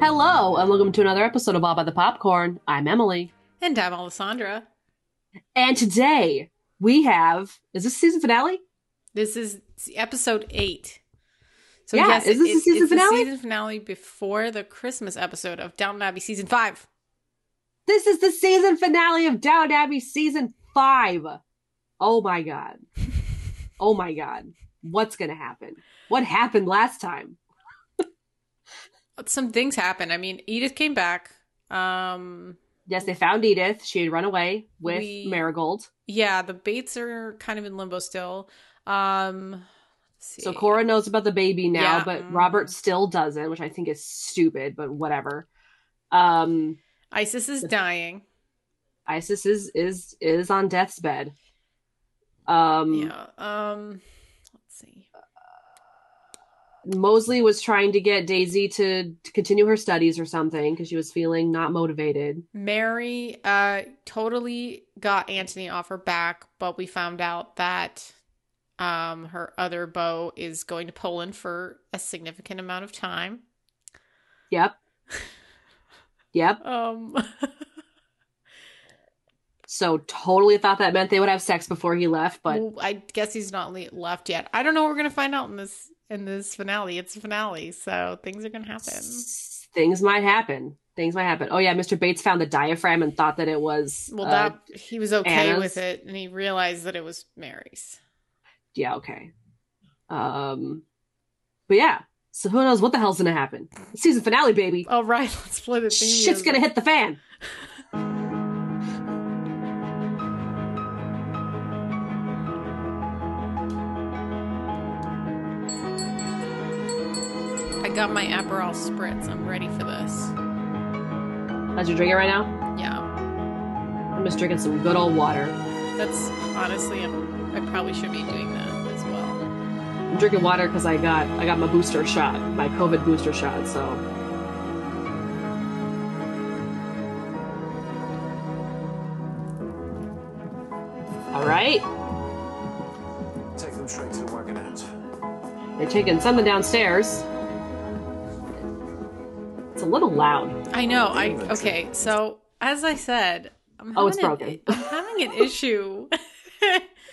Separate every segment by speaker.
Speaker 1: Hello, and welcome to another episode of All by the Popcorn. I'm Emily.
Speaker 2: And I'm Alessandra.
Speaker 1: And today we have is this season finale?
Speaker 2: This is episode eight. So
Speaker 1: Yeah,
Speaker 2: yes,
Speaker 1: is this
Speaker 2: it-
Speaker 1: the season
Speaker 2: it's
Speaker 1: finale?
Speaker 2: The season finale before the Christmas episode of Downton Abbey season five.
Speaker 1: This is the season finale of Down Abbey season five. Oh my god. Oh my god. What's gonna happen? What happened last time?
Speaker 2: Some things happen. I mean, Edith came back. Um,
Speaker 1: Yes, they found Edith. She had run away with
Speaker 2: We-
Speaker 1: Marigold.
Speaker 2: yeah, the Bates are kind of in limbo still. Um, let's see.
Speaker 1: So Cora knows about the baby now,
Speaker 2: Yeah,
Speaker 1: but
Speaker 2: mhm.
Speaker 1: Robert still doesn't, which I think is stupid, but whatever. Um
Speaker 2: Isis is dying.
Speaker 1: Isis is is is on death's bed. Um
Speaker 2: Yeah. Um, let's see.
Speaker 1: Mosley was trying to get Daisy to, to continue her studies or something because she was feeling not motivated.
Speaker 2: Mary uh totally got Anthony off her back, but we found out that um her other beau is going to Poland for a significant amount of time.
Speaker 1: Yep. Yep.
Speaker 2: Um
Speaker 1: So totally thought that meant they would have sex before he left, but
Speaker 2: well, I guess he's not le- left yet. I don't know what we're going to find out in this in this finale. It's a finale, so things are going to happen.
Speaker 1: s- things might happen. Things might happen. Oh yeah, Mr. Bates found the diaphragm and thought that it was
Speaker 2: Well,
Speaker 1: uh,
Speaker 2: that he was okay
Speaker 1: Anna's-
Speaker 2: with it and he realized that it was Mary's.
Speaker 1: yeah, okay. Um but yeah. So who knows what the hell's gonna happen? Season finale, baby.
Speaker 2: All right, let's play the theme.
Speaker 1: Shit's gonna
Speaker 2: music.
Speaker 1: hit the fan.
Speaker 2: I got my Aperol spritz. I'm ready for this.
Speaker 1: As you're drinking right now,
Speaker 2: Yeah.
Speaker 1: I'm just drinking some good old water.
Speaker 2: That's honestly, I'm, I probably should be doing that as well.
Speaker 1: I'm drinking water because I got I got my booster shot, my COVID booster shot. So all right,
Speaker 3: Take them straight to the wagonette.
Speaker 1: they're taking something downstairs. It's a little loud.
Speaker 2: I know. I okay. So as I said, I'm
Speaker 1: Oh, it's
Speaker 2: having
Speaker 1: broken.
Speaker 2: An, I'm having an issue.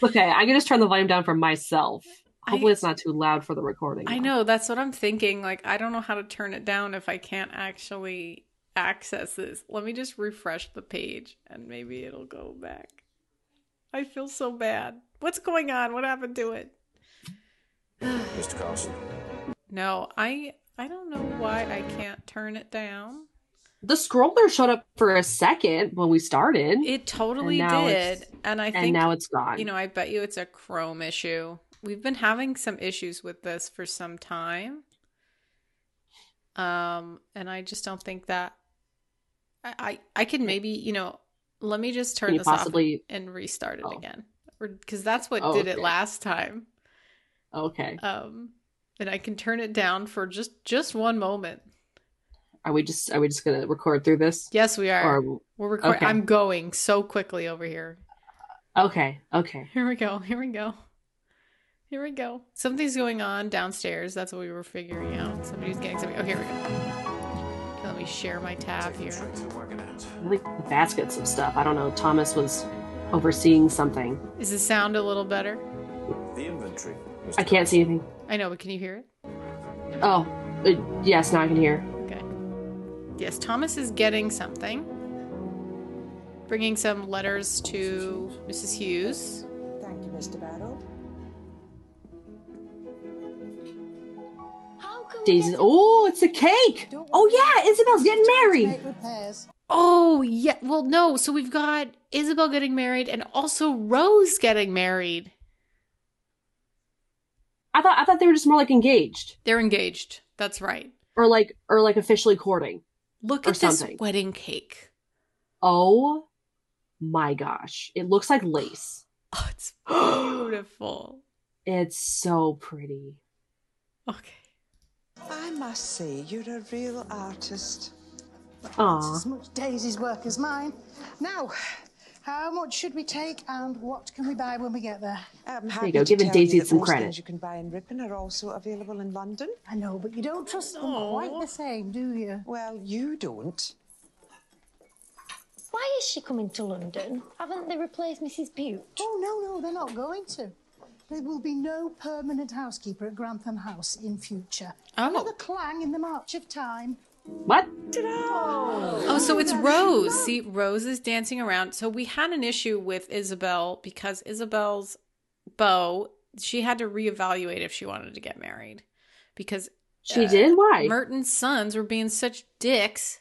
Speaker 1: Okay, I can just turn the volume down for myself. Hopefully,
Speaker 2: I-
Speaker 1: it's not too loud for the recording.
Speaker 2: I know. That's what I'm thinking. Like, I don't know how to turn it down if I can't actually access this. Let me just refresh the page and maybe it'll go back. I feel so bad. What's going on? What happened to it?
Speaker 3: Mr. Carson.
Speaker 2: No, I I don't know why I can't turn it down.
Speaker 1: The scroller showed up for a second when we started,
Speaker 2: It totally
Speaker 1: And now it's-
Speaker 2: did, and I
Speaker 1: and
Speaker 2: think
Speaker 1: now it's gone.
Speaker 2: You know, I bet you it's a Chrome issue. We've been having some issues with this for some time. Um, and I just don't think that I I, I can maybe, you know, let me just turn
Speaker 1: Can you
Speaker 2: this off
Speaker 1: possibly-
Speaker 2: and restart it
Speaker 1: Oh.
Speaker 2: again. Because that's what
Speaker 1: Oh,
Speaker 2: did it
Speaker 1: okay.
Speaker 2: last time.
Speaker 1: okay,
Speaker 2: Um, and I can turn it down for just just one moment.
Speaker 1: are we just are we just gonna record through this?
Speaker 2: Yes, we are.
Speaker 1: Or
Speaker 2: We're recording.
Speaker 1: okay.
Speaker 2: I'm going so quickly over here.
Speaker 1: Okay, okay.
Speaker 2: Here we go. Here we go. Here we go. Something's going on downstairs. That's what we were figuring out. Somebody's getting something. Oh, here we go. Okay, Let me share my tab
Speaker 3: Take them
Speaker 2: here.
Speaker 3: straight to the wagonette.
Speaker 1: I think the baskets of stuff. I don't know. Thomas was overseeing something.
Speaker 2: Is the sound a little better?
Speaker 3: The inventory. Mr.
Speaker 1: I can't see anything.
Speaker 2: I know, but can you hear it?
Speaker 1: Oh, uh, yes, now I can hear.
Speaker 2: Okay. Yes, Thomas is getting something. Bringing some letters to Mrs. Hughes.
Speaker 4: Thank you, Mr. Battle.
Speaker 1: Daisy. Oh, it's a cake. Oh yeah, Isabel's getting married.
Speaker 4: Make repairs.
Speaker 2: Oh, yeah. Well, no. So we've got Isabel getting married and also Rose getting married.
Speaker 1: I thought I thought they were just more like engaged
Speaker 2: They're engaged. That's right.
Speaker 1: or like or like officially courting.
Speaker 2: Look
Speaker 1: Or
Speaker 2: at
Speaker 1: something.
Speaker 2: this wedding cake.
Speaker 1: Oh my gosh. It looks like lace.
Speaker 2: Oh, it's beautiful.
Speaker 1: It's so pretty.
Speaker 2: Okay.
Speaker 5: I must say, you're a real artist.
Speaker 1: Aw.
Speaker 6: As much Daisy's work as mine. Now, how much should we take and what can we buy when we get there?
Speaker 5: I'm happy
Speaker 1: go,
Speaker 5: to
Speaker 1: giving
Speaker 5: tell
Speaker 1: Daisy
Speaker 5: you that
Speaker 1: some
Speaker 5: most
Speaker 1: credit.
Speaker 5: things you can buy in Ripon are also available in London.
Speaker 6: I know, but you don't trust them quite the same, do you?
Speaker 5: Well, you don't.
Speaker 7: Why is she coming to London? Haven't they replaced Mrs. Bute?
Speaker 6: Oh, no, no, they're not going to. There will be no permanent housekeeper at Grantham House in future.
Speaker 2: Oh.
Speaker 6: Another clang in the march of time.
Speaker 1: What?
Speaker 2: Oh, so it's Rose. See, Rose is dancing around. So we had an issue with Isabel because Isabel's beau, she had to reevaluate if she wanted to get married because uh,
Speaker 1: She did? Why?
Speaker 2: Merton's sons were being such dicks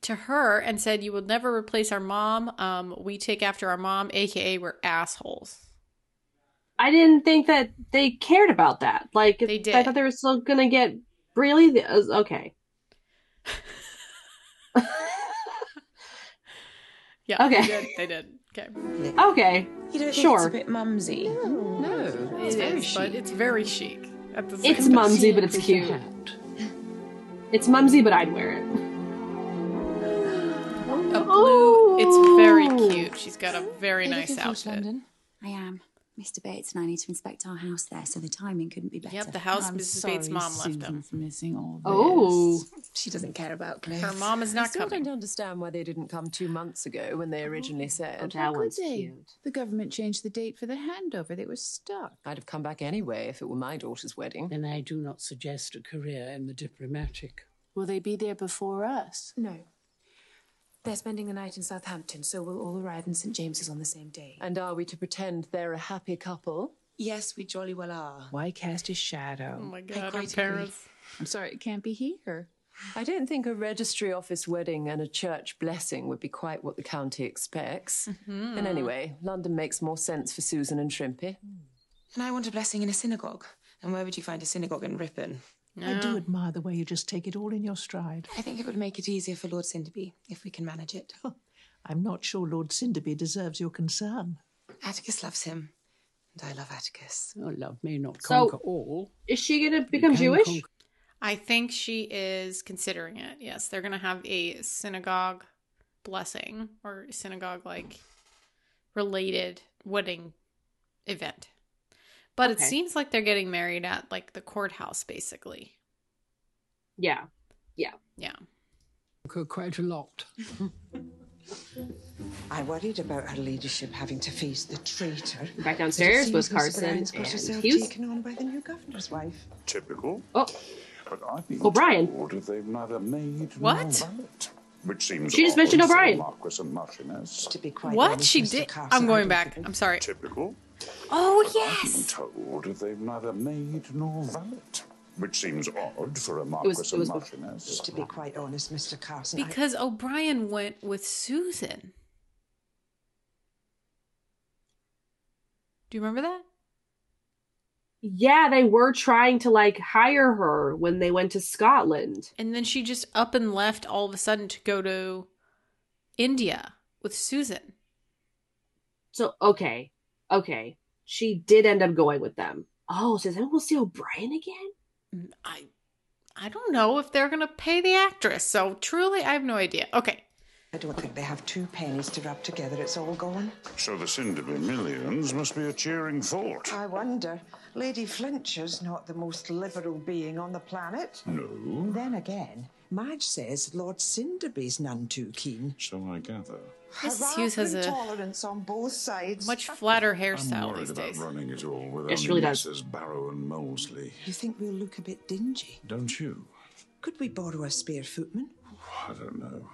Speaker 2: to her and said, You will never replace our mom. Um, we take after our mom, aka we're assholes.
Speaker 1: I didn't think that they cared about that. Like
Speaker 2: They did.
Speaker 1: I thought they were still gonna get really the, uh, okay.
Speaker 2: Yeah,
Speaker 1: Okay. Oh.
Speaker 2: they did. They did. Okay.
Speaker 1: Okay.
Speaker 8: You don't think it's
Speaker 1: Sure.
Speaker 8: a bit mumsy?
Speaker 5: No.
Speaker 2: It's very chic. But it's very chic. At the
Speaker 1: It's
Speaker 2: time.
Speaker 1: mumsy, but it's cute. It's mumsy, but I'd wear it.
Speaker 2: A blue. It's very
Speaker 1: Oh.
Speaker 2: cute. She's got a very nice outfit.
Speaker 9: I am. Mr. Bates and I need to inspect our house there, so the timing couldn't be better.
Speaker 2: Yep, the house Mrs. Bates' mom left them.
Speaker 8: missing all
Speaker 1: Oh.
Speaker 8: She doesn't care about Cliff.
Speaker 2: Her mom is not
Speaker 8: still
Speaker 2: coming.
Speaker 8: don't understand why they didn't come two months ago when they originally
Speaker 1: Oh,
Speaker 8: said.
Speaker 1: that one's cute.
Speaker 10: The government changed the date for the handover. They were stuck.
Speaker 8: I'd have come back anyway if it were my daughter's wedding.
Speaker 5: Then I do not suggest a career in the diplomatic.
Speaker 10: Will they be there before us?
Speaker 9: No. They're spending the night in Southampton, so we'll all arrive in St. James's on the same day.
Speaker 8: And are we to pretend they're a happy couple?
Speaker 9: Yes, we jolly well are.
Speaker 10: Why cast his
Speaker 2: Oh
Speaker 10: shadow?
Speaker 2: my god, her
Speaker 9: quite
Speaker 2: parents.
Speaker 10: I'm sorry, it can't be here.
Speaker 8: I don't think a registry office wedding and a church blessing would be quite what the county expects.
Speaker 2: Mm-hmm.
Speaker 8: And anyway, London makes more sense for Susan and Shrimpy.
Speaker 9: And I want a blessing in a synagogue. And where would you find a synagogue in Ripon?
Speaker 10: I do admire the way you just take it all in your stride.
Speaker 9: I think it would make it easier for Lord Cinderby if we can manage it.
Speaker 10: I'm not sure Lord Cinderby deserves your concern.
Speaker 9: Atticus loves him, and I love Atticus.
Speaker 5: Oh, love may not
Speaker 1: So-
Speaker 5: conquer all.
Speaker 1: Is she gonna become
Speaker 5: Can
Speaker 1: Jewish?
Speaker 5: conquer-
Speaker 2: I think she is considering it. Yes, they're going to have a synagogue blessing or synagogue like related wedding event. But it
Speaker 1: Okay.
Speaker 2: seems like they're getting married at like the courthouse basically.
Speaker 1: Yeah.
Speaker 2: Yeah.
Speaker 5: conquer Quite a lot. I worried about her leadership having to face the traitor.
Speaker 1: Back downstairs was Carson and Hughes.
Speaker 5: on by the new governor's wife.
Speaker 3: Typical.
Speaker 1: Oh,
Speaker 3: But I've been
Speaker 1: O'Brien.
Speaker 3: told if they've neither maid
Speaker 2: What?
Speaker 3: nor valet, which seems
Speaker 1: She just
Speaker 3: odd
Speaker 1: mentioned
Speaker 3: for a
Speaker 1: O'Brien.
Speaker 3: Marquis and Marchioness.
Speaker 5: To be quite
Speaker 2: what
Speaker 5: honest,
Speaker 2: she
Speaker 5: Mr.
Speaker 2: did
Speaker 5: Carson,
Speaker 2: I'm
Speaker 5: I
Speaker 2: going
Speaker 5: don't
Speaker 2: back.
Speaker 5: think-
Speaker 2: I'm sorry.
Speaker 3: Typical.
Speaker 9: Oh, yes!
Speaker 3: Told if they've neither maid nor valet, which seems odd for a Marquis
Speaker 1: was- it
Speaker 3: and
Speaker 1: was-
Speaker 3: Marchioness.
Speaker 5: To be quite honest, Mr. Carson, I-
Speaker 2: Because O'Brien went with Susan. Do you remember that?
Speaker 1: yeah, they were trying to like hire her when they went to Scotland.
Speaker 2: And then she just up and left all of a sudden to go to India with Susan.
Speaker 1: So okay, okay, she did end up going with them. Oh, so then we'll see O'Brien again.
Speaker 2: I I don't know if they're gonna pay the actress, so truly I have no idea. Okay.
Speaker 5: I don't think they have two pennies to rub together. It's all gone.
Speaker 3: So the Cinderby millions must be a cheering thought.
Speaker 5: I wonder. Lady Flincher's not the most liberal being on the planet.
Speaker 3: No,
Speaker 5: Then again, Madge says Lord Cinderby's none too keen.
Speaker 3: so I gather.
Speaker 2: Mrs. Hughes has
Speaker 5: Harassment
Speaker 2: a
Speaker 5: tolerance on both sides.
Speaker 2: much flatter
Speaker 3: I'm
Speaker 2: hairstyle
Speaker 3: worried
Speaker 2: these
Speaker 3: about
Speaker 2: days.
Speaker 3: running it all with
Speaker 1: Yes,
Speaker 3: only
Speaker 1: she really does.
Speaker 3: Mrs. Barrow and Molesley,
Speaker 5: You think we'll look a bit dingy?
Speaker 3: don't you?
Speaker 5: Could we borrow a spare footman?
Speaker 3: I don't know.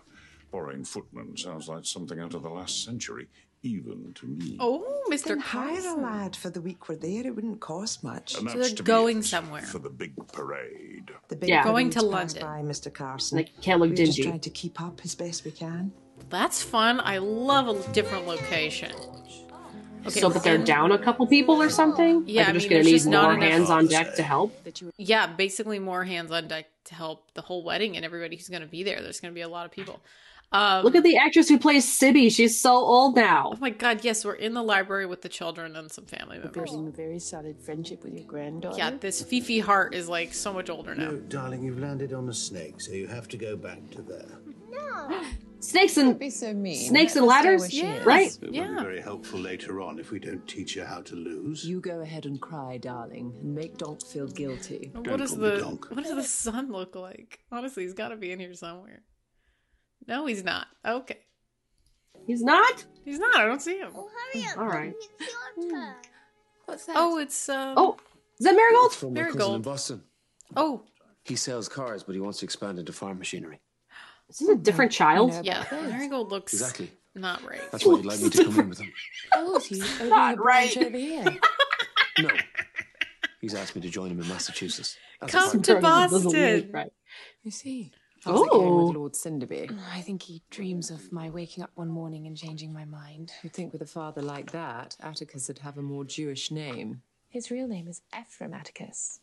Speaker 3: Borrowing footmen sounds like something out of the last century. even to me.
Speaker 2: Oh, Mr.
Speaker 4: Then hire a
Speaker 2: Carson.
Speaker 4: lad for the week we're there. It wouldn't cost much.
Speaker 3: And that's to be it for the big parade.
Speaker 4: The big
Speaker 2: Yeah. Going
Speaker 4: parade
Speaker 2: to
Speaker 4: passed
Speaker 2: London.
Speaker 4: by, Mr. Carson.
Speaker 2: Like, can't look
Speaker 4: We're
Speaker 2: dingy.
Speaker 4: Just trying to keep up as best we can.
Speaker 2: That's fun. I love a different location.
Speaker 1: so, but they're
Speaker 2: and-
Speaker 1: down a couple people or something.
Speaker 2: Yeah,
Speaker 1: like,
Speaker 2: I
Speaker 1: I'm just
Speaker 2: mean,
Speaker 1: gonna
Speaker 2: there's
Speaker 1: need
Speaker 2: just not
Speaker 1: more
Speaker 2: enough-
Speaker 1: hands on deck to help.
Speaker 2: Yeah, basically more hands on deck to help the whole wedding and everybody who's going to be there. There's going to be a lot of people. Um,
Speaker 1: Look at the actress who plays Sibby. She's so old now.
Speaker 2: Oh my god, yes, we're in the library with the children and some family members.
Speaker 9: Building a very solid friendship with your granddaughter.
Speaker 2: Yeah, this Fifi Hart is like so much older now.
Speaker 11: Look, darling, you've landed on a snake, so you have to go back to there.
Speaker 1: Snakes and
Speaker 11: be so mean.
Speaker 1: snakes and ladders, right?
Speaker 11: It will be very helpful later on if we don't teach her how to lose.
Speaker 8: You go ahead and cry, darling, and make Donk feel guilty.
Speaker 2: What does the what does the sun look like? Honestly, he's got to be in here somewhere. No, he's not. Okay,
Speaker 1: he's not.
Speaker 2: He's not. I don't see him.
Speaker 1: All right. Hmm.
Speaker 2: What's that? Oh, it's um.
Speaker 1: Oh, is that Marigold?
Speaker 12: From my cousin in
Speaker 2: Marigold.
Speaker 12: Boston.
Speaker 2: Oh,
Speaker 12: He sells cars, but he wants to expand into farm machinery.
Speaker 1: Is this a different child?
Speaker 2: Yeah, Marigold looks
Speaker 12: Exactly.
Speaker 2: not right.
Speaker 12: That's why he'd like me to come in with him.
Speaker 9: Oh, he's opening a branch over here.
Speaker 12: No. He's asked me to join him in Massachusetts. That's
Speaker 9: Come
Speaker 12: fine.
Speaker 9: to Doesn't Boston. look
Speaker 8: You see.
Speaker 9: How's it going with
Speaker 8: Oh. Lord Cinderby.
Speaker 9: I think he dreams of my waking up one morning and changing my mind.
Speaker 8: You'd think with a father like that, Atticus would have a more Jewish name.
Speaker 9: His real name is Ephraim Atticus.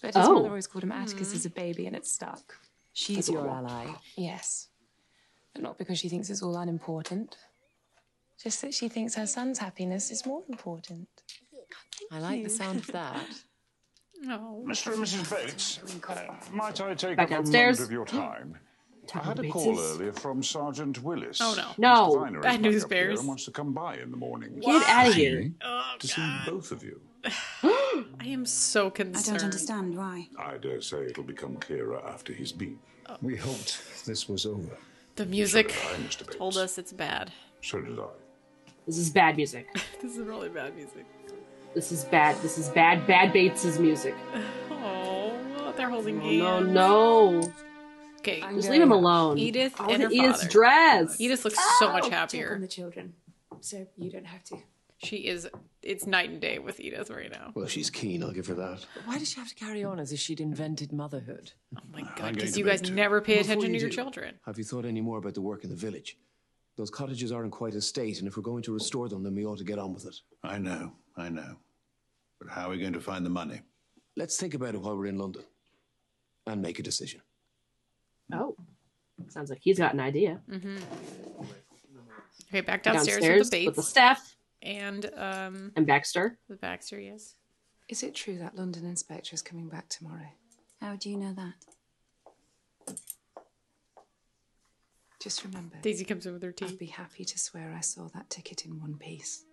Speaker 9: But his
Speaker 8: Oh.
Speaker 9: mother always called him Atticus as a baby and it stuck.
Speaker 8: She's your ally.
Speaker 9: Yes. But not because she thinks it's all unimportant. Just that she thinks her son's happiness is more important.
Speaker 8: I like
Speaker 9: you.
Speaker 8: the sound of that.
Speaker 2: No.
Speaker 3: Mr. and Mrs. Bates, uh, might I take
Speaker 1: Back
Speaker 3: up
Speaker 1: downstairs.
Speaker 3: a moment of your time? I
Speaker 1: Time
Speaker 3: had a
Speaker 1: Bates
Speaker 3: call
Speaker 1: is-
Speaker 3: earlier from Sergeant Willis.
Speaker 1: Oh, no.
Speaker 3: Mr.
Speaker 1: No.
Speaker 3: Viner is
Speaker 1: Bad
Speaker 3: back
Speaker 1: news
Speaker 3: up here
Speaker 2: bears. Oh,
Speaker 3: And wants to come by in the morning.
Speaker 2: Get Why? outta here.
Speaker 3: Excuse me? to see both of you.
Speaker 2: I am so concerned.
Speaker 3: understand why. I dare say it'll become clearer after he's been.
Speaker 2: Oh.
Speaker 3: We hoped this was over.
Speaker 2: The music
Speaker 3: So did I, Mr. Bates.
Speaker 2: told us it's bad.
Speaker 3: So did I.
Speaker 1: This is bad music.
Speaker 2: This is really bad music.
Speaker 1: This is bad. This is bad. Bad Bates's music.
Speaker 2: Oh, they're holding hands.
Speaker 1: No, no.
Speaker 2: Okay,
Speaker 1: Just leave him alone.
Speaker 2: Edith
Speaker 1: Oh,
Speaker 2: and
Speaker 1: look
Speaker 2: her
Speaker 1: at Edith's
Speaker 2: father.
Speaker 1: dress.
Speaker 2: Edith looks so much happier.
Speaker 9: Oh, the children, so you don't have to.
Speaker 2: She is. It's night and day with Edith right now.
Speaker 12: Well, if she's keen, I'll give her that.
Speaker 8: Why does she have to carry on as if she'd invented motherhood?
Speaker 2: Oh my
Speaker 12: I'm
Speaker 2: god!
Speaker 12: going
Speaker 2: Because
Speaker 12: to
Speaker 2: you
Speaker 12: bed
Speaker 2: guys
Speaker 12: too.
Speaker 2: never pay
Speaker 12: Before
Speaker 2: attention
Speaker 12: you
Speaker 2: to your
Speaker 12: do,
Speaker 2: children.
Speaker 12: Have you thought any more about the work in the village? Those cottages aren't quite a state, and if we're going to restore them, then we ought to get on with it.
Speaker 11: I know, I know. But how are we going to find the money?
Speaker 12: Let's think about it while we're in London and make a decision.
Speaker 1: Oh, sounds like he's got an idea.
Speaker 2: Mm-hmm. Okay, back downstairs, with the
Speaker 1: Downstairs
Speaker 2: Bates
Speaker 1: with the staff.
Speaker 2: and um
Speaker 1: And Baxter.
Speaker 2: the Baxter. Yes.
Speaker 9: Is it true that London inspector is coming back tomorrow? How do you know that? Just remember.
Speaker 2: Daisy comes in with her tea.
Speaker 9: I'd be happy to swear I saw that ticket in one piece.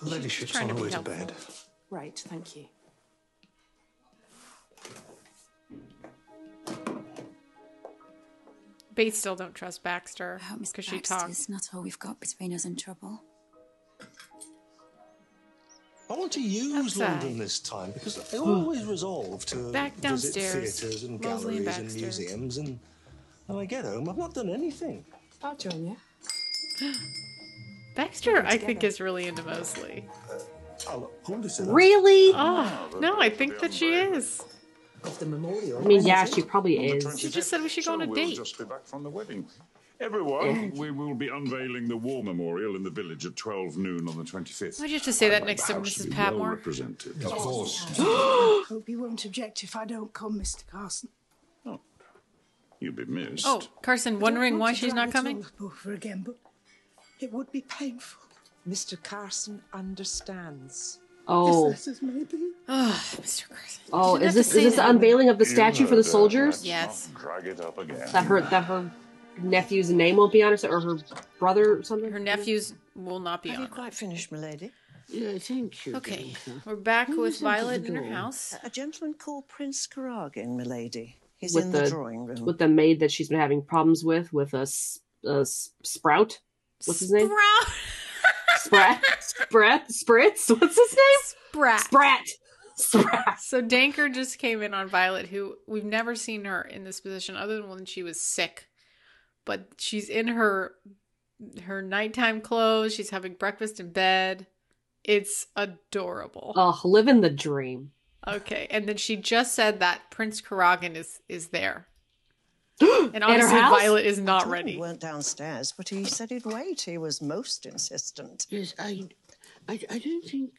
Speaker 11: Her ladyship's on her way to bed.
Speaker 9: Right, thank you.
Speaker 2: Bates still don't trust Oh, Baxter
Speaker 7: Mr.
Speaker 2: because she
Speaker 7: Baxter's
Speaker 2: talks.
Speaker 7: not all we've got between us and trouble.
Speaker 11: I want to use
Speaker 2: Outside.
Speaker 11: London this time because I always resolve to
Speaker 2: Back
Speaker 11: visit
Speaker 2: downstairs,
Speaker 11: theatres and
Speaker 2: Rosalie
Speaker 11: galleries and
Speaker 2: Baxter.
Speaker 11: museums, and when I get home, I've not done anything.
Speaker 9: I'll join you.
Speaker 2: Baxter, I think, is really into Mosley.
Speaker 11: I'll hold it in
Speaker 1: Really?
Speaker 2: Oh, no, I think that she is.
Speaker 8: Of the memorial.
Speaker 1: I mean, yeah, she probably is.
Speaker 2: She just said we should go on a
Speaker 3: we'll
Speaker 2: date.
Speaker 3: just be back from the wedding. Everyone, we will be unveiling the war memorial in the village at 12 noon on the 25th.
Speaker 2: Why'd you have to say
Speaker 3: I'd
Speaker 2: that
Speaker 3: like
Speaker 2: next
Speaker 3: the
Speaker 2: to
Speaker 3: house
Speaker 2: Mrs.
Speaker 3: be
Speaker 2: Patmore?
Speaker 3: Well represented.
Speaker 11: Of course.
Speaker 6: I hope you won't object if I don't come, Mr. Carson.
Speaker 3: You'd be missed.
Speaker 2: Oh, Carson, wondering why she's not coming.
Speaker 4: Over again, but it would be painful. Mr. Carson understands.
Speaker 1: Oh.
Speaker 4: As as may be.
Speaker 2: Mr. Ah, Carson.
Speaker 1: Oh,
Speaker 4: You didn't
Speaker 1: is
Speaker 4: have
Speaker 1: this
Speaker 4: to say
Speaker 1: is this the
Speaker 4: that.
Speaker 1: unvailing of the
Speaker 3: You
Speaker 1: statue
Speaker 3: heard
Speaker 1: for the
Speaker 3: her.
Speaker 1: soldiers?
Speaker 3: Let's not Drag it up again.
Speaker 1: That her that her nephew's name won't be on her or her brother or something. Her
Speaker 2: nephews will not be
Speaker 1: on.
Speaker 4: You quite finished, my lady.
Speaker 5: Yeah, thank you.
Speaker 2: Okay,
Speaker 5: Bianca.
Speaker 2: we're back
Speaker 5: Who
Speaker 2: with
Speaker 5: is under
Speaker 2: Violet
Speaker 5: the
Speaker 2: in her
Speaker 5: door?
Speaker 2: house.
Speaker 4: A gentleman called Prince Karagin, my lady. He's
Speaker 1: with
Speaker 4: in
Speaker 1: the,
Speaker 4: the, drawing room.
Speaker 1: with the maid that she's been having problems with with a, s- a s- sprout. What's his name? Sprat. Sprat. Spritz. What's his name?
Speaker 2: Brat.
Speaker 1: Sprat. Sprat.
Speaker 2: So Danker just came in on Violet, who we've never seen her in this position other than when she was sick. But she's in her her nighttime clothes. She's having breakfast in bed. It's adorable.
Speaker 1: Oh, living the dream.
Speaker 2: Okay, and then she just said that Prince Karagan is is there,
Speaker 4: At
Speaker 1: and
Speaker 4: her
Speaker 2: obviously
Speaker 4: house?
Speaker 2: Violet is
Speaker 4: I
Speaker 2: not
Speaker 4: told him
Speaker 2: ready.
Speaker 4: We weren't downstairs, but he said he'd wait. He was most insistent.
Speaker 5: Yes, I, I, I don't think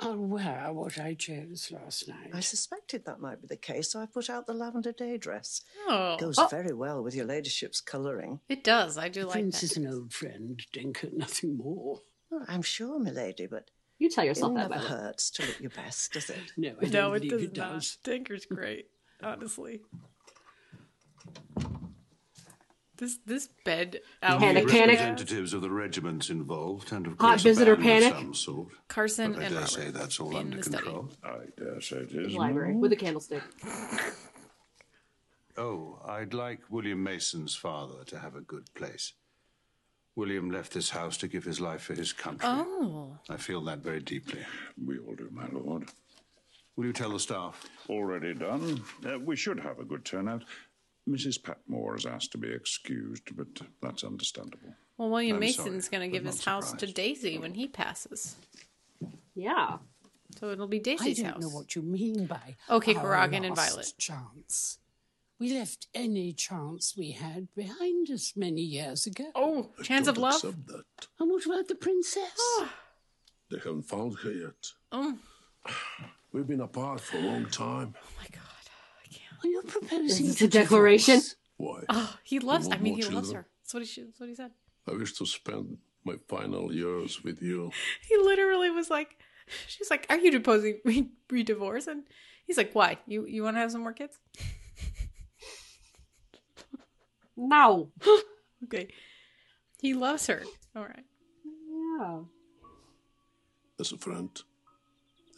Speaker 5: I'll wear what I chose last night.
Speaker 4: I suspected that might be the case, so I put out the lavender day dress.
Speaker 2: Oh.
Speaker 4: Goes
Speaker 5: Oh.
Speaker 4: very well with your ladyship's colouring.
Speaker 2: It does. I do
Speaker 5: The
Speaker 2: like
Speaker 5: Prince
Speaker 2: that.
Speaker 5: is an old friend, Dinka, nothing more.
Speaker 4: I'm sure, milady, but
Speaker 1: you tell
Speaker 5: yourself
Speaker 4: it
Speaker 5: that,
Speaker 4: never
Speaker 5: Violet.
Speaker 4: hurts to look your best, does it?
Speaker 5: No, I
Speaker 2: No,
Speaker 5: don't
Speaker 2: it does
Speaker 5: believe it
Speaker 2: not.
Speaker 5: does.
Speaker 2: Tinker's great, honestly. This this bed out
Speaker 1: Oh. Panic,
Speaker 11: The
Speaker 1: panic.
Speaker 11: Representatives of the regiments involved, and of
Speaker 1: Hot
Speaker 11: course, a
Speaker 1: visitor
Speaker 11: band of
Speaker 1: panic.
Speaker 11: some sort.
Speaker 2: Carson
Speaker 11: But I
Speaker 2: and
Speaker 11: dare
Speaker 2: Robert
Speaker 11: say that's all
Speaker 2: in
Speaker 11: under
Speaker 2: the study.
Speaker 11: control. Mm. I dare say it is.
Speaker 1: Library with a candlestick.
Speaker 11: Oh, I'd like William Mason's father to have a good place. William left this house to give his life for his country.
Speaker 2: Oh.
Speaker 11: I feel that very deeply.
Speaker 3: We all do, my lord.
Speaker 11: Will you tell the staff?
Speaker 3: Already done. Uh, we should have a good turnout. Mrs. Patmore has asked to be excused, but that's understandable.
Speaker 2: Well, William
Speaker 3: I'm
Speaker 2: Mason's
Speaker 3: sorry,
Speaker 2: going to
Speaker 3: but
Speaker 2: give
Speaker 3: not
Speaker 2: his house to
Speaker 3: surprised.
Speaker 2: Daisy when he passes.
Speaker 1: Yeah.
Speaker 2: So it'll be
Speaker 5: I
Speaker 2: Daisy's
Speaker 5: don't
Speaker 2: house.
Speaker 5: know what you mean by
Speaker 2: Okay,
Speaker 5: our
Speaker 2: Karagan and
Speaker 5: last
Speaker 2: Violet.
Speaker 5: chance. We left any chance we had behind us many years ago.
Speaker 2: Oh,
Speaker 5: chance
Speaker 13: of love? accept
Speaker 5: And what about the princess?
Speaker 13: They haven't found her yet.
Speaker 2: Ah, Oh.
Speaker 13: We've been apart for a long time.
Speaker 5: Are you proposing
Speaker 1: Is this a declaration?
Speaker 13: Why?
Speaker 2: Oh, he loves.
Speaker 13: You
Speaker 2: I
Speaker 13: want
Speaker 2: mean,
Speaker 13: more
Speaker 2: he loves
Speaker 13: children?
Speaker 2: her. That's what he. should- That's what he said.
Speaker 13: I wish to spend my final years with you.
Speaker 2: He literally was like, "She's like, are you proposing we we divorce?" And he's like, "Why? You you want to have some more kids?"
Speaker 1: No.
Speaker 2: Okay. He loves her. All right.
Speaker 1: Yeah.
Speaker 13: As a friend,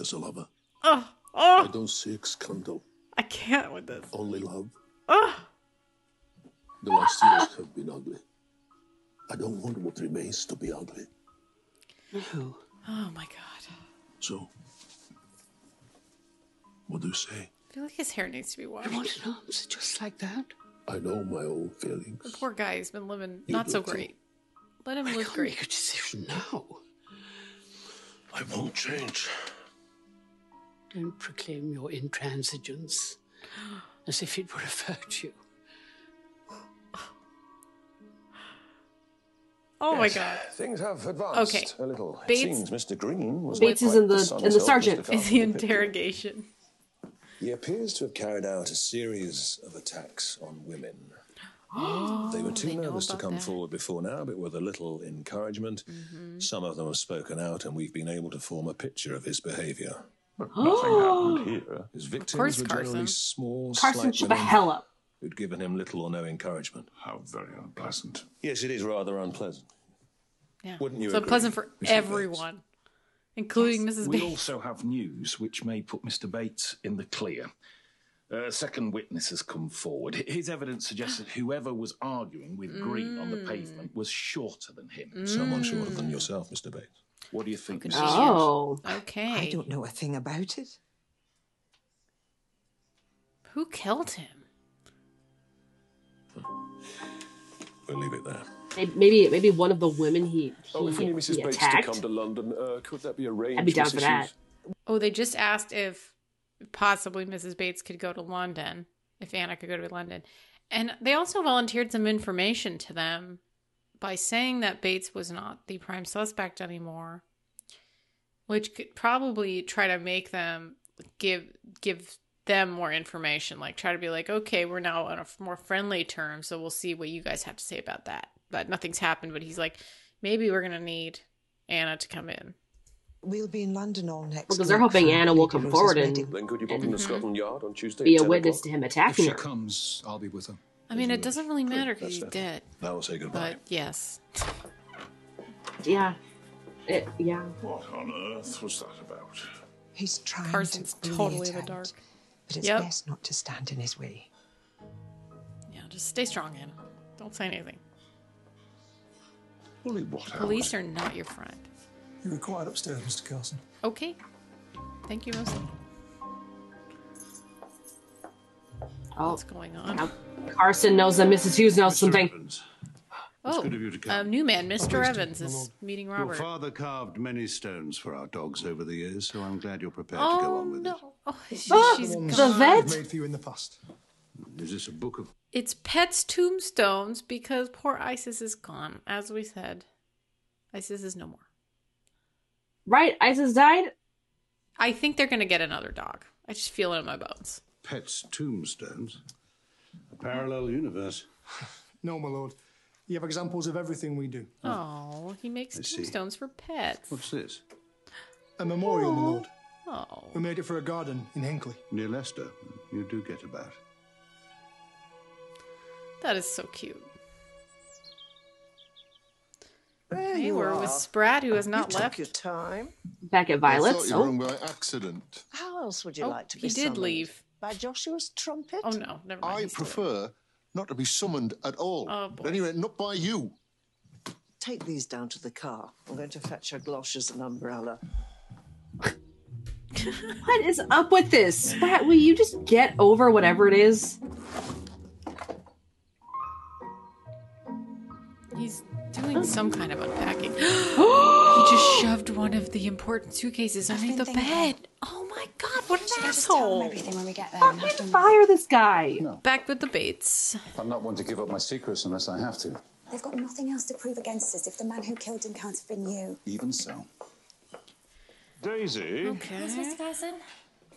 Speaker 13: as a lover.
Speaker 2: Oh, oh,
Speaker 13: I don't seek scandal,
Speaker 2: I can't with this.
Speaker 13: only love.
Speaker 2: Oh,
Speaker 13: The last years have been ugly. I don't want what remains to be ugly.
Speaker 5: No.
Speaker 2: oh my god.
Speaker 13: So, what do you say?
Speaker 2: I feel like his hair needs to be washed.
Speaker 5: an answer just like that.
Speaker 13: I know my own feelings.
Speaker 2: The poor guy has been living
Speaker 13: You
Speaker 2: not
Speaker 13: do
Speaker 2: so
Speaker 13: too.
Speaker 2: great. Let him live
Speaker 5: Make
Speaker 2: great.
Speaker 5: a decision now.
Speaker 13: I won't change.
Speaker 5: Don't proclaim your intransigence as if it were a virtue.
Speaker 2: Oh
Speaker 5: my
Speaker 2: God.
Speaker 14: Things have advanced
Speaker 2: Okay.
Speaker 14: a little.
Speaker 2: Bates-
Speaker 14: it seems Mr. Green was
Speaker 1: Bates
Speaker 14: not
Speaker 1: is
Speaker 14: quite
Speaker 1: in the-
Speaker 14: son
Speaker 1: in the
Speaker 14: of Mr.
Speaker 1: sergeant.
Speaker 14: Carter
Speaker 2: Is the
Speaker 14: depicted.
Speaker 2: interrogation?
Speaker 14: He appears to have carried out a series of attacks on women. they were too nervous to come forward before now, but with a little encouragement,
Speaker 1: Mm-hmm.
Speaker 14: some of them have spoken out, and we've been able to form a picture of his behaviour.
Speaker 1: Oh.
Speaker 14: happened here. His victims
Speaker 1: course,
Speaker 14: were generally
Speaker 1: Carson.
Speaker 14: small,
Speaker 1: Carson
Speaker 14: slight
Speaker 1: shut the
Speaker 14: women
Speaker 1: hell up.
Speaker 14: who'd given him little or no encouragement. How very unpleasant. Yes, it is rather unpleasant.
Speaker 2: Yeah.
Speaker 14: Wouldn't you
Speaker 2: so
Speaker 14: agree,
Speaker 2: pleasant for
Speaker 14: Mrs.
Speaker 2: everyone, including Mrs.
Speaker 15: We
Speaker 2: Bates.
Speaker 15: also have news which may put Mr. Bates in the clear. A second witness has come forward. His evidence suggests that whoever was arguing with Green on the pavement was shorter than him.
Speaker 14: Someone shorter than yourself, Mr. Bates.
Speaker 15: What do you think, Mrs.
Speaker 1: Oh.
Speaker 2: Okay.
Speaker 4: I don't know a thing about it.
Speaker 2: Who killed him?
Speaker 14: We'll leave it there.
Speaker 1: May- Maybe maybe one of the women he, he,
Speaker 14: Oh, if only Mrs.
Speaker 1: he
Speaker 14: Bates
Speaker 1: attacked.
Speaker 14: to come to London, uh, could that be arranged?
Speaker 1: I'd be down
Speaker 14: Mrs.
Speaker 1: for that.
Speaker 14: Hughes?
Speaker 2: Oh, they just asked if possibly Mrs. Bates could go to London, if Anna could go to London. And they also volunteered some information to them by saying that Bates was not the prime suspect anymore, which could probably try to make them give give them more information, like try to be like, okay, we're now on a f- more friendly term, so we'll see what you guys have to say about that. But nothing's happened. But he's like, maybe we're gonna need Anna to come in.
Speaker 4: We'll be in London all next
Speaker 1: Because they're
Speaker 4: week
Speaker 1: hoping
Speaker 4: for
Speaker 1: Anna will
Speaker 4: Lady
Speaker 1: come
Speaker 4: Rose's
Speaker 1: forward
Speaker 4: wedding.
Speaker 1: and
Speaker 14: Then could you pop in the Scotland Yard on Tuesday?
Speaker 1: be
Speaker 14: at
Speaker 1: a
Speaker 14: 10
Speaker 1: witness to
Speaker 14: o'clock?
Speaker 1: him attacking
Speaker 14: If
Speaker 1: her.
Speaker 14: she comes, I'll be with her.
Speaker 2: I mean, it doesn't really matter because he's dead.
Speaker 14: Now we'll say goodbye.
Speaker 2: But yes.
Speaker 1: Yeah. It, yeah.
Speaker 3: What on earth was that about?
Speaker 4: He's trying
Speaker 2: Carson's
Speaker 4: to
Speaker 2: totally
Speaker 4: totally
Speaker 2: in the
Speaker 4: out,
Speaker 2: dark.
Speaker 4: but it's
Speaker 2: Yep.
Speaker 4: best not to stand in his way.
Speaker 2: Yeah, just stay strong, Anna. Don't say anything.
Speaker 3: Bully what out?
Speaker 2: Police are not your friend.
Speaker 14: You were quiet upstairs, Mr. Carson.
Speaker 2: Okay. Thank you, Mostly.
Speaker 1: Oh.
Speaker 2: What's going on?
Speaker 1: Oh. Carson knows that Mrs. Hughes knows something.
Speaker 11: It's
Speaker 2: Oh,
Speaker 11: good of you to come.
Speaker 2: um, new man, Mr.
Speaker 11: Pleased to,
Speaker 2: Evans
Speaker 11: my
Speaker 2: is
Speaker 11: lord.
Speaker 2: meeting
Speaker 11: Your
Speaker 2: Robert.
Speaker 11: father carved many stones for our dogs over the years, so I'm glad you're prepared to go
Speaker 2: oh
Speaker 11: on with
Speaker 2: no! Oh, she,
Speaker 11: Ah,
Speaker 2: she's
Speaker 11: the
Speaker 2: gone.
Speaker 11: ones
Speaker 13: I've made for you in the past.
Speaker 11: it. Is this a book of
Speaker 2: It's pets' tombstones because poor Isis is gone, as we said. Isis is no more.
Speaker 1: Right, Isis died.
Speaker 2: I think they're gonna get another dog. I just feel it in my bones.
Speaker 11: pets' tombstones? A parallel universe.
Speaker 13: No, my lord. You have examples of everything we do.
Speaker 2: Oh, he makes
Speaker 13: I see.
Speaker 2: tombstones for pets.
Speaker 11: What's this?
Speaker 13: A memorial, my lord.
Speaker 2: Oh,
Speaker 13: We made it for a garden in Hinckley.
Speaker 11: Near Leicester. You do get about.
Speaker 2: that is so cute.
Speaker 4: There
Speaker 2: Hey,
Speaker 4: you
Speaker 2: we're
Speaker 4: are.
Speaker 2: with Sprat, who has
Speaker 4: You
Speaker 2: not
Speaker 4: took
Speaker 2: left.
Speaker 4: your time.
Speaker 1: Back at
Speaker 16: I thought
Speaker 1: Violet's.
Speaker 16: you were
Speaker 1: Oh,
Speaker 16: in by accident.
Speaker 4: How else would you
Speaker 2: Oh,
Speaker 4: like to be
Speaker 2: he did
Speaker 4: summoned?
Speaker 2: leave.
Speaker 4: By Joshua's trumpet?
Speaker 2: Oh no, never mind.
Speaker 16: I
Speaker 2: he's still there.
Speaker 16: prefer not to be summoned at all.
Speaker 2: Oh,
Speaker 16: but anyway, not by you.
Speaker 4: Take these down to the car. I'm going to fetch her galoshes and umbrella.
Speaker 1: what is up with this? Sprat, will you just get over whatever it is?
Speaker 2: He's doing some kind of unpacking. he just shoved one of the important suitcases underneath the bed. Oh my god, what an asshole!
Speaker 7: everything when we get there.
Speaker 1: Fucking fire this guy.
Speaker 2: Back with the Bates.
Speaker 17: I'm not one to give up my secrets unless I have to.
Speaker 7: They've got nothing else to prove against us if the man who killed him can't have been you.
Speaker 17: Even so.
Speaker 3: Daisy,
Speaker 7: Yes,
Speaker 2: Eh?
Speaker 7: Mr. Oh, Carson?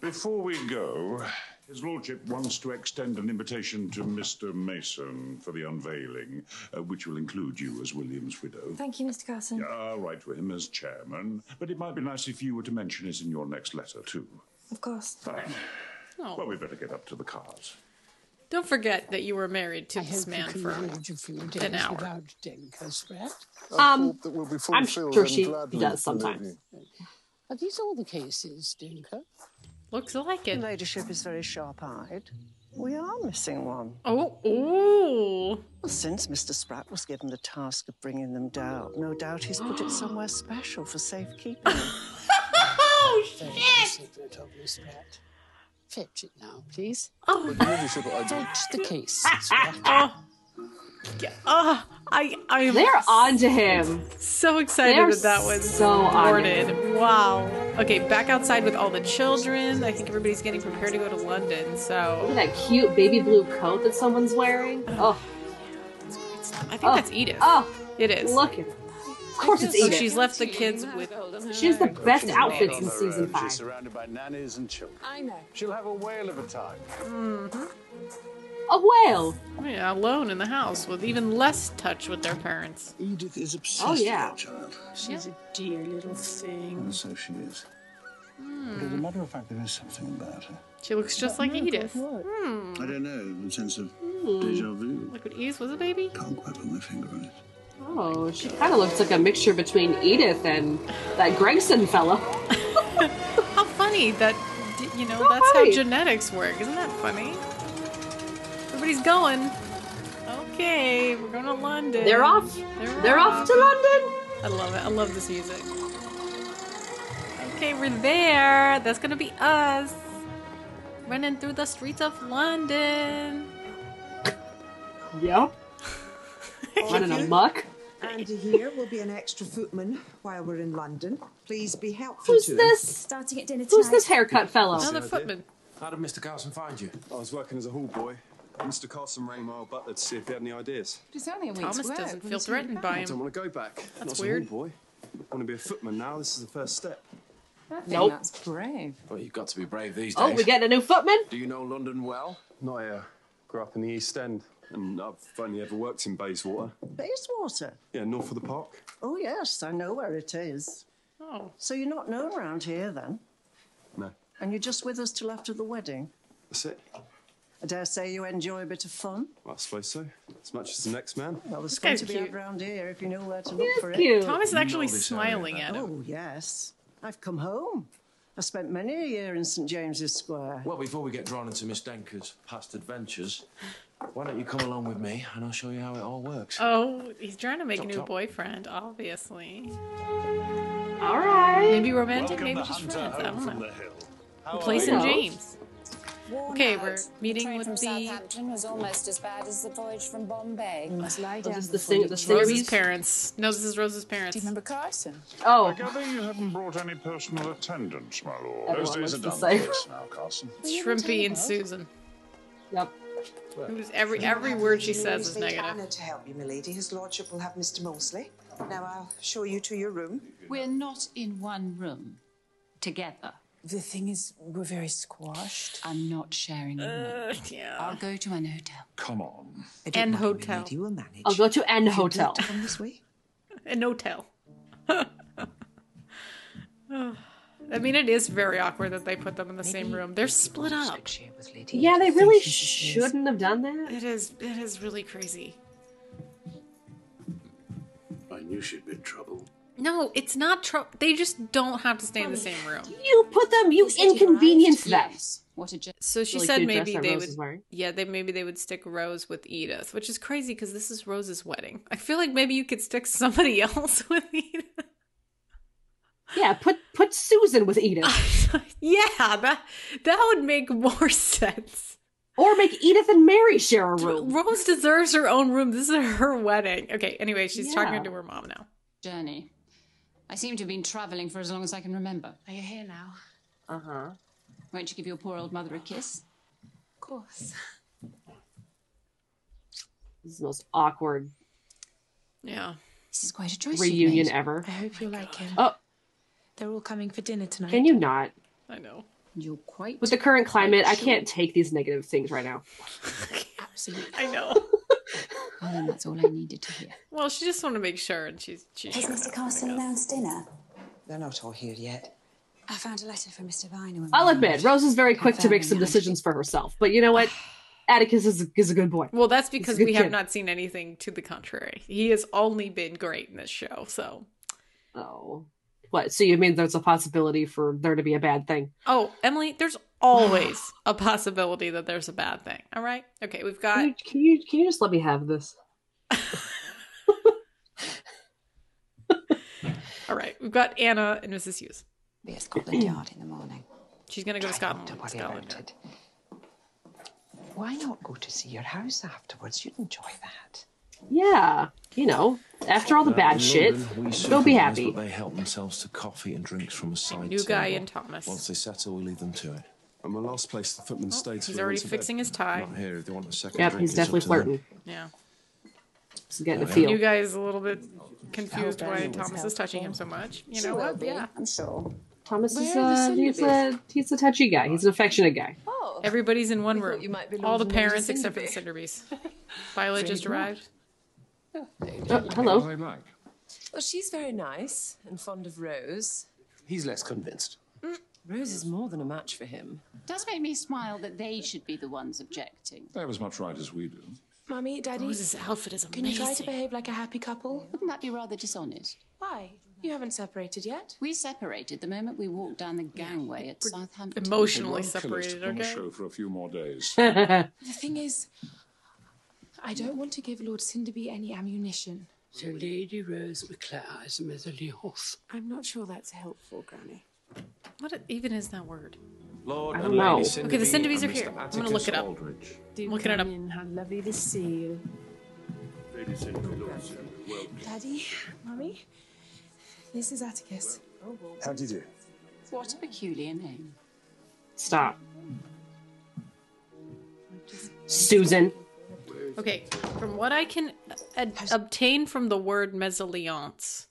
Speaker 3: before we go, His Lordship wants to extend an invitation to Mr. Mason for the unveiling, uh, which will include you as William's widow.
Speaker 9: Thank you, Mr. Carson.
Speaker 3: Yeah, I'll write to him as chairman, but it might be nice if you were to mention it in your next letter, too.
Speaker 9: Of course.
Speaker 3: Fine.
Speaker 2: Oh.
Speaker 3: Well, we better get up to the cars.
Speaker 2: Don't forget that you were married to this man
Speaker 5: can
Speaker 2: for
Speaker 5: manage a few days
Speaker 2: an hour.
Speaker 5: without Denko Sprat.
Speaker 1: Um,
Speaker 16: hope that will be
Speaker 1: I'm
Speaker 16: fulfilled
Speaker 1: sure
Speaker 16: and
Speaker 1: she
Speaker 16: gladly
Speaker 1: does
Speaker 16: for
Speaker 1: sometimes.
Speaker 16: you.
Speaker 5: Are these all the cases, Denko?
Speaker 2: Looks like it.
Speaker 4: Ladyship is very sharp eyed. We are missing one.
Speaker 2: Oh, ooh.
Speaker 4: Well, since Mr. Sprat was given the task of bringing them down, no doubt he's put it somewhere special for safekeeping.
Speaker 2: oh,
Speaker 5: Secret of Miss Sprat. Fetch it now, please.
Speaker 2: Oh.
Speaker 5: Fetch the case. Sprat.
Speaker 2: Ah, I, I. am
Speaker 1: They're onto him.
Speaker 2: So excited
Speaker 1: They're
Speaker 2: that that was
Speaker 1: so on
Speaker 2: recorded. Wow. Okay, back outside with all the children. I think everybody's getting prepared to go to London. So
Speaker 1: Look at that cute baby blue coat that someone's wearing. Oh,
Speaker 2: I think
Speaker 1: Oh.
Speaker 2: that's Edith.
Speaker 1: Oh.
Speaker 2: it is.
Speaker 1: look at Of course it's
Speaker 2: So
Speaker 1: Edith.
Speaker 2: she's left the kids with.
Speaker 1: She has the best
Speaker 17: She's
Speaker 1: outfits
Speaker 17: not on
Speaker 1: in
Speaker 17: her
Speaker 1: season
Speaker 17: own. She's
Speaker 1: five.
Speaker 17: surrounded by nannies and children.
Speaker 9: I know.
Speaker 17: She'll have a whale of a time.
Speaker 2: Mm-hmm.
Speaker 1: A whale.
Speaker 2: Yeah, alone in the house with even less touch with their parents.
Speaker 17: Edith is obsessed
Speaker 1: Oh, yeah.
Speaker 17: child.
Speaker 5: She's a dear little thing.
Speaker 17: And so she is.
Speaker 11: Mm.
Speaker 17: But as a matter of fact, there is something about her.
Speaker 2: She looks just like Edith.
Speaker 17: I don't know, a sense of
Speaker 1: Hmm.
Speaker 17: deja vu.
Speaker 2: Like when Edith was a baby.
Speaker 17: Can't quite put my finger on it.
Speaker 1: Oh, she kind of looks like a mixture between Edith and that Gregson fellow.
Speaker 2: How funny that, d- you know,
Speaker 1: So
Speaker 2: that's
Speaker 1: funny.
Speaker 2: how genetics work. Isn't that funny? Everybody's going. Okay, we're going to London.
Speaker 1: They're off.
Speaker 2: They're,
Speaker 1: They're off to London.
Speaker 2: I love it. I love this music. Okay, we're there. That's going to be us. Running through the streets of London.
Speaker 1: Yep. Running amok.
Speaker 4: And here will be an extra footman while we're in London. Please be helpful
Speaker 1: Who's
Speaker 4: to him.
Speaker 1: this?
Speaker 7: Starting at dinner
Speaker 1: Who's
Speaker 7: tonight.
Speaker 1: this haircut fellow?
Speaker 2: Another footman.
Speaker 18: How did Mr. Carson find you?
Speaker 19: I was working as a hall boy. Mr. Carson rang my old butler to see if he had any ideas.
Speaker 9: But it's only a week's
Speaker 2: Thomas
Speaker 9: work.
Speaker 2: doesn't
Speaker 9: When
Speaker 2: feel
Speaker 9: is he
Speaker 2: threatened
Speaker 9: back?
Speaker 2: by
Speaker 19: I don't
Speaker 2: him.
Speaker 19: want to go back.
Speaker 2: That's
Speaker 19: Not
Speaker 2: weird.
Speaker 19: a hall boy. I want to be a footman now. This is the first step.
Speaker 9: I think
Speaker 1: Nope.
Speaker 9: That's brave.
Speaker 19: Well, you've got to be brave these
Speaker 1: Oh, we getting a new footman?
Speaker 19: Do you know London well? No, I uh, grew up in the East End, and I've only ever worked in Bayswater.
Speaker 4: Bayswater.
Speaker 19: Yeah, north of the park.
Speaker 4: Oh, yes, I know where it is.
Speaker 2: Oh.
Speaker 4: So you're not known around here then?
Speaker 19: No,
Speaker 4: And you're just with us till after the wedding?
Speaker 19: that's it.
Speaker 4: I dare say you enjoy a bit of fun.
Speaker 19: Well, I suppose so. As much as the next man.
Speaker 4: Well, there's
Speaker 19: This
Speaker 4: going
Speaker 19: guy's
Speaker 4: to be
Speaker 19: cute.
Speaker 4: out round here if you know where to look for it.
Speaker 19: cute. Thomas is You know actually this area smiling
Speaker 2: better. at him.
Speaker 4: Oh, yes. I've come home. I spent many a year in St James's Square.
Speaker 18: Well, before we get drawn into Miss Denker's past adventures, why don't you come along with me and I'll show you how it all works?
Speaker 2: Oh, he's trying to make a
Speaker 18: Chop,
Speaker 2: new
Speaker 18: chop.
Speaker 2: boyfriend, obviously.
Speaker 1: All right.
Speaker 2: Maybe romantic,
Speaker 19: Welcome
Speaker 2: maybe
Speaker 19: the
Speaker 2: just
Speaker 19: hunter
Speaker 2: friends. I
Speaker 19: home
Speaker 2: don't
Speaker 19: from
Speaker 2: know.
Speaker 19: the hill.
Speaker 2: Who
Speaker 19: are
Speaker 2: plays
Speaker 19: you?
Speaker 2: in James?
Speaker 20: worn
Speaker 2: Okay,
Speaker 20: out.
Speaker 2: we're
Speaker 20: the
Speaker 2: meeting
Speaker 20: train
Speaker 2: with
Speaker 20: from
Speaker 2: the-
Speaker 20: Southampton was almost as bad as the voyage from Bombay. Must lie
Speaker 2: Oh,
Speaker 20: down
Speaker 2: this is the
Speaker 20: before
Speaker 2: sing-
Speaker 20: you
Speaker 2: the
Speaker 20: chew.
Speaker 2: Rose's parents. No, this is Rose's parents.
Speaker 20: Do you remember Carson?
Speaker 1: Oh.
Speaker 3: I gather you haven't brought any personal attendance, my lord.
Speaker 2: Everyone
Speaker 3: Those days
Speaker 2: looks
Speaker 3: are
Speaker 2: the
Speaker 3: done
Speaker 2: same.
Speaker 3: with us now, Carson.
Speaker 2: Shrimpy and Susan.
Speaker 1: Yep.
Speaker 2: Who's every every word she says is negative.
Speaker 5: to help you, milady. His lordship will have Mr. Molesley. Now I'll show you to your room.
Speaker 16: We're not in one room together. The thing is, we're very squashed. I'm not sharing a room.
Speaker 2: yeah.
Speaker 16: I'll go to an hotel.
Speaker 21: Come on.
Speaker 16: An
Speaker 2: hotel.
Speaker 16: You will manage.
Speaker 1: I'll go to an hotel.
Speaker 2: An hotel. I mean, it is very awkward that they put them in the same room. They're split up.
Speaker 1: Yeah, they really shouldn't have done that.
Speaker 2: It is. It is really crazy.
Speaker 19: I knew she'd be in trouble.
Speaker 2: No, it's not. Tr- they just don't have to stay in the same room.
Speaker 1: You put them. You inconvenience them.
Speaker 16: What a joke.
Speaker 2: So she
Speaker 1: Really
Speaker 2: said
Speaker 1: cute dress
Speaker 2: maybe
Speaker 1: that
Speaker 2: they
Speaker 1: Rose is
Speaker 2: would.
Speaker 1: wearing.
Speaker 2: Yeah, they maybe they would stick Rose with Edith, which is crazy because this is Rose's wedding. I feel like maybe you could stick somebody else with Edith.
Speaker 1: Yeah, put put Susan with Edith,
Speaker 2: Yeah, that that would make more sense.
Speaker 1: or make Edith and Mary share a room.
Speaker 2: Rose deserves her own room. This is her wedding. Okay. Anyway, she's talking
Speaker 16: Yeah.
Speaker 2: to her mom now.
Speaker 16: Journey. I seem to have been travelling for as long as I can remember. Are you here now?
Speaker 1: Uh
Speaker 20: Uh-huh.
Speaker 1: huh.
Speaker 16: Won't you give your poor old mother a kiss?
Speaker 9: Of course.
Speaker 1: This is the most awkward
Speaker 2: Yeah.
Speaker 9: This is quite a
Speaker 1: reunion ever.
Speaker 9: I hope you like him.
Speaker 1: Oh.
Speaker 9: They're all coming for dinner tonight.
Speaker 1: Can you not?
Speaker 2: I know.
Speaker 9: You're quite.
Speaker 1: With the current climate, I can't take these negative things right now.
Speaker 9: Absolutely.
Speaker 2: I know.
Speaker 16: Well, then Oh, that's all I needed to hear.
Speaker 2: Well, she just wanted to make sure, and she's she's.
Speaker 20: Has
Speaker 2: showing
Speaker 20: Mr.
Speaker 2: up.
Speaker 20: Carson announced dinner?
Speaker 5: They're not all here yet.
Speaker 20: I found a letter from Mr. Viner.
Speaker 1: I'll admit, Rose is very quick to make some decisions for herself, but you know what? Atticus is, is a good boy.
Speaker 2: Well, that's
Speaker 1: He's a
Speaker 2: because
Speaker 1: good
Speaker 2: we have
Speaker 1: kid.
Speaker 2: not seen anything to the contrary. He has only been great in this show. So,
Speaker 1: Oh, what? So you mean there's a possibility for there to be a bad thing?
Speaker 2: oh, Emily, there's always a possibility that there's a bad thing. All right. Okay, we've got.
Speaker 1: Can you can you, can you just let me have this?
Speaker 2: All right, we've got Anna and Mrs. Hughes.
Speaker 20: Be at Scotland Yard in the morning.
Speaker 2: She's gonna go to Scotland.
Speaker 5: to worry
Speaker 2: Scotland.
Speaker 5: about it. Why not go to see your house afterwards? You'd enjoy that.
Speaker 1: Yeah, you know, after all the
Speaker 22: Now, Uh, in
Speaker 1: bad shit,
Speaker 22: London, we
Speaker 1: they'll be
Speaker 22: supervise,
Speaker 1: happy.
Speaker 22: But they help themselves to coffee and drinks from a side
Speaker 2: New guy
Speaker 22: table.
Speaker 2: and Thomas.
Speaker 22: Once they settle, we leave them to it.
Speaker 19: And the last place the footman
Speaker 2: stayed
Speaker 19: stays
Speaker 2: he's
Speaker 19: for
Speaker 2: already
Speaker 19: went to bed.
Speaker 2: fixing his tie.
Speaker 19: Not here. If they want a second
Speaker 1: Yep,
Speaker 19: drink,
Speaker 1: he's
Speaker 19: it's up
Speaker 1: definitely
Speaker 19: to them.
Speaker 1: flirting.
Speaker 2: Yeah.
Speaker 1: He's
Speaker 19: Oh,
Speaker 1: getting a
Speaker 2: You
Speaker 1: feel.
Speaker 2: New guy is a little bit confused
Speaker 1: Help
Speaker 2: why
Speaker 1: Annie was
Speaker 2: Thomas is touching him so much. You
Speaker 20: She
Speaker 2: know
Speaker 20: will
Speaker 2: what?
Speaker 20: be,
Speaker 2: Yeah.
Speaker 20: I'm sure.
Speaker 1: Thomas is
Speaker 20: Where are the
Speaker 1: a, he's a he's a touchy guy. He's an affectionate guy.
Speaker 2: Everybody's in one room.
Speaker 8: Oh. you might be
Speaker 2: All the
Speaker 8: lodging with a
Speaker 2: parents except for the Cinderbees. Violet
Speaker 8: Afraid
Speaker 2: just
Speaker 8: not.
Speaker 2: arrived.
Speaker 8: Oh, hello.
Speaker 22: Like.
Speaker 8: Well, she's very nice and fond of Rose.
Speaker 22: He's less convinced.
Speaker 8: Rose is more than a match for him.
Speaker 16: Does make me smile that they should be the ones objecting.
Speaker 3: They're as much right as we do.
Speaker 9: Mummy, Daddy.
Speaker 2: Rose's Oh, outfit is
Speaker 9: Can you try to
Speaker 16: amazing.
Speaker 9: behave like a happy couple?
Speaker 16: Wouldn't that be rather dishonest?
Speaker 9: Why? You haven't separated yet.
Speaker 16: We separated the moment we walked down the gangway at Southampton.
Speaker 3: They won't kill us to put on the show for a few more days.
Speaker 9: The thing is, I don't want to give Lord Cinderby any ammunition.
Speaker 23: So Lady Rose McClare is Mesalioth.
Speaker 9: I'm not sure that's helpful, Granny.
Speaker 2: What even is that word?
Speaker 22: Lord
Speaker 2: I
Speaker 22: and
Speaker 2: don't know.
Speaker 22: Lady
Speaker 2: Okay, the
Speaker 22: Cinderby
Speaker 2: Cinderbees
Speaker 22: and
Speaker 2: are here.
Speaker 22: Mr.
Speaker 2: I'm gonna look
Speaker 22: Atticus
Speaker 2: it up.
Speaker 22: Aldridge.
Speaker 9: Do
Speaker 2: Looking it
Speaker 9: come
Speaker 2: up.
Speaker 9: in. How lovely to see you. Daddy, Mummy, this is Atticus.
Speaker 22: How do you do?
Speaker 16: What a peculiar name.
Speaker 1: Stop, Susan.
Speaker 2: Okay, from what I can ad- obtain from the word mesalliance,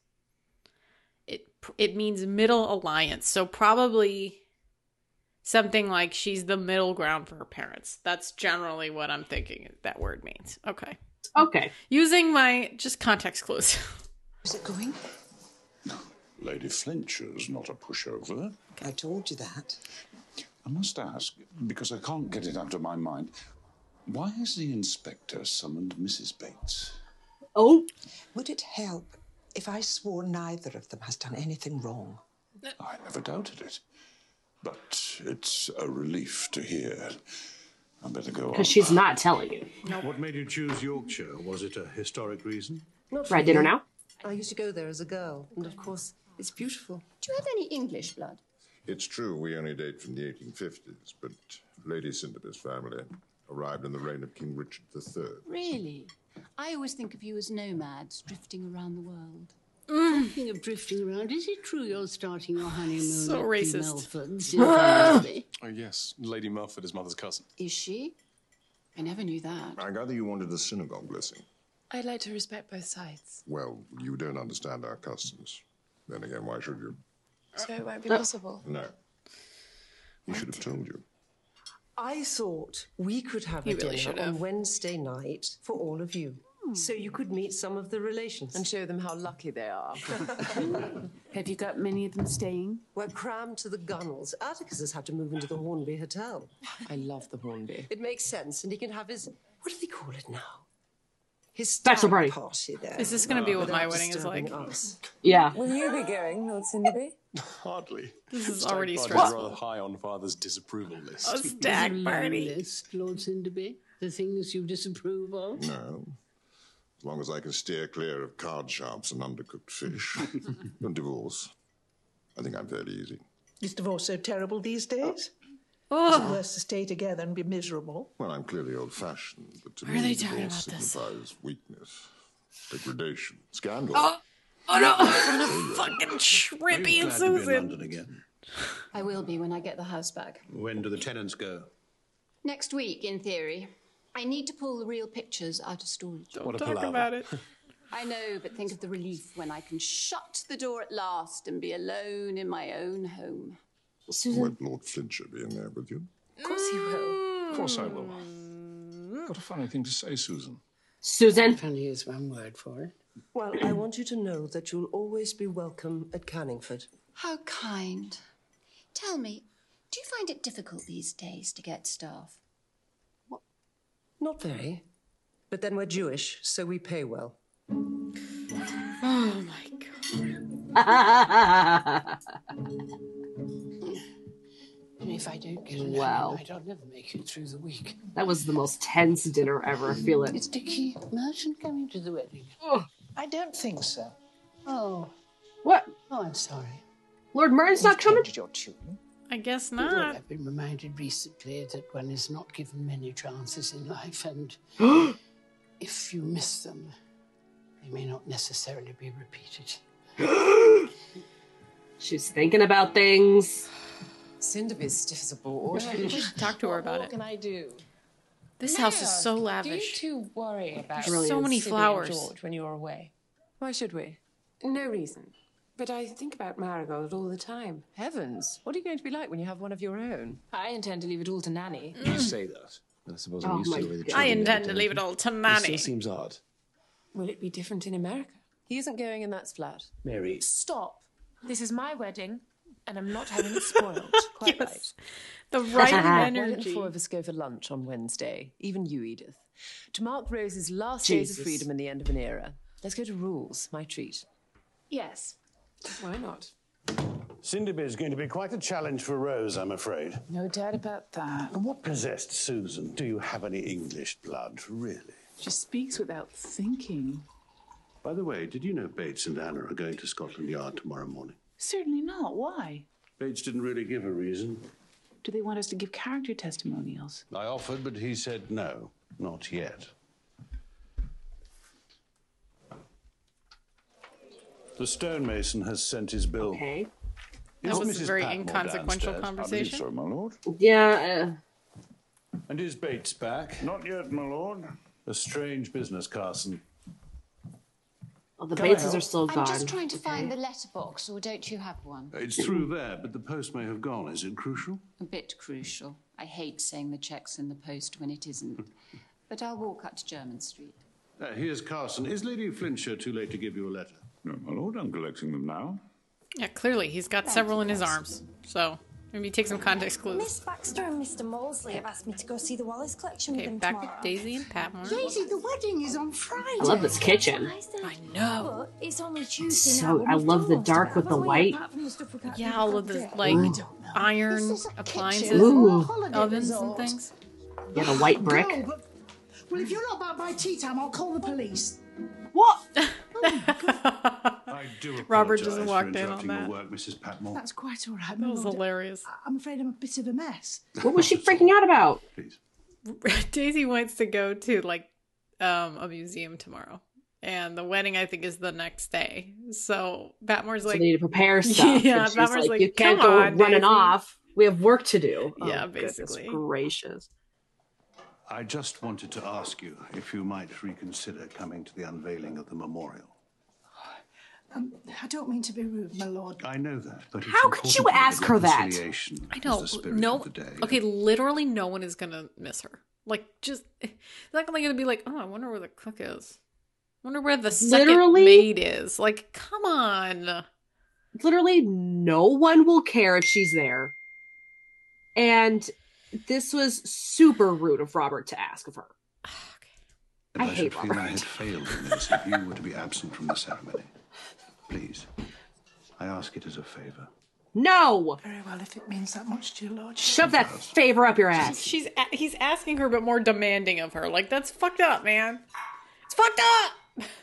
Speaker 2: it it means middle alliance. So probably something like she's the middle ground for her parents. That's generally what I'm thinking that word means. Okay.
Speaker 1: Okay.
Speaker 2: Using my just context clues.
Speaker 5: Is it going?
Speaker 3: Lady Flincher's not a pushover.
Speaker 5: I told you that.
Speaker 3: I must ask, because I can't get it out of my mind, why has the inspector summoned Mrs. Bates?
Speaker 1: Oh.
Speaker 5: Would it help if I swore neither of them has done anything wrong?
Speaker 3: I never doubted it. But it's a relief to hear. I better go on.
Speaker 1: because she's not telling you.
Speaker 11: What made you choose Yorkshire? Was it a historic reason?
Speaker 1: Not for Right, dinner me. now?
Speaker 5: I used to go there as a girl, and of course, it's beautiful.
Speaker 16: Do you have any English blood?
Speaker 24: It's true we only date from the 1850s, but Lady Cinderby's family arrived in the reign of King Richard III.
Speaker 16: Really? I always think of you as nomads drifting around the world.
Speaker 23: Speaking of drifting around, is it true you're starting your honeymoon
Speaker 2: So
Speaker 23: at the
Speaker 2: racist.
Speaker 23: Melfords? Yes,
Speaker 14: Oh, yes. Lady Melford is mother's cousin.
Speaker 9: Is she? I never knew that.
Speaker 24: I gather you wanted a synagogue blessing.
Speaker 9: I'd like to respect both sides,
Speaker 24: Well, you don't understand our customs. Then again, why should you?
Speaker 9: so it won't be
Speaker 24: Uh,
Speaker 9: possible.
Speaker 24: No. He should have told you.
Speaker 25: I thought we could have
Speaker 9: You
Speaker 25: a
Speaker 9: really should
Speaker 25: dinner on Wednesday night for all of you. So you could meet some of the relations and show them how lucky they are.
Speaker 26: Have you got many of them staying?
Speaker 25: We're crammed to the gunnels. Atticus has had to move into the Hornby Hotel. I love the Hornby. It makes sense, and he can have his what do they call it now? His
Speaker 1: Bachelor
Speaker 25: stag
Speaker 1: party.
Speaker 25: party there.
Speaker 2: Is this gonna be what my
Speaker 25: uh, without
Speaker 2: wedding is like?
Speaker 25: disturbing us.
Speaker 1: Yeah.
Speaker 9: Will you be going, Lord Cinderby?
Speaker 14: Hardly.
Speaker 9: This is
Speaker 14: Stag
Speaker 9: already
Speaker 14: parties
Speaker 9: stressful.
Speaker 14: are rather high on father's disapproval list.
Speaker 9: A stag
Speaker 23: Long
Speaker 9: party.
Speaker 23: List, Lord Cinderby, the things you disapprove of.
Speaker 24: No. As long as I can steer clear of card sharps and undercooked fish. and divorce. I think I'm fairly easy.
Speaker 10: Is divorce so terrible these days?
Speaker 2: Oh.
Speaker 10: Is it worse to stay together and be miserable?
Speaker 24: Well, I'm clearly old fashioned, but to
Speaker 10: Why are
Speaker 24: me,
Speaker 10: they talking
Speaker 24: divorce
Speaker 10: about this?
Speaker 24: signifies weakness, degradation, scandal.
Speaker 2: Oh, oh no!
Speaker 24: Failure.
Speaker 2: Fucking Shrimpy and Susan.
Speaker 27: again.
Speaker 16: I will be when I get the house back.
Speaker 27: When do the tenants go?
Speaker 16: Next week, in theory. I need to pull the real pictures out of storage.
Speaker 27: Don't What a talk palaver. about
Speaker 2: it.
Speaker 16: I know, but think of the relief when I can shut the door at last and be alone in my own home.
Speaker 24: Won't Lord Flincher be in there with you?
Speaker 16: Of course he
Speaker 27: Mm.
Speaker 16: will.
Speaker 14: Of course I will. Got a funny thing to say, Susan.
Speaker 1: Susan.
Speaker 23: Funny is one word for it.
Speaker 25: Well, I want you to know that you'll always be welcome at Canningford.
Speaker 16: How kind. Tell me, do you find it difficult these days to get staff?
Speaker 25: Not very. But then we're Jewish, so we pay well.
Speaker 2: Oh my
Speaker 23: And if I don't get an
Speaker 1: Wow.
Speaker 23: honeymoon, I'll never make it through the week.
Speaker 1: That was the most tense dinner ever. I feel it.
Speaker 23: Is Dickie Merchant coming to the wedding? I don't think so. Oh.
Speaker 1: What?
Speaker 23: Oh, I'm sorry.
Speaker 1: Lord Merton's not coming?
Speaker 23: Your tune.
Speaker 2: I guess
Speaker 23: Well,
Speaker 2: not.
Speaker 23: I've been reminded recently that one is not given many chances in life, and if you miss them, they may not necessarily be repeated.
Speaker 1: She's thinking about things.
Speaker 25: Cinderby's stiff as a board.
Speaker 9: Right, we should
Speaker 2: talk to her about
Speaker 9: What can I do?
Speaker 2: This
Speaker 9: May
Speaker 2: house
Speaker 9: I
Speaker 2: is
Speaker 9: ask,
Speaker 2: so lavish.
Speaker 9: Do you two worry about
Speaker 2: There's so many
Speaker 9: Sibby and
Speaker 2: flowers.
Speaker 9: George when you're away? Why should we? No reason. But I think about Marigold all the time.
Speaker 25: Heavens, what are you going to be like when you have one of your own?
Speaker 9: I intend to leave it all to Nanny.
Speaker 12: You say that. I suppose I'm
Speaker 25: Oh
Speaker 12: used
Speaker 25: my
Speaker 12: to the way the
Speaker 25: God.
Speaker 12: children
Speaker 2: I
Speaker 12: do
Speaker 2: intend to
Speaker 12: don't
Speaker 2: leave
Speaker 12: you?
Speaker 2: it all to
Speaker 12: still
Speaker 2: Nanny.
Speaker 12: seems odd.
Speaker 9: Will it be different in America?
Speaker 25: He isn't going, and that's flat.
Speaker 12: Mary,
Speaker 9: Stop. This is my wedding, and I'm not having it spoiled. Quite right.
Speaker 2: The
Speaker 25: Why don't the four of us go for lunch on Wednesday? Even you, Edith. To mark Rose's last days
Speaker 9: Jesus.
Speaker 25: of freedom and the end of an era. Let's go to rules, my treat.
Speaker 9: Yes. Why not?
Speaker 11: Cinderby is going to be quite a challenge for Rose, I'm afraid.
Speaker 26: No doubt about that.
Speaker 11: And what possessed Susan? Do you have any English blood, really?
Speaker 26: She speaks without thinking.
Speaker 11: By the way, did you know Bates and Anna are going to Scotland Yard tomorrow morning?
Speaker 26: Certainly not. Why?
Speaker 11: Bates didn't really give a reason.
Speaker 26: Do they want us to give character testimonials?
Speaker 11: I offered, but he said no, not yet. The stonemason has sent his bill.
Speaker 1: Okay.
Speaker 2: That was a very inconsequential conversation.
Speaker 11: so, my lord.
Speaker 1: Yeah. uh,
Speaker 11: And is Bates back? Not yet, my lord. A strange business, Carson.
Speaker 1: Oh, the
Speaker 11: Can I
Speaker 1: Bateses
Speaker 11: help?
Speaker 1: are still
Speaker 11: I'm
Speaker 1: gone.
Speaker 11: just
Speaker 16: Trying to find the letterbox, or don't you have one?
Speaker 11: It's through there, but the post may have gone. Is it crucial?
Speaker 16: A bit crucial. I hate saying the check's in the post when it isn't. But I'll walk up to German Street.
Speaker 11: Uh, here's Carson. Is Lady Flincher too late to give you a letter?
Speaker 28: No, my lord, I'm collecting them now.
Speaker 2: Yeah, clearly he's got several in his arms. So maybe take some context
Speaker 7: Miss
Speaker 2: clues.
Speaker 7: Baxter and Mr. Molesley have asked me to go see the Wallace collection
Speaker 2: Okay,
Speaker 7: with them
Speaker 2: back with
Speaker 7: tomorrow.
Speaker 2: Daisy and Patmore.
Speaker 7: Daisy, the wedding is on Friday.
Speaker 1: I love this kitchen.
Speaker 7: I know. But it's only Tuesday now.
Speaker 1: So
Speaker 7: and
Speaker 1: I
Speaker 7: we've
Speaker 1: love the
Speaker 7: talked about
Speaker 1: dark with the
Speaker 7: it,
Speaker 1: white.
Speaker 7: apart from the stuff we can't
Speaker 2: Yeah,
Speaker 7: do
Speaker 2: all of the
Speaker 7: today.
Speaker 2: like
Speaker 1: Ooh.
Speaker 2: iron appliances,
Speaker 1: Ooh.
Speaker 2: ovens and things.
Speaker 1: Yeah, the white brick.
Speaker 6: Go, but, well, if you're not back by tea time, I'll call the police.
Speaker 1: What?
Speaker 11: I I do
Speaker 2: Robert
Speaker 11: apologise
Speaker 2: just
Speaker 11: for
Speaker 2: walked in on
Speaker 11: interrupting
Speaker 2: that.
Speaker 11: Your work, Mrs. Patmore.
Speaker 6: That's quite all right.
Speaker 2: That
Speaker 6: my
Speaker 2: was
Speaker 6: lord.
Speaker 2: hilarious.
Speaker 6: I- I'm afraid I'm a bit of a mess.
Speaker 1: What was she freaking out about?
Speaker 2: Daisy wants to go to like um a museum tomorrow. And the wedding I think is the next day. So Batmore's
Speaker 1: So
Speaker 2: like
Speaker 1: they need to prepare stuff.
Speaker 2: Yeah,
Speaker 1: and she's like,
Speaker 2: Batmore's like,
Speaker 1: you can't
Speaker 2: "Come
Speaker 1: go
Speaker 2: on,
Speaker 1: running
Speaker 2: Daisy."
Speaker 1: off. We have work to do. Oh,
Speaker 2: Yeah,
Speaker 1: goodness
Speaker 2: basically.
Speaker 1: gracious.
Speaker 11: I just wanted to ask you if you might reconsider coming to the unveiling of the memorial.
Speaker 6: Um, I don't mean to be rude, my lord.
Speaker 11: I know that, but it's
Speaker 6: How could you
Speaker 11: important
Speaker 6: ask her that?
Speaker 11: reconciliation
Speaker 2: I
Speaker 11: is
Speaker 2: know.
Speaker 11: the spirit
Speaker 2: No.
Speaker 11: of the day.
Speaker 2: Okay, literally no one is gonna miss her. Like just it's not gonna gonna be like, oh, I wonder where the cook is. Wonder where the second
Speaker 1: Literally?
Speaker 2: maid is. Like, come on.
Speaker 1: literally no one will care if she's there. And this was super rude of Robert to ask of her.
Speaker 11: And
Speaker 1: I
Speaker 11: should
Speaker 1: hate
Speaker 11: feel I had failed in this if you were to be absent from the ceremony. Please, I ask it as a favor.
Speaker 1: No.
Speaker 6: Very well, if it means that much to your lord.
Speaker 1: Shove that favor up your ass.
Speaker 2: She's a- he's asking her, but more demanding of her. Like that's fucked up, man. It's fucked up.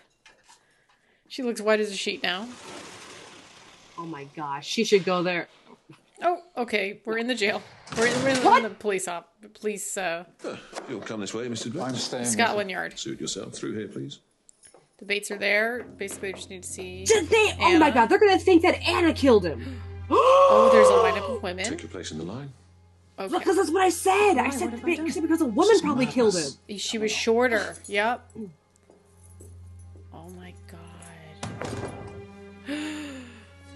Speaker 2: She looks white as a sheet now.
Speaker 1: Oh my gosh, she should go there.
Speaker 2: Oh, okay. We're in the jail. We're in, we're in the police op, police uh,
Speaker 18: You'll come this way, Mr. Dweck. I'm staying.
Speaker 2: Scotland Yard.
Speaker 18: Suit yourself through here, please.
Speaker 2: Debates are there. Basically, I just need to see.
Speaker 1: Did they? Oh my
Speaker 2: Anna.
Speaker 1: god, they're gonna think that Anna killed him.
Speaker 2: Oh, there's a lineup of women.
Speaker 18: Take your place in the line.
Speaker 2: Okay.
Speaker 1: Because that's what I said. I said because because a woman probably killed him.
Speaker 2: She was shorter. Yep. Oh my god.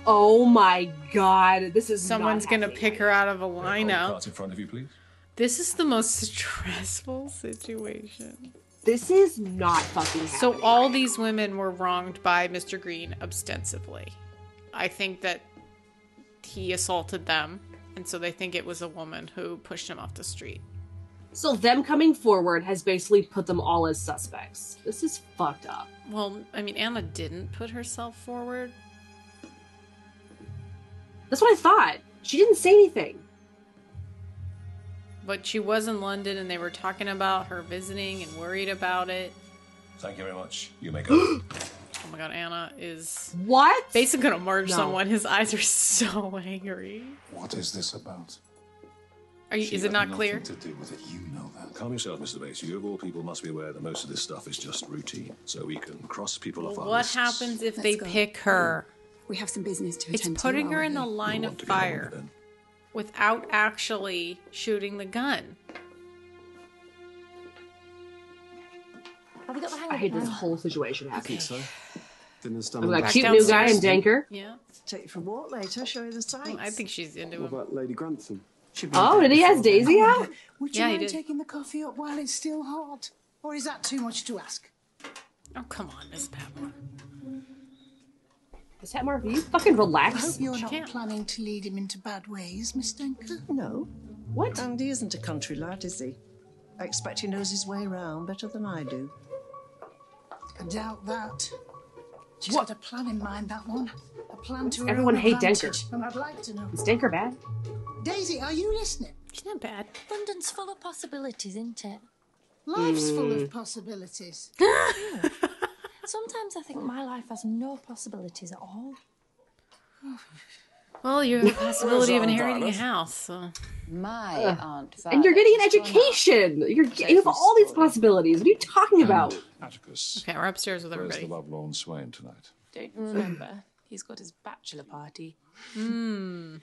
Speaker 1: Oh my god, this is
Speaker 2: Someone's gonna pick her out of a lineup.
Speaker 18: Cards in front of you, please.
Speaker 2: This is the most stressful situation.
Speaker 1: This is not fucking.
Speaker 2: So all these women were wronged by Mr. Green ostensibly. I think that he assaulted them, and so they think it was a woman who pushed him off the street.
Speaker 1: So them coming forward has basically put them all as suspects. This is fucked up.
Speaker 2: Well, I mean, Anna didn't put herself forward.
Speaker 1: That's what I thought. She didn't say anything.
Speaker 2: But she was in London and they were talking about her visiting and worried about it.
Speaker 18: Thank you very much. You may go.
Speaker 2: Oh my god, Anna is
Speaker 1: What?
Speaker 2: basically gonna murder
Speaker 18: No.
Speaker 2: someone. His eyes are so angry.
Speaker 18: what is this about?
Speaker 2: Are you,
Speaker 18: She
Speaker 2: is it
Speaker 18: had
Speaker 2: not
Speaker 18: nothing
Speaker 2: clear?
Speaker 18: To do with it, you know that. Calm yourself, Mr. Bates. You of all people must be aware that most of this stuff is just routine, so we can cross people off our
Speaker 2: What
Speaker 18: lists.
Speaker 2: happens if
Speaker 7: Let's
Speaker 2: they
Speaker 7: go.
Speaker 2: pick her?
Speaker 7: We have some business to
Speaker 2: It's
Speaker 7: attend to.
Speaker 2: putting
Speaker 7: while
Speaker 2: her
Speaker 7: we're
Speaker 2: in the
Speaker 7: here.
Speaker 2: line of fire without actually shooting the gun.
Speaker 9: Have we got the hang of
Speaker 1: I hate
Speaker 9: it
Speaker 1: this
Speaker 9: now?
Speaker 1: whole situation happening.
Speaker 19: So, dinner's done.
Speaker 1: I've
Speaker 19: and
Speaker 1: got a
Speaker 19: dusted.
Speaker 1: cute new guy in Denker.
Speaker 2: Yeah.
Speaker 4: Take you for a walk later, show you the sights.
Speaker 2: I think she's into
Speaker 19: What about Lady Grantham?
Speaker 1: Oh, did he ask Daisy out?
Speaker 6: Would you
Speaker 2: Yeah, he
Speaker 6: mind
Speaker 2: did.
Speaker 6: taking the coffee up while it's still hot? Or is that too much to ask?
Speaker 2: Oh, come on, Miss Patmore.
Speaker 1: Is that more? Will you fucking
Speaker 6: I hope
Speaker 1: relax?
Speaker 6: you're not planning to lead him into bad ways, Miss Denker.
Speaker 4: No.
Speaker 1: What?
Speaker 4: And he isn't a country lad, is he? I expect he knows his way round better than I do.
Speaker 6: I doubt that. She's got a plan in mind, that one. A plan to her
Speaker 1: Everyone
Speaker 6: own
Speaker 1: hate Denker.
Speaker 6: advantage, And I'd like to know.
Speaker 1: Is Denker bad?
Speaker 6: Daisy, are you listening?
Speaker 2: She's not bad.
Speaker 9: London's full of possibilities, isn't it?
Speaker 6: Life's full
Speaker 9: Mm.
Speaker 6: of possibilities.
Speaker 9: Sometimes I think my life has no possibilities at all.
Speaker 2: Well, you have the possibility of
Speaker 9: Where's
Speaker 2: inheriting
Speaker 9: Andronis?
Speaker 2: a house. So.
Speaker 23: My
Speaker 1: Ugh.
Speaker 6: uh,
Speaker 23: aunt.
Speaker 1: and you're
Speaker 23: Violet
Speaker 1: getting an
Speaker 23: was drawn up.
Speaker 1: education. You're, you have all these possibilities. What are you talking
Speaker 6: Um,
Speaker 1: about?
Speaker 19: Atticus.
Speaker 2: Okay, we're upstairs with
Speaker 19: Where's the
Speaker 2: everybody.
Speaker 19: lovelorn swain tonight?
Speaker 9: Don't you
Speaker 2: Mm.
Speaker 9: remember? He's got his bachelor party.
Speaker 2: Hmm.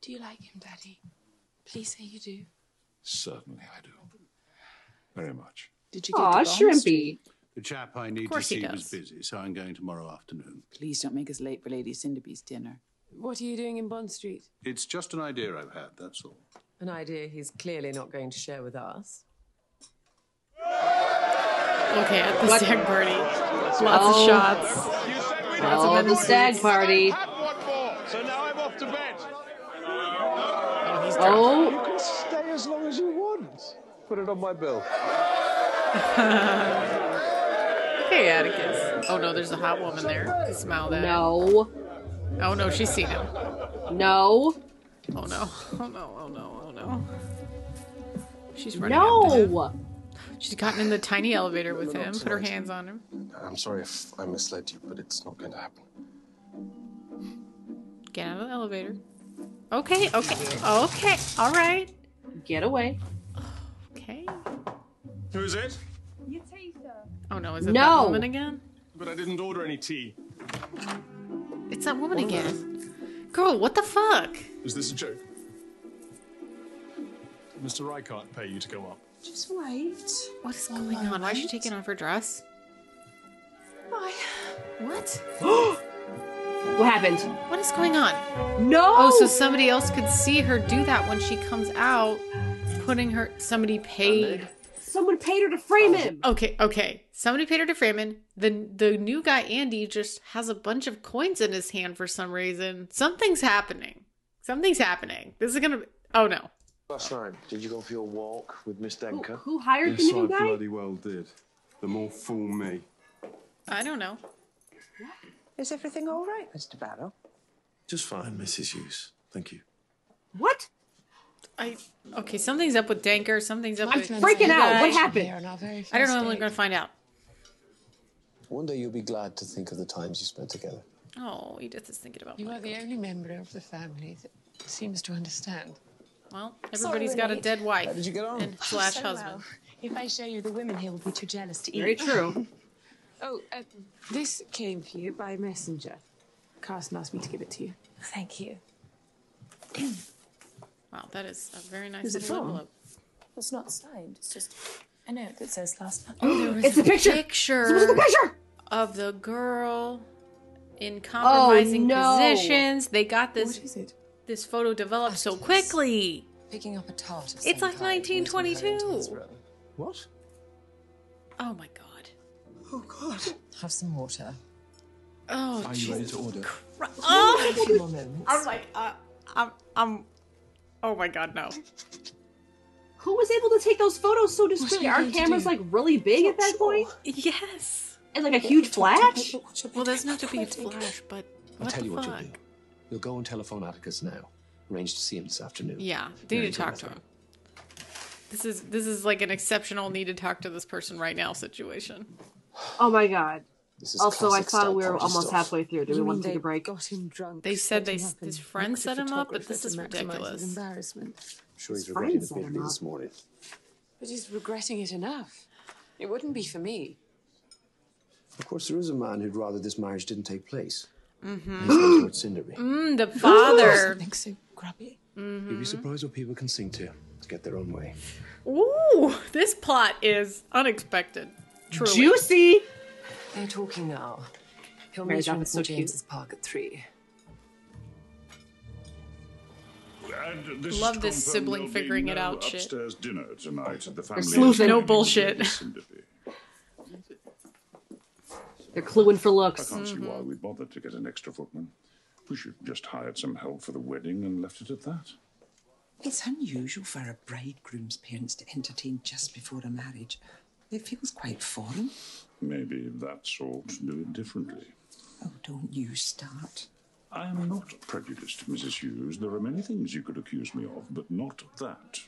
Speaker 9: Do you like him, Daddy? Please say you do.
Speaker 19: Certainly I do. Very much.
Speaker 9: Did
Speaker 1: you go to Aw, Bond shrimpy. Street?
Speaker 11: The chap I need to
Speaker 9: course he
Speaker 11: see was
Speaker 9: does.
Speaker 11: busy, so I'm going tomorrow afternoon.
Speaker 10: Please don't make us late for Lady Cinderby's dinner.
Speaker 8: What are you doing in Bond Street?
Speaker 11: It's just an idea I've had, that's all.
Speaker 8: An idea he's clearly not going to share with us.
Speaker 2: Okay, at the
Speaker 8: What?
Speaker 2: stag party. Lots
Speaker 8: Oh.
Speaker 2: of shots. Lots
Speaker 1: Oh,
Speaker 2: of
Speaker 1: the
Speaker 2: other
Speaker 1: stag
Speaker 2: scenes.
Speaker 1: party. Oh.
Speaker 19: You can stay as long as you want. Put it on my bill.
Speaker 2: Hey, Atticus. Oh no, there's a hot woman there. Smile that.
Speaker 1: No.
Speaker 2: Oh no, she's seen him.
Speaker 1: No.
Speaker 2: Oh no. Oh no. Oh no. Oh no. She's running. after him.
Speaker 1: No.
Speaker 2: She's gotten in the tiny elevator
Speaker 12: No,
Speaker 2: with
Speaker 12: no, no,
Speaker 2: him, put her
Speaker 12: tonight.
Speaker 2: hands on him.
Speaker 12: I'm sorry if I misled you, but it's not going to happen.
Speaker 2: Get out of the elevator. Okay, okay, okay, all right.
Speaker 1: Get away.
Speaker 2: Okay.
Speaker 13: Who's it?
Speaker 2: Your tea, sir. Oh no, is it
Speaker 13: No.
Speaker 2: that woman again?
Speaker 13: But I didn't order any tea.
Speaker 2: It's that woman again. Girl, what the fuck?
Speaker 13: Is this a joke? Did Mr. Reichardt pay you to go up?
Speaker 2: Just wait. What
Speaker 1: Oh,
Speaker 2: is going on? Why is she taking off her dress? Why? What?
Speaker 1: What happened?
Speaker 2: What is going on?
Speaker 1: No.
Speaker 2: Oh, so somebody else could see her do that when she comes out, putting her. Somebody paid. Oh,
Speaker 1: Someone paid her to frame him.
Speaker 2: Okay, okay. Somebody paid her to frame him. The the new guy Andy just has a bunch of coins in his hand for some reason. Something's happening. Something's happening. This is gonna. Oh no.
Speaker 14: Last night, did you go for your walk with Miss Denker?
Speaker 1: who hired
Speaker 14: yes,
Speaker 1: the new
Speaker 14: I
Speaker 1: guy?
Speaker 14: bloody well did. The more fool me.
Speaker 2: I don't know.
Speaker 4: Is everything all right, Mr. Barrow?
Speaker 18: Just fine, Mrs. Hughes. Thank you.
Speaker 1: What?
Speaker 2: I okay. Something's up with Danker. Something's up.
Speaker 1: I'm
Speaker 2: with
Speaker 1: freaking out. What
Speaker 2: Guys.
Speaker 1: happened?
Speaker 2: I don't know. when We're gonna find out.
Speaker 14: One day you'll be glad to think of the times you spent together.
Speaker 2: Oh, Edith is thinking about.
Speaker 9: You are the only member of the family that seems to understand.
Speaker 2: Well,
Speaker 9: everybody's
Speaker 2: everybody's got a dead wife. How did
Speaker 14: you get on?
Speaker 2: And slash
Speaker 9: Oh, So
Speaker 2: husband.
Speaker 9: well. If I show you the women here will be too jealous to eat.
Speaker 1: Very true.
Speaker 9: oh, uh, this came for you by messenger. Carson asked me to give it to you. Thank you.
Speaker 2: Wow, that is a very nice
Speaker 9: Who's it
Speaker 2: little
Speaker 9: from?
Speaker 2: envelope.
Speaker 9: It's not signed. It's just a note that says last night.
Speaker 2: There was
Speaker 9: it's a picture.
Speaker 2: picture
Speaker 9: Someone took a picture.
Speaker 2: of the girl in compromising
Speaker 9: Oh, no.
Speaker 2: positions. They got this. This photo developed so quickly.
Speaker 9: Picking up a tart.
Speaker 2: It's like 1922.
Speaker 9: What?
Speaker 2: Oh my god.
Speaker 9: Oh God. Have some water.
Speaker 2: Oh.
Speaker 18: Are you ready to order?
Speaker 2: Oh.
Speaker 9: Few more moments.
Speaker 2: I'm like, uh, I'm, I'm. Oh my god, no.
Speaker 1: Who was able to take those photos so discreetly?
Speaker 2: are we
Speaker 1: Our
Speaker 2: going to
Speaker 1: camera's
Speaker 2: do?
Speaker 1: like really big at that point.
Speaker 2: Yes.
Speaker 1: And like a huge flash.
Speaker 2: Well, there's not a big flash, but
Speaker 14: I'll
Speaker 2: what
Speaker 14: tell
Speaker 2: the
Speaker 14: you what you'll
Speaker 2: fuck?
Speaker 14: do. You'll go and telephone Atticus now. Arrange to see him this afternoon.
Speaker 2: Yeah, they
Speaker 14: You're
Speaker 2: need
Speaker 14: in
Speaker 2: to
Speaker 14: good
Speaker 2: talk to him. This is this is like an exceptional need to talk to this person right now situation.
Speaker 1: Oh my god.
Speaker 14: This
Speaker 2: is
Speaker 1: Also, I
Speaker 2: classic
Speaker 1: saw
Speaker 2: style
Speaker 1: we were
Speaker 2: party
Speaker 1: almost
Speaker 2: stuff.
Speaker 1: halfway through. Do we
Speaker 2: You
Speaker 1: want
Speaker 2: mean
Speaker 1: to take a
Speaker 2: they
Speaker 1: break?
Speaker 2: They said they his friend set him up, but this is ridiculous.
Speaker 9: Embarrassment.
Speaker 14: I'm sure he's
Speaker 9: His
Speaker 14: regretting
Speaker 9: friends
Speaker 14: the bit
Speaker 9: set
Speaker 14: of
Speaker 9: him
Speaker 14: you
Speaker 9: up.
Speaker 14: this morning.
Speaker 9: But he's regretting it enough. It wouldn't be for me.
Speaker 14: Of course, there is a man who'd rather this marriage didn't take place.
Speaker 2: Mm-hmm.
Speaker 14: He's Lord Cinderby.
Speaker 2: Mm, the father.
Speaker 9: Something so grubby.
Speaker 2: Mm-hmm.
Speaker 14: You'd be surprised what people can sing to to get their own way.
Speaker 2: Ooh, this plot is unexpected. Truly.
Speaker 1: Juicy.
Speaker 8: They're talking now. He'll
Speaker 2: Mary
Speaker 8: meet her
Speaker 2: Jane
Speaker 8: in
Speaker 2: is so
Speaker 8: St.
Speaker 2: cute.
Speaker 8: James's Park at three.
Speaker 3: And this
Speaker 2: Love this
Speaker 3: confirmed
Speaker 2: sibling
Speaker 3: there'll be
Speaker 2: figuring it
Speaker 3: no
Speaker 2: out shit.
Speaker 3: Upstairs dinner tonight at the family.
Speaker 2: They're sleuthing. No
Speaker 3: estate.
Speaker 2: bullshit.
Speaker 1: They're cluing for looks.
Speaker 3: I can't see
Speaker 4: Mm-hmm.
Speaker 3: why we bothered to get an extra footman. We should have just hired some help for the wedding and left it at that.
Speaker 25: It's unusual for a bridegroom's parents to entertain just before a marriage. It feels quite foreign.
Speaker 3: Maybe that's all to do it differently.
Speaker 25: Oh, don't you start.
Speaker 3: I am not prejudiced, Mrs. Hughes. There are many things you could accuse me of, but not that.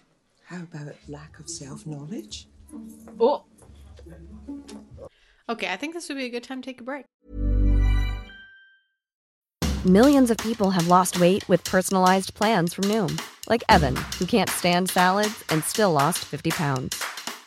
Speaker 25: How about lack of self knowledge?
Speaker 1: Oh.
Speaker 2: Okay, I think this would be a good time to take a break.
Speaker 29: Millions of people have lost weight with personalized plans from Noom, like Evan, who can't stand salads and still lost 50 pounds.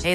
Speaker 30: Hey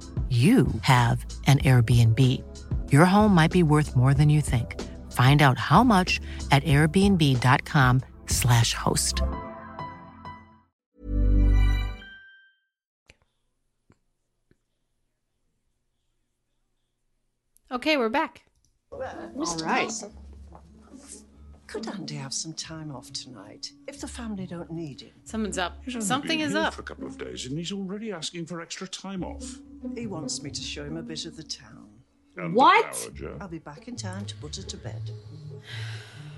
Speaker 30: you have an Airbnb. Your home might be worth more than you think. Find out how much at airbnb.com/host. slash host.
Speaker 2: Okay, we're back.
Speaker 4: Mr.
Speaker 2: right.
Speaker 4: Wilson, could Andy have some time off tonight if the family don't need him?
Speaker 2: Someone's up.
Speaker 4: He's only
Speaker 2: Something
Speaker 4: been
Speaker 2: is
Speaker 4: here
Speaker 2: up.
Speaker 3: for a couple of days, and he's already asking for extra time off.
Speaker 4: He wants me to show him a bit of the town.
Speaker 3: And the What? dowager.
Speaker 4: I'll be back in time to put her to bed.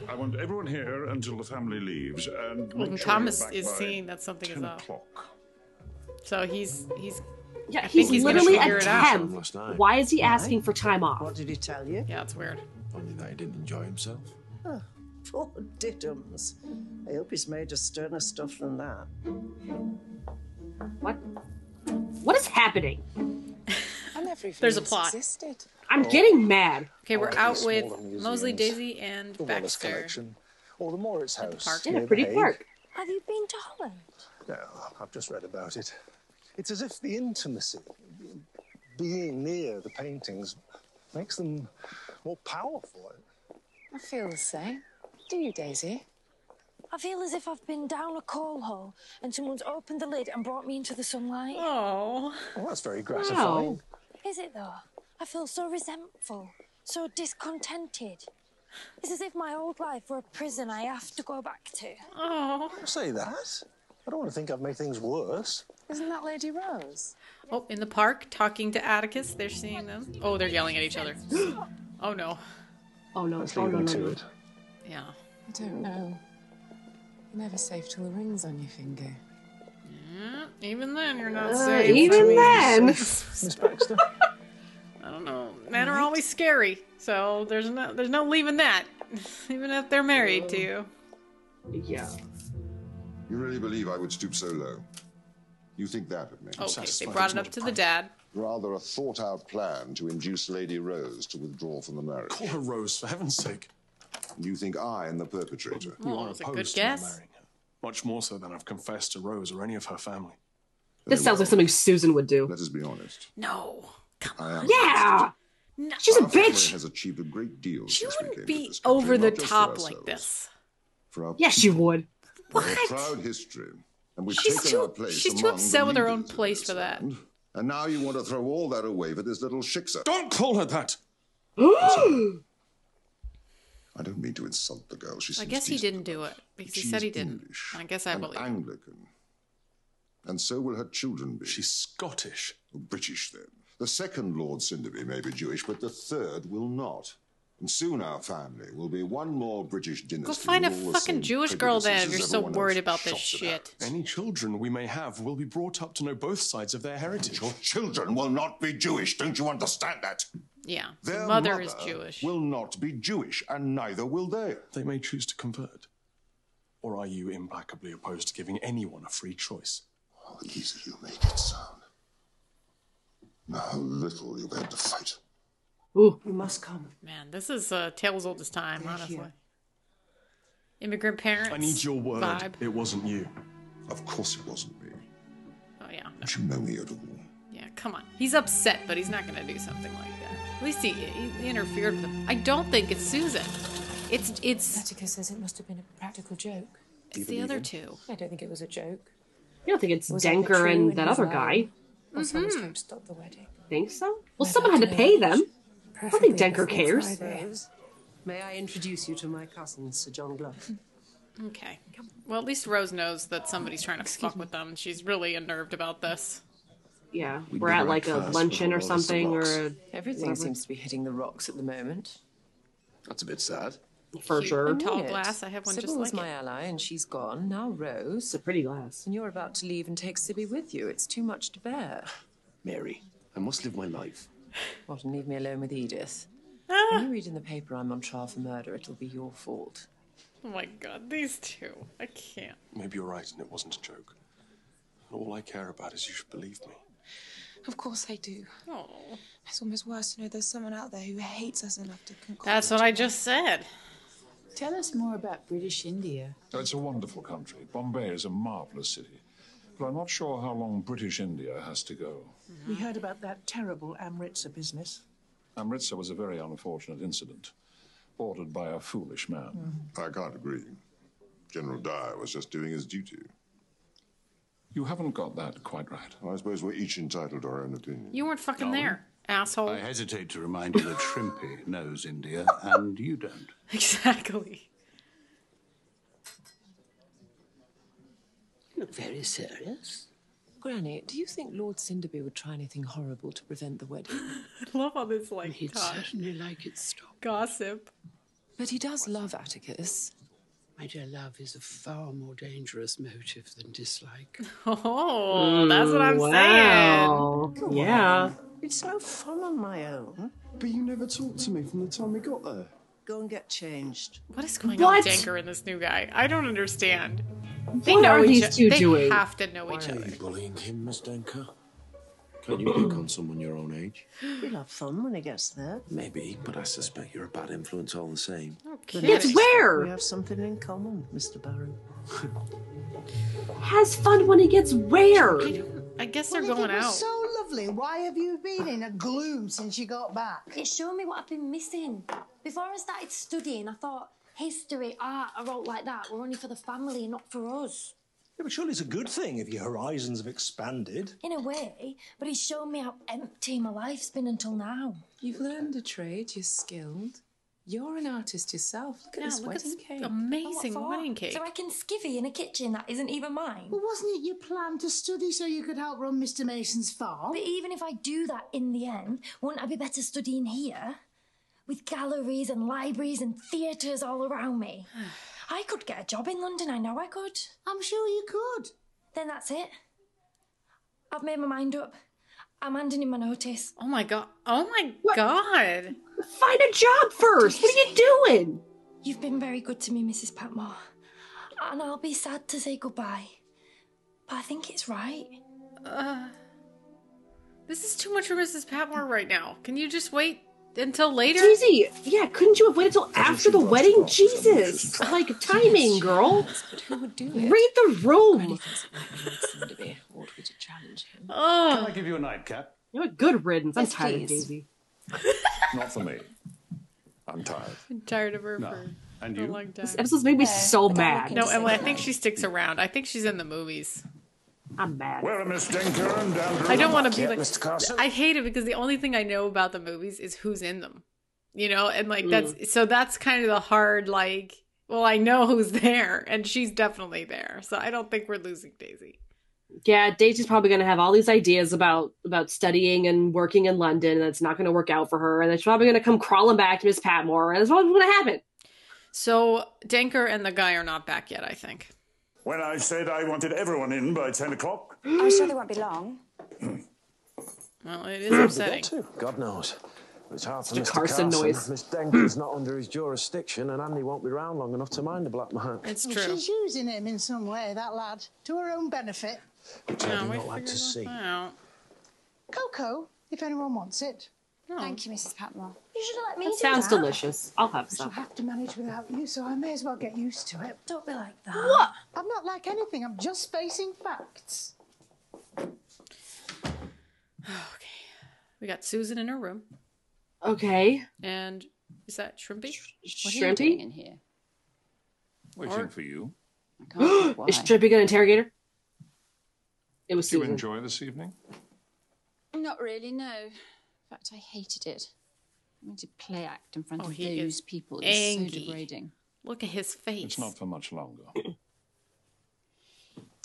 Speaker 3: I want everyone here until the family leaves, and
Speaker 2: Well,
Speaker 3: make sure
Speaker 2: Thomas
Speaker 3: you're back
Speaker 2: is
Speaker 3: by
Speaker 2: seeing that something is
Speaker 3: 10
Speaker 2: up.
Speaker 3: O'clock.
Speaker 2: So he's he's I
Speaker 1: Yeah,
Speaker 2: think
Speaker 1: he's,
Speaker 2: gonna
Speaker 1: literally
Speaker 2: figure
Speaker 1: a
Speaker 2: it out.
Speaker 1: temp. Why is he asking for time off? What
Speaker 4: did he tell you?
Speaker 2: Yeah, it's weird.
Speaker 4: Only that he didn't enjoy himself. Oh, poor Diddums. I hope he's made a sterner stuff than that.
Speaker 1: What? What is happening?
Speaker 9: I never even
Speaker 2: There's
Speaker 9: knew
Speaker 2: a
Speaker 9: this
Speaker 2: plot.
Speaker 9: Existed.
Speaker 1: I'm getting mad.
Speaker 2: Okay, we're
Speaker 9: All
Speaker 2: out
Speaker 9: these
Speaker 2: with
Speaker 9: smaller museums,
Speaker 2: Mosley, Daisy, and
Speaker 9: the Wallace
Speaker 2: Baxter.
Speaker 12: Or the Moritz House.
Speaker 2: park.
Speaker 12: near
Speaker 2: Yeah, pretty
Speaker 12: The
Speaker 2: park.
Speaker 9: Have you been to Holland?
Speaker 12: Hague. No, I've just read about it. It's as if the intimacy, being near the paintings, makes them more powerful.
Speaker 9: I feel the same. Do you, Daisy?
Speaker 7: I feel as if I've been down a coal hole and someone's opened the lid and brought me into the sunlight.
Speaker 2: Oh.
Speaker 12: Well, that's very gratifying.
Speaker 7: Is it though? I feel so resentful, so discontented. It's as if my old life were a prison I have to go back to.
Speaker 2: Oh.
Speaker 12: Don't say that. I don't want to think I've made things worse.
Speaker 9: Isn't that Lady Rose?
Speaker 2: Oh, in the park, talking to Atticus. They're seeing them. Oh, they're yelling at each other. Oh no.
Speaker 1: Oh no.
Speaker 12: Let's
Speaker 1: Oh
Speaker 12: leave
Speaker 1: no.
Speaker 12: them
Speaker 1: no,
Speaker 12: to
Speaker 1: no.
Speaker 12: it.
Speaker 2: Yeah.
Speaker 9: I don't know. You're never safe till the ring's on your finger.
Speaker 2: Mm, Even then, you're not
Speaker 9: Uh,
Speaker 2: safe.
Speaker 9: even then.
Speaker 12: Miss Baxter.
Speaker 2: I don't know. Um, Men are always scary, so there's no there's no leaving that, even if they're married to you.
Speaker 1: Yeah.
Speaker 24: You really believe I would stoop so low? You think that of me?
Speaker 2: Okay, they brought it up to the dad.
Speaker 24: Rather a thought out plan to induce Lady Rose to withdraw from the marriage. Call her Rose, for heaven's sake. You think I am the perpetrator?
Speaker 2: Oh, that was a good guess.
Speaker 13: marrying her, much more so than I've confessed to Rose or any of her family.
Speaker 1: This sounds like something Susan would do.
Speaker 24: Let us be honest.
Speaker 2: No.
Speaker 24: I am.
Speaker 1: Yeah. She's a
Speaker 24: Our family
Speaker 1: bitch.
Speaker 24: Has achieved a great deal.
Speaker 2: She
Speaker 24: since we
Speaker 2: wouldn't
Speaker 24: came to
Speaker 2: be
Speaker 24: this country,
Speaker 2: over the
Speaker 24: not just for
Speaker 2: top like
Speaker 24: ourselves,
Speaker 2: this.
Speaker 24: For our
Speaker 1: Yes, she would.
Speaker 24: What? A proud history, and we've
Speaker 2: She's
Speaker 24: taken our
Speaker 2: too
Speaker 24: place
Speaker 2: she's too
Speaker 24: among
Speaker 2: upset
Speaker 24: the
Speaker 2: with her
Speaker 24: leaders.
Speaker 2: own place for that.
Speaker 24: And now you want to throw all that away for this little shiksa. Don't
Speaker 13: call her that.
Speaker 24: I don't mean to insult the girl. She
Speaker 2: I
Speaker 24: seems
Speaker 2: guess he
Speaker 24: decent.
Speaker 2: didn't do it because he
Speaker 24: She's
Speaker 2: said he didn't. I guess I
Speaker 24: and
Speaker 2: believe.
Speaker 24: Anglican. And so will her children be. She's Scottish. British, then. The second Lord Cinderby may be Jewish, but the third will not. And soon our family will be one more British dynasty.
Speaker 2: Go find a
Speaker 24: with all the
Speaker 2: fucking
Speaker 24: same
Speaker 2: Jewish girl then if you're
Speaker 24: prejudices
Speaker 2: so
Speaker 24: everyone
Speaker 2: worried
Speaker 24: else
Speaker 2: about this
Speaker 24: shops
Speaker 2: shit.
Speaker 13: Any children we may have will be brought up to know both sides of their heritage.
Speaker 24: Your children will not be Jewish, don't you understand that?
Speaker 2: Yeah.
Speaker 24: Their
Speaker 2: The mother is Jewish.
Speaker 24: will not be Jewish, and neither will they.
Speaker 13: They may choose to convert. Or are you implacably opposed to giving anyone a free choice?
Speaker 24: Oh, the easy you make it sound. How little you'll have to fight.
Speaker 1: Ooh.
Speaker 25: You must come.
Speaker 2: Man, this is uh, Tales Old as Time,
Speaker 25: They're
Speaker 2: honestly.
Speaker 25: here.
Speaker 2: Immigrant parents.
Speaker 13: I need your word.
Speaker 2: Vibe.
Speaker 13: It wasn't you.
Speaker 24: Of course it wasn't me.
Speaker 2: Oh, yeah.
Speaker 24: Don't you know me at all?
Speaker 2: Yeah, come on. He's upset, but he's not going to do something like that. At least he, he interfered with him. I don't think it's Susan. It's it's.
Speaker 9: Atticus says it must have been a practical joke.
Speaker 2: It's the other two.
Speaker 9: I don't think it was a joke.
Speaker 1: You don't think it's
Speaker 9: Was that
Speaker 1: Denker
Speaker 9: true
Speaker 1: and
Speaker 9: in
Speaker 1: that
Speaker 9: his
Speaker 1: other
Speaker 9: eye?
Speaker 1: guy?
Speaker 2: Mm-hmm.
Speaker 9: Or someone was trying to stop the wedding.
Speaker 1: Think so? Well, someone had to pay them. I don't think Denker cares.
Speaker 25: Rose, may I introduce you to my cousin, Sir John Glove?
Speaker 2: Okay. Well, at least Rose knows that somebody's trying to fuck with them. She's really unnerved about this.
Speaker 1: Yeah,
Speaker 2: We'd
Speaker 1: we're
Speaker 2: be
Speaker 1: at
Speaker 2: right
Speaker 1: like a
Speaker 2: first
Speaker 1: luncheon
Speaker 2: with
Speaker 1: or
Speaker 2: all the
Speaker 1: something, or
Speaker 2: rocks.
Speaker 1: a,
Speaker 8: Everything
Speaker 1: whatever.
Speaker 8: seems to be hitting the rocks at the moment.
Speaker 12: That's a bit sad.
Speaker 1: For
Speaker 8: Cute
Speaker 1: sure.
Speaker 8: and
Speaker 2: Tall
Speaker 8: weird.
Speaker 2: glass, I have one just
Speaker 8: Sybil
Speaker 2: like
Speaker 8: was my ally, and she's gone. Now Rose. It's
Speaker 1: a pretty glass.
Speaker 8: And you're about to leave and take Sibby with you. It's too much to bear.
Speaker 12: Mary, I must live my life.
Speaker 8: What, and leave me alone with Edith?
Speaker 2: Ah.
Speaker 8: When you read in the paper I'm on trial for murder, it'll be your fault.
Speaker 2: Oh my god, these two. I can't.
Speaker 13: Maybe you're right and it wasn't a joke. All I care about is you should believe me.
Speaker 9: Of course I do.
Speaker 2: Oh.
Speaker 9: It's almost worse to know there's someone out there who hates us enough to concoct.
Speaker 2: That's what I just said.
Speaker 10: Tell us more about British India.
Speaker 3: It's a wonderful country. Bombay is a marvelous city. But I'm not sure how long British India has to go.
Speaker 22: We heard about that terrible Amritsar business.
Speaker 3: Amritsar was a very
Speaker 13: Mm-hmm.
Speaker 3: unfortunate incident, ordered by a foolish man.
Speaker 24: I can't agree. General Dyer was just doing his duty.
Speaker 13: You haven't got that quite right.
Speaker 24: I suppose we're each entitled to our own opinion.
Speaker 2: You weren't fucking there, asshole.
Speaker 11: I hesitate to remind you that Shrimpy knows India, and you don't.
Speaker 2: Exactly.
Speaker 9: You look very serious.
Speaker 8: Granny, do you think Lord Cinderby would try anything horrible to prevent the wedding?
Speaker 2: I love all this like
Speaker 8: He'd
Speaker 2: talk.
Speaker 8: certainly like it stopped.
Speaker 2: Gossip.
Speaker 8: But he does love Atticus.
Speaker 23: My dear love is a far more dangerous motive than dislike.
Speaker 2: Oh, that's what I'm
Speaker 23: wow.
Speaker 2: saying.
Speaker 23: Yeah.
Speaker 19: It's no fun on my own. But you never talked to me from the time we got there.
Speaker 4: Go and get changed.
Speaker 2: What is going on with Danker and this new guy? I don't understand. They
Speaker 4: What
Speaker 2: know
Speaker 4: are
Speaker 2: each
Speaker 4: these two
Speaker 2: they
Speaker 4: doing?
Speaker 2: have to know each other.
Speaker 22: bullying him, Miss Denker? Can't you pick on someone your own age?
Speaker 4: You'll have fun when he gets there.
Speaker 22: Maybe, but I suspect you're a bad influence all the same.
Speaker 4: The
Speaker 1: It's
Speaker 4: next-
Speaker 1: where?
Speaker 4: We have something in common, Mr. Barrow.
Speaker 1: Has fun when it gets rare.
Speaker 2: I guess they're
Speaker 6: Well, if
Speaker 2: going
Speaker 6: it was
Speaker 2: out.
Speaker 6: So lovely. Why have you been in a gloom since you got back?
Speaker 7: It showed me what I've been missing. Before I started studying, I thought history, art, a role like that were only for the family, not for us.
Speaker 14: Yeah, but surely it's a good thing if your horizons have expanded.
Speaker 7: In a way, but it's shown me how empty my life's been until now.
Speaker 9: You've learned a trade, you're skilled. You're an artist yourself. Look at
Speaker 7: Yeah,
Speaker 9: this
Speaker 7: look at
Speaker 9: wedding
Speaker 7: this
Speaker 9: cake.
Speaker 7: And what for? So I can skivvy in a kitchen that isn't even mine.
Speaker 6: Well, wasn't it your plan to study so you could help run Mr. Mason's farm?
Speaker 7: But even if I do that in the end, wouldn't I be better studying here? With galleries and libraries and theatres all around me. I could get a job in London, I know I could. I'm sure you could. Then that's it. I've made my mind up. I'm handing in my notice.
Speaker 2: Oh my god. Oh my god.
Speaker 1: Find a job first. What are you doing?
Speaker 7: You've been very good to me, Mrs. Patmore. And I'll be sad to say goodbye. But I think it's right.
Speaker 5: Oh,
Speaker 2: Uh, this is too much for Mrs. Patmore right now. Can you just wait until later?
Speaker 1: Jeezy, yeah, couldn't you have waited till after the wedding? Jesus, like timing, girl.
Speaker 9: But who would do it?
Speaker 1: Read the room.
Speaker 9: Cinderby ought we to challenge him?
Speaker 1: Oh,
Speaker 11: Can I give you a nightcap?
Speaker 1: you know what? Good riddance. I'm
Speaker 9: Yes,
Speaker 1: tired of
Speaker 9: please.
Speaker 1: Daisy.
Speaker 13: Not for me. I'm tired.
Speaker 2: I'm tired of her
Speaker 13: No.
Speaker 2: for
Speaker 13: And
Speaker 2: a
Speaker 13: you?
Speaker 2: long time.
Speaker 1: This episode's made me so mad.
Speaker 2: No, Emily, I think she sticks around. I think she's in the movies.
Speaker 1: I'm mad.
Speaker 3: Well, Miss Denker, and down to
Speaker 2: I don't
Speaker 3: the
Speaker 2: want
Speaker 3: butt
Speaker 2: to be
Speaker 3: yet,
Speaker 2: like
Speaker 3: Mr. Carson.
Speaker 2: I hate it because the only thing I know about the movies is who's in them. You know, and like that's so that's kind of the hard like well, I know who's there and she's definitely there. So I don't think we're losing Daisy.
Speaker 1: Yeah, Daisy's probably going to have all these ideas about about studying and working in London, and it's not going to work out for her, and it's probably going to come crawling back to Miss Patmore, and it's probably going to happen.
Speaker 2: So Danker and the guy are not back yet, I think.
Speaker 3: When I said I wanted everyone in by 10 o'clock,
Speaker 16: I'm sure they won't be long.
Speaker 2: Well, it
Speaker 16: Where
Speaker 2: is
Speaker 16: have
Speaker 2: upsetting.
Speaker 16: they
Speaker 22: God knows. It's hard for
Speaker 2: Mr.
Speaker 22: Mr.
Speaker 2: Carson
Speaker 22: Carson,
Speaker 2: noise.
Speaker 22: Miss Denker's not under his jurisdiction, and Andy won't be round long enough to mind the black mark.
Speaker 6: Well, She's using him in some way, that lad, to her own benefit.
Speaker 22: Which I do not like to see.
Speaker 6: Cocoa, if anyone wants it.
Speaker 16: Thank you, Mrs. Patmore.
Speaker 6: You should let
Speaker 16: me
Speaker 6: me
Speaker 16: That
Speaker 6: do
Speaker 16: do sounds
Speaker 6: that.
Speaker 16: that.
Speaker 1: delicious. I'll have
Speaker 6: I
Speaker 1: some.
Speaker 6: have to manage without you, so I may as well get used to it.
Speaker 7: Don't be like that.
Speaker 6: What? I'm not like anything. I'm just facing facts.
Speaker 2: We got Susan in her room.
Speaker 1: Okay.
Speaker 2: And is that Shrimpy?
Speaker 1: What are you Shrimpy? doing in
Speaker 2: here?
Speaker 13: Waiting
Speaker 2: Or-
Speaker 13: for you.
Speaker 1: Is Trippy going to interrogate her? It was
Speaker 13: Did you
Speaker 1: Susan.
Speaker 13: enjoy this evening?
Speaker 16: Not really, no. In fact, I hated it. I mean, to play act in front
Speaker 2: Oh,
Speaker 16: of
Speaker 2: he
Speaker 16: those
Speaker 2: is
Speaker 16: people is so
Speaker 2: angry.
Speaker 16: degrading.
Speaker 2: Look at his face.
Speaker 13: It's not for much longer.
Speaker 16: Did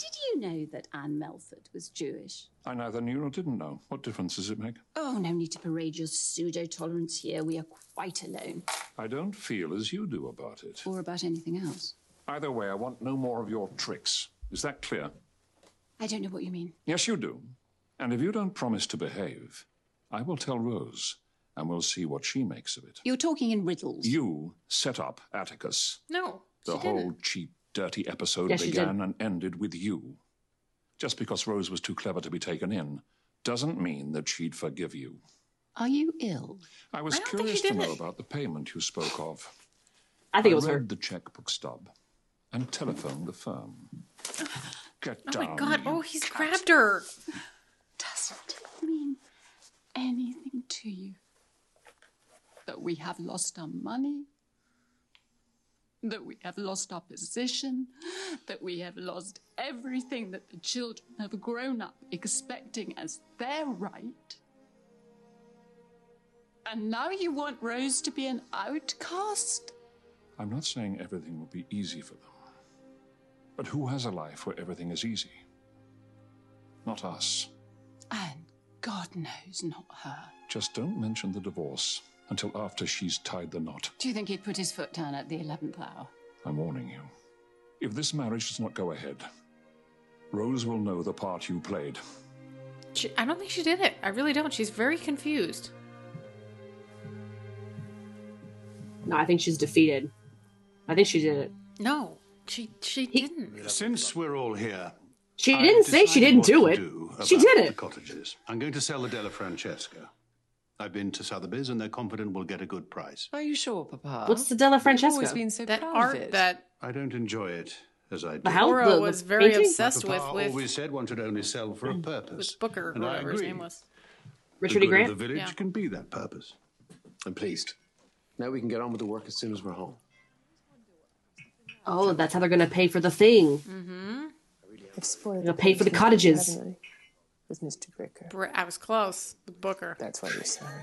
Speaker 16: you know that Anne Melford was Jewish?
Speaker 13: I neither knew nor didn't know. What difference does it make?
Speaker 16: Oh, no need to parade your pseudo tolerance here. We are quite alone.
Speaker 13: I don't feel as you do about it.
Speaker 16: Or about anything else.
Speaker 13: Either way, I want no more of your tricks. Is that clear?
Speaker 16: I don't know what you mean.
Speaker 13: Yes, you do. And if you don't promise to behave, I will tell Rose, and we'll see what she makes of it.
Speaker 16: You're talking in riddles.
Speaker 13: You set up Atticus.
Speaker 2: No.
Speaker 13: The
Speaker 16: she
Speaker 13: whole
Speaker 16: didn't.
Speaker 13: cheap, dirty episode
Speaker 16: Yes, she did.
Speaker 13: began and ended with you. Just because Rose was too clever to be taken in doesn't mean that she'd forgive you.
Speaker 16: Are you ill?
Speaker 13: I was
Speaker 16: I don't think
Speaker 13: curious
Speaker 16: she
Speaker 13: to
Speaker 16: did
Speaker 13: know
Speaker 16: it.
Speaker 13: about the payment you spoke of.
Speaker 1: I think it was
Speaker 13: read
Speaker 1: her.
Speaker 13: the checkbook stub and telephoned the firm. Get
Speaker 2: Oh
Speaker 13: down.
Speaker 2: my god.
Speaker 13: you
Speaker 2: Oh, he's grabbed her.
Speaker 16: Doesn't it mean anything to you that we have lost our money? that we have lost our position, that we have lost everything that the children have grown up expecting as their right. And now you want Rose to be an outcast?
Speaker 13: I'm not saying everything will be easy for them. But who has a life where everything is easy? Not us.
Speaker 16: And God knows, not her.
Speaker 13: Just don't mention the divorce until after she's tied the knot.
Speaker 16: Do you think he'd put his foot down at the 11th hour?
Speaker 13: I'm warning you. If this marriage does not go ahead, Rose will know the part you played.
Speaker 2: She, I don't think she did it. I really don't. She's very confused.
Speaker 1: No, I think she's defeated. I think she did it.
Speaker 2: No, she she didn't.
Speaker 11: Since we're all here,
Speaker 1: She
Speaker 11: I've
Speaker 1: didn't say she
Speaker 11: decided
Speaker 1: didn't
Speaker 11: what
Speaker 1: do
Speaker 11: to
Speaker 1: it. she
Speaker 11: about
Speaker 1: did
Speaker 11: The
Speaker 1: it.
Speaker 11: cottages. I'm going to sell the Della Francesca. I've been to Sotheby's, and they're confident we'll get a good price.
Speaker 8: Are you sure, Papa?
Speaker 11: What's the
Speaker 8: Della
Speaker 11: Francesca?
Speaker 8: Always been so
Speaker 2: That
Speaker 8: proud
Speaker 2: art
Speaker 8: of it.
Speaker 2: that
Speaker 11: I don't enjoy it as I do.
Speaker 2: hell- Laura the- was the very painting? obsessed
Speaker 11: My Papa
Speaker 2: with- with-
Speaker 11: always said one should only sell for a purpose.
Speaker 2: with Booker or
Speaker 11: and I
Speaker 2: whatever his
Speaker 11: agree.
Speaker 2: name was.
Speaker 11: the good Of the village
Speaker 2: Yeah.
Speaker 11: can be that purpose.
Speaker 14: I'm pleased. Now we can get on with the work as soon as we're home.
Speaker 1: Oh, that's how they're going to pay for the thing.
Speaker 2: Mm-hmm.
Speaker 9: I've spoiled
Speaker 1: You'll pay for the cottages.
Speaker 9: haven't I? With Mr. Gricker.
Speaker 2: Br- I was close with Booker.
Speaker 9: That's why you're sorry.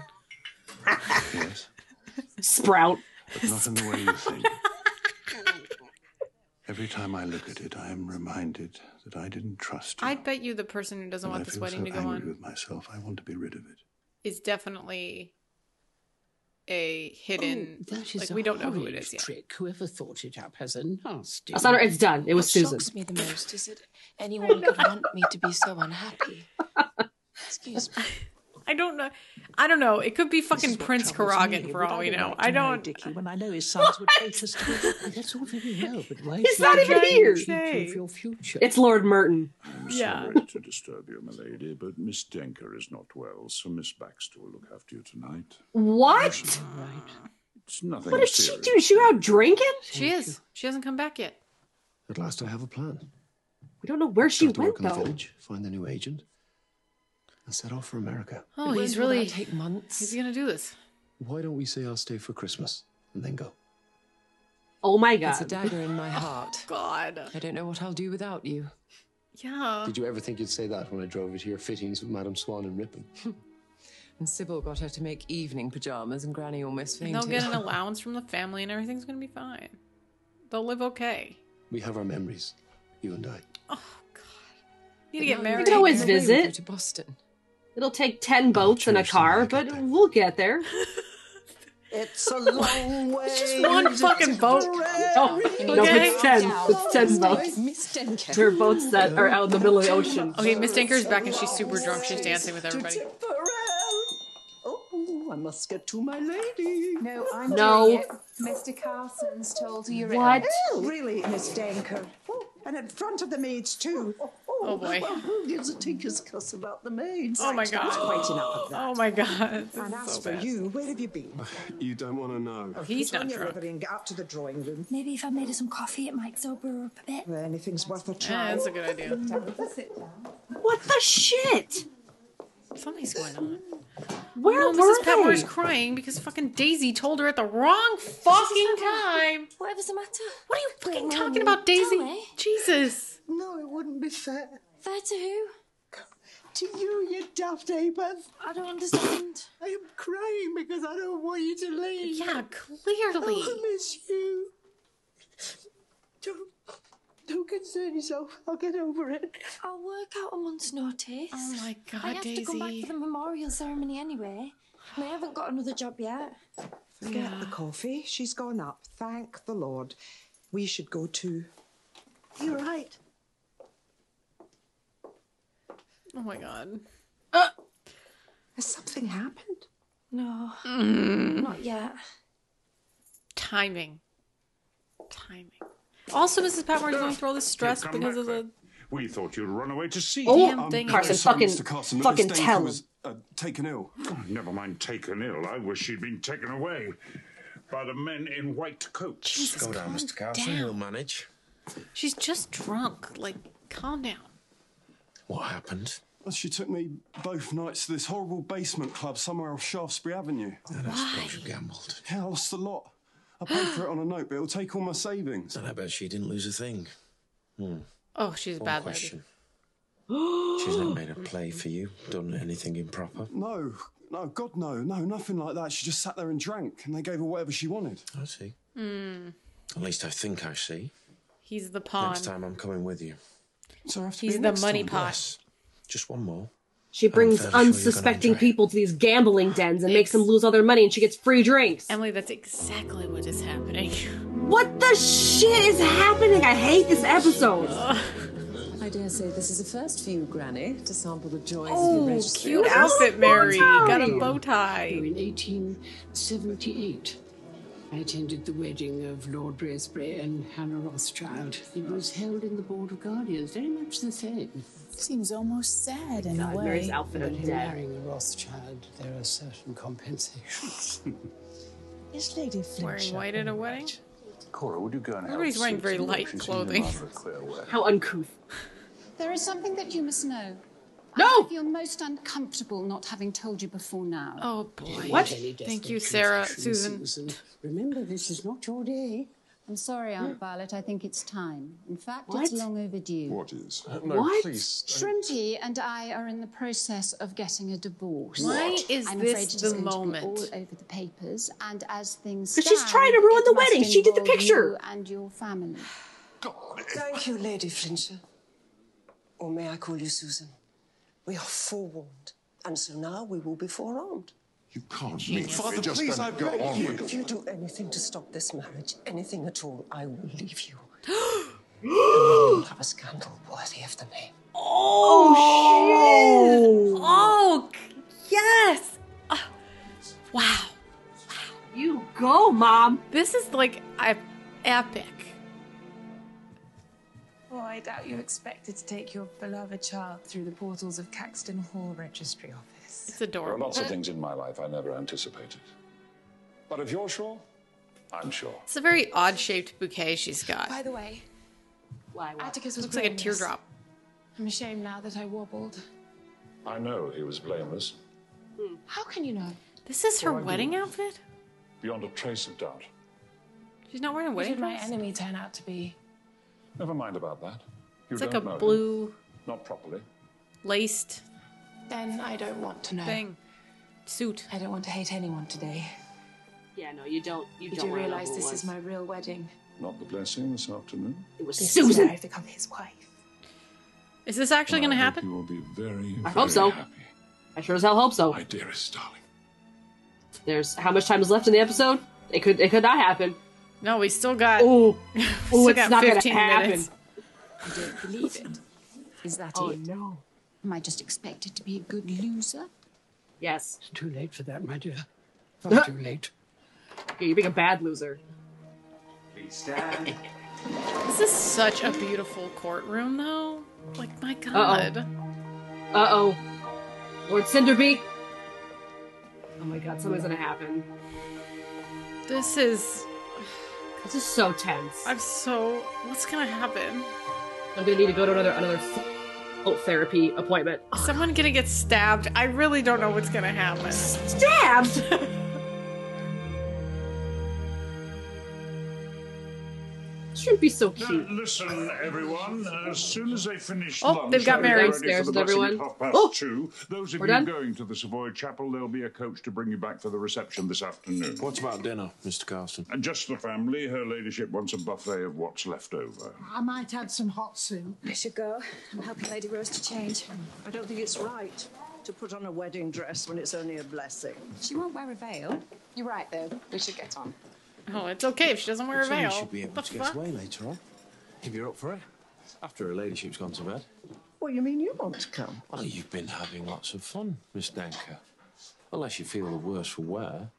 Speaker 11: Yes,
Speaker 1: Sprout.
Speaker 11: but not in the way you think. Every time I look at it, I am reminded that I didn't trust you.
Speaker 2: I bet you the person who doesn't
Speaker 11: and
Speaker 2: want
Speaker 11: I
Speaker 2: this
Speaker 11: feel
Speaker 2: wedding
Speaker 11: so
Speaker 2: to go
Speaker 11: angry
Speaker 2: on
Speaker 11: with myself. I want to be rid of it.
Speaker 2: is definitely a hidden.
Speaker 23: Oh, that is
Speaker 2: like
Speaker 23: a
Speaker 2: we don't know who it
Speaker 23: horrid
Speaker 2: is yet.
Speaker 23: Trick. Whoever thought it up has a nasty.
Speaker 1: That's not her. It's done. It was
Speaker 9: what
Speaker 1: Susan.
Speaker 9: shocks me the most is that anyone could want me to be so unhappy. Excuse me.
Speaker 2: I don't know. I don't know. It could be fucking Prince
Speaker 9: troubles me.
Speaker 2: Karagin for
Speaker 9: Would
Speaker 1: Oh,
Speaker 2: all
Speaker 9: I
Speaker 2: we
Speaker 9: be
Speaker 2: know.
Speaker 9: right to marry
Speaker 2: I don't.
Speaker 10: Dickie, when I know his sons would hate us together.
Speaker 23: That's all very well, but why
Speaker 1: He's
Speaker 23: is
Speaker 1: not
Speaker 23: he
Speaker 1: even
Speaker 23: trying to
Speaker 1: here.
Speaker 23: cheat you
Speaker 1: Say.
Speaker 23: for your future?
Speaker 1: It's Lord Merton.
Speaker 3: I'm
Speaker 2: Yeah.
Speaker 3: sorry to disturb you, milady, but Miss Denker is not well, so Miss Baxter will look after you tonight.
Speaker 1: What?
Speaker 3: It's nothing
Speaker 1: What did she
Speaker 3: serious.
Speaker 1: do? She went out drinking?
Speaker 2: She is. She hasn't come back yet.
Speaker 14: At last, I have a plan.
Speaker 1: We don't know where she
Speaker 14: Start to
Speaker 1: went
Speaker 14: work in the
Speaker 1: though.
Speaker 14: village, find a new agent, and set off for America.
Speaker 2: Oh,
Speaker 8: It
Speaker 2: he's
Speaker 8: won't
Speaker 2: really
Speaker 8: take months.
Speaker 2: He's gonna do this.
Speaker 14: Why don't we say I'll stay for Christmas and then go?
Speaker 1: Oh my
Speaker 8: It's
Speaker 1: god.
Speaker 8: a dagger in my heart.
Speaker 2: God.
Speaker 8: I don't know what I'll do without you.
Speaker 2: Yeah.
Speaker 14: Did you ever think you'd say that when I drove it here, fittings with Madame Swan and Ripon?
Speaker 8: And Sybil got her to make evening pajamas, and Granny almost
Speaker 2: And
Speaker 8: fainted.
Speaker 2: they'll get an allowance from the family, and everything's gonna be fine. They'll live okay.
Speaker 14: We have our memories, you and I.
Speaker 2: Need to
Speaker 8: Now you're
Speaker 2: get married.
Speaker 1: can always
Speaker 8: taking me with you
Speaker 1: visit.
Speaker 8: to Boston.
Speaker 1: It'll take ten boats and a car, but we'll get there.
Speaker 5: It's a long way.
Speaker 2: Just one fucking boat.
Speaker 1: No, no, it's ten. It's ten boats.
Speaker 8: Miss Denker.
Speaker 1: There are boats that are out in the middle of the ocean.
Speaker 2: Okay, Miss Dinker's back, and she's super drunk. She's dancing with everybody.
Speaker 5: Oh, I must get to my lady.
Speaker 17: No, I'm
Speaker 1: No.
Speaker 17: doing it. Mr. Carson's told you you're
Speaker 1: What?
Speaker 17: ill.
Speaker 5: Oh, really, Miss Danker? Oh, and in front of the maids, too. Oh,
Speaker 2: Oh, boy.
Speaker 5: Well, who gives a tinker's cuss about the maids?
Speaker 2: Oh my
Speaker 5: Right, that's
Speaker 2: God.
Speaker 5: Quite enough of that.
Speaker 2: Oh my God. This is
Speaker 5: And as
Speaker 2: so
Speaker 5: for
Speaker 2: bad.
Speaker 5: you, where have you been?
Speaker 14: You don't want to know.
Speaker 2: Oh, he's
Speaker 5: Put on
Speaker 2: not
Speaker 5: your
Speaker 2: drunk.
Speaker 5: rubbery and get up to the drawing room.
Speaker 7: Maybe if I made her some coffee, it might sober her up a bit.
Speaker 5: Well, anything's worth a
Speaker 2: Yeah,
Speaker 5: try.
Speaker 2: that's a good idea.
Speaker 17: Sit down.
Speaker 1: What the shit?
Speaker 2: Something's going on.
Speaker 1: Where
Speaker 2: Oh,
Speaker 1: were
Speaker 2: Mrs. Petmore's
Speaker 1: they?
Speaker 2: crying because fucking Daisy told her at the wrong fucking time.
Speaker 7: Whatever's the matter?
Speaker 2: What are you fucking talking about, Daisy? Jesus.
Speaker 5: No, it wouldn't be fair.
Speaker 7: Fair to who?
Speaker 5: To you, you daft ape.
Speaker 7: I don't understand.
Speaker 5: I am crying because I don't want you to leave.
Speaker 2: Yeah,
Speaker 5: Oh,
Speaker 2: clearly.
Speaker 5: I miss you. Don't, don't concern yourself. I'll get over it.
Speaker 7: I'll work out a month's notice.
Speaker 2: Oh my God,
Speaker 7: I have to come back
Speaker 2: Daisy.
Speaker 7: for the memorial ceremony anyway, and I haven't got another job yet.
Speaker 5: Forget the coffee. She's gone up. Thank the Lord. We should go too. You're right.
Speaker 2: Oh my god.
Speaker 7: Uh.
Speaker 5: Has something happened?
Speaker 7: No, not yet.
Speaker 2: Mm. Timing. Timing. Also, Mrs. Patmore's going through all this stress
Speaker 3: You've come
Speaker 2: because
Speaker 3: back
Speaker 2: of the.
Speaker 3: We thought you'd run away to sea.
Speaker 2: Oh, Damn thing.
Speaker 1: Carson,
Speaker 3: sorry,
Speaker 1: fucking,
Speaker 3: Mr. Carson, that
Speaker 1: fucking
Speaker 3: Miss Dane
Speaker 1: tell him.
Speaker 3: was-
Speaker 11: Uh, taken ill.
Speaker 3: Oh, Never mind taken ill. I wish she'd been taken away by the men in white coats.
Speaker 2: Jesus, calm down.
Speaker 14: manage.
Speaker 2: She's just drunk. Like, calm down.
Speaker 14: What happened?
Speaker 18: Well, She took me both nights to this horrible basement club somewhere off Shaftesbury Avenue.
Speaker 14: I don't suppose you gambled.
Speaker 18: Yeah, I lost a lot.
Speaker 19: I paid for it on a note, but it'll take all my savings.
Speaker 22: And I bet she didn't lose a thing. Hmm.
Speaker 2: Oh, she's a
Speaker 22: One
Speaker 2: bad
Speaker 22: question. She's not made a play for you, done anything improper.
Speaker 19: No, no, God, no, no, nothing like that. She just sat there and drank, and they gave her whatever she wanted.
Speaker 22: I see.
Speaker 2: lady. Mm,
Speaker 22: At least I think I see.
Speaker 2: he's the pawn.
Speaker 22: Next time I'm coming with you.
Speaker 19: So I have
Speaker 2: he's the money pot.
Speaker 22: Oh, Yes. Just one more.
Speaker 1: She
Speaker 22: fairly
Speaker 1: brings
Speaker 22: sure you're gonna
Speaker 1: unsuspecting people to these gambling dens and makes them lose all their money and she gets free drinks.
Speaker 2: Emily, that's exactly what is happening.
Speaker 1: What the shit is happening? I hate this episode.
Speaker 8: I dare say this is a first for you, Granny, to sample the joys of
Speaker 2: Oh,
Speaker 8: the registry.
Speaker 2: cute
Speaker 8: office.
Speaker 2: outfit, Mary. Got a bow
Speaker 23: Here
Speaker 2: tie.
Speaker 23: In 1878, I attended the wedding of Lord Bracebury and Hannah Rothschild. It was held in the Board of Guardians, very much the same.
Speaker 9: Seems almost sad in a way.
Speaker 23: But in marrying a Rothschild, there are certain compensations.
Speaker 9: Is Lady
Speaker 2: Wearing
Speaker 9: Flintshire
Speaker 2: white at a wedding?
Speaker 11: Cora, would you go and help?
Speaker 2: Everybody's wearing
Speaker 11: Susan?
Speaker 2: very light
Speaker 11: She seems in
Speaker 2: clothing.
Speaker 11: rather a queer way.
Speaker 1: How uncouth.
Speaker 16: There is something that you must know.
Speaker 1: No!
Speaker 16: I feel most uncomfortable not having told you before now.
Speaker 2: Oh, boy. Thank you,
Speaker 23: desperate
Speaker 2: Sarah,
Speaker 23: confession,
Speaker 2: Susan.
Speaker 23: Remember, this is not your day.
Speaker 16: I'm sorry, Aunt Violet. I think it's time. In fact,
Speaker 23: What?
Speaker 16: it's long overdue.
Speaker 24: What is?
Speaker 16: Uh,
Speaker 19: no, What? please,
Speaker 16: Shrimpy and I are in the process of getting a divorce.
Speaker 2: Why What? is
Speaker 16: I'm
Speaker 2: this
Speaker 16: afraid it
Speaker 2: the
Speaker 16: is going
Speaker 2: moment?
Speaker 16: To be all over the papers, and as things
Speaker 1: But she's
Speaker 16: stand,
Speaker 1: trying to ruin
Speaker 16: it
Speaker 1: the
Speaker 16: must
Speaker 1: wedding. She did the
Speaker 16: involve
Speaker 1: picture.
Speaker 16: you and your family.
Speaker 25: Thank you, Lady Flincher. Or may I call you Susan? We are forewarned, and so now we will be forearmed.
Speaker 24: You can't mean
Speaker 25: Father,
Speaker 24: it. Just
Speaker 25: please,
Speaker 24: don't
Speaker 25: I
Speaker 24: go
Speaker 25: beg
Speaker 24: on
Speaker 25: you.
Speaker 24: with it.
Speaker 25: If you do anything to stop this marriage, anything at all, I will leave you.
Speaker 1: oh,
Speaker 25: We'll have a scandal worthy of the name.
Speaker 1: shit.
Speaker 2: Oh, c- yes. Ah, wow.
Speaker 1: You go, Mom.
Speaker 2: This is like e- epic.
Speaker 9: Well, Oh, I doubt you expected to take your beloved child through the portals of Caxton Hall Registry Office.
Speaker 2: It's
Speaker 13: There are
Speaker 2: adorable.
Speaker 13: lots of things in my life I never anticipated. But if you're sure, I'm sure.
Speaker 2: It's a very odd shaped bouquet she's got.
Speaker 9: By the way, Atticus was
Speaker 2: Looks like a
Speaker 9: blameless.
Speaker 2: teardrop.
Speaker 9: I'm ashamed now that I wobbled.
Speaker 13: I know he was blameless,
Speaker 9: How can you know?
Speaker 2: This is her
Speaker 13: Well, I do.
Speaker 2: wedding outfit?
Speaker 13: beyond a trace of doubt.
Speaker 2: She's not wearing a
Speaker 9: What
Speaker 2: wedding
Speaker 9: did my
Speaker 2: dress?
Speaker 9: enemy turn out to be?
Speaker 13: Never mind about that. You
Speaker 2: It's
Speaker 13: don't
Speaker 2: like a
Speaker 13: know him.
Speaker 2: blue
Speaker 13: Not properly.
Speaker 2: laced
Speaker 9: Then I don't want to know.
Speaker 2: thing. Suit.
Speaker 9: I don't want to hate anyone today.
Speaker 1: Yeah, no, you don't. You,
Speaker 9: You
Speaker 1: don't
Speaker 9: do
Speaker 1: wanna know
Speaker 9: realize
Speaker 1: who it
Speaker 9: this
Speaker 1: was.
Speaker 9: is my real wedding.
Speaker 13: Not the blessing this afternoon.
Speaker 1: It was
Speaker 9: This is
Speaker 1: Susan.
Speaker 9: where I've become his wife.
Speaker 2: Is this actually
Speaker 13: And
Speaker 2: going to
Speaker 13: I hope
Speaker 2: happen?
Speaker 13: You will be very,
Speaker 1: I hope
Speaker 13: very
Speaker 1: so.
Speaker 13: happy,
Speaker 1: I sure as hell hope so.
Speaker 13: my dearest darling.
Speaker 1: There's how much time is left in the episode? It could. It could not happen.
Speaker 2: No, we still got.
Speaker 1: Oh,
Speaker 2: still
Speaker 1: oh, it's
Speaker 2: got
Speaker 1: not gonna
Speaker 2: 15
Speaker 1: happen.
Speaker 2: minutes.
Speaker 16: I don't believe it. Is that
Speaker 1: Oh
Speaker 16: it?
Speaker 1: no.
Speaker 16: Am I just expected to be a good loser?
Speaker 1: Yes.
Speaker 23: It's too late for that, my dear. Far too late.
Speaker 1: Yeah, you're being a bad loser.
Speaker 2: This is such a beautiful courtroom, though. Like, my god.
Speaker 1: Uh oh. Lord Cinderby. Oh my god, something's gonna happen.
Speaker 2: This is.
Speaker 1: This is so tense.
Speaker 2: I'm so. What's going to happen?
Speaker 1: I'm gonna need to go to another another full therapy appointment.
Speaker 2: Is someone going to get stabbed? I really don't know what's going to happen.
Speaker 1: Stabbed. Shouldn't be so
Speaker 3: Now,
Speaker 1: cute.
Speaker 3: listen, everyone. As soon as they finish
Speaker 1: Oh,
Speaker 3: lunch,
Speaker 1: they've got
Speaker 3: they'll
Speaker 1: Mary
Speaker 3: be ready for
Speaker 1: upstairs,
Speaker 3: the blessing
Speaker 1: everyone.
Speaker 3: at half past
Speaker 1: Oh,
Speaker 3: two. Those of
Speaker 1: we're
Speaker 3: you
Speaker 1: done?
Speaker 3: going to the Savoy Chapel, there'll be a coach to bring you back for the reception this afternoon.
Speaker 22: What about dinner, Mr. Carson?
Speaker 3: And just the family. Her ladyship wants a buffet of what's left over.
Speaker 6: I might add some hot soup.
Speaker 25: I should go. I'm helping Lady Rose to change. I don't think it's right to put on a wedding dress when it's only a blessing.
Speaker 16: She won't wear a veil. You're right, though. We should get on.
Speaker 2: Oh, it's okay if she doesn't wear a
Speaker 22: Someone
Speaker 2: veil.
Speaker 22: should be able
Speaker 2: What
Speaker 22: to
Speaker 2: the
Speaker 22: get
Speaker 2: fuck?
Speaker 22: away later on. If you're up for it. After her ladyship's gone to bed.
Speaker 25: What you mean you want to come?
Speaker 22: Well, you've been having lots of fun, Miss Danker. Unless you feel the worse for wear.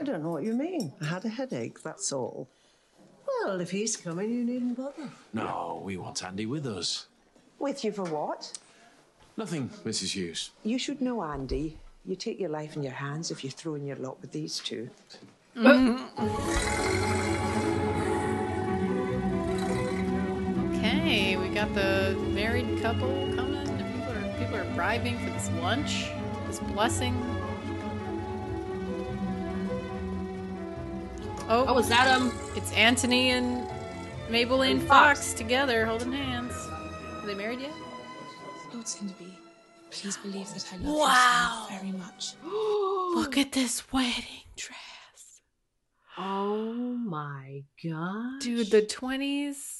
Speaker 25: I don't know what you mean. I had a headache, that's all. Well, if he's coming, you needn't bother.
Speaker 22: No, we want Andy with us.
Speaker 5: With you for what?
Speaker 22: Nothing, Mrs. Hughes.
Speaker 5: You should know, Andy. You take your life in your hands if you throw in your lot with these two.
Speaker 1: Uh.
Speaker 2: Okay, we got the married couple coming. and People are people are bribing for this lunch, this blessing. Oh,
Speaker 1: Oh, is that him?
Speaker 2: It's Anthony and Maybelline Fox. together, holding hands. Are they married yet?
Speaker 10: Lord Cinderby, please believe that I love
Speaker 2: Wow.
Speaker 10: you so very much.
Speaker 2: Look at this wedding dress.
Speaker 1: Oh my god.
Speaker 2: Dude, the 20s.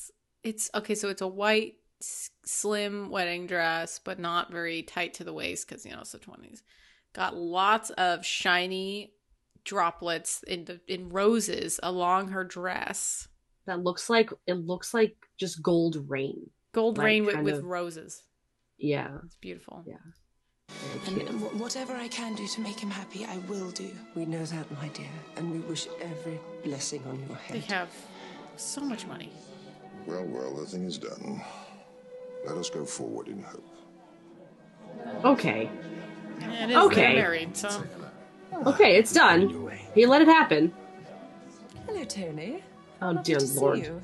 Speaker 2: It's okay, so it's a white, s- slim wedding dress, but not very tight to the waist because, you know, it's the 20s. Got lots of shiny droplets in the in roses along her dress.
Speaker 1: That looks like it looks like just gold rain.
Speaker 2: Gold
Speaker 1: Like,
Speaker 2: rain with,
Speaker 1: kind
Speaker 2: with
Speaker 1: of-
Speaker 2: roses.
Speaker 1: Yeah.
Speaker 2: It's beautiful.
Speaker 1: Yeah.
Speaker 9: And wh- whatever I can do to make him happy, I will do.
Speaker 4: We know that, my dear, and we wish every blessing on your head.
Speaker 2: They have so much money.
Speaker 24: Well, well, the thing is done. Let us go forward in hope.
Speaker 1: Okay.
Speaker 2: And it is
Speaker 1: Okay.
Speaker 2: okay. married, so
Speaker 1: Okay, it's done. He let it happen.
Speaker 8: Hello, Tony.
Speaker 1: Oh
Speaker 8: Lovely
Speaker 1: dear
Speaker 8: to see
Speaker 1: lord.
Speaker 8: you.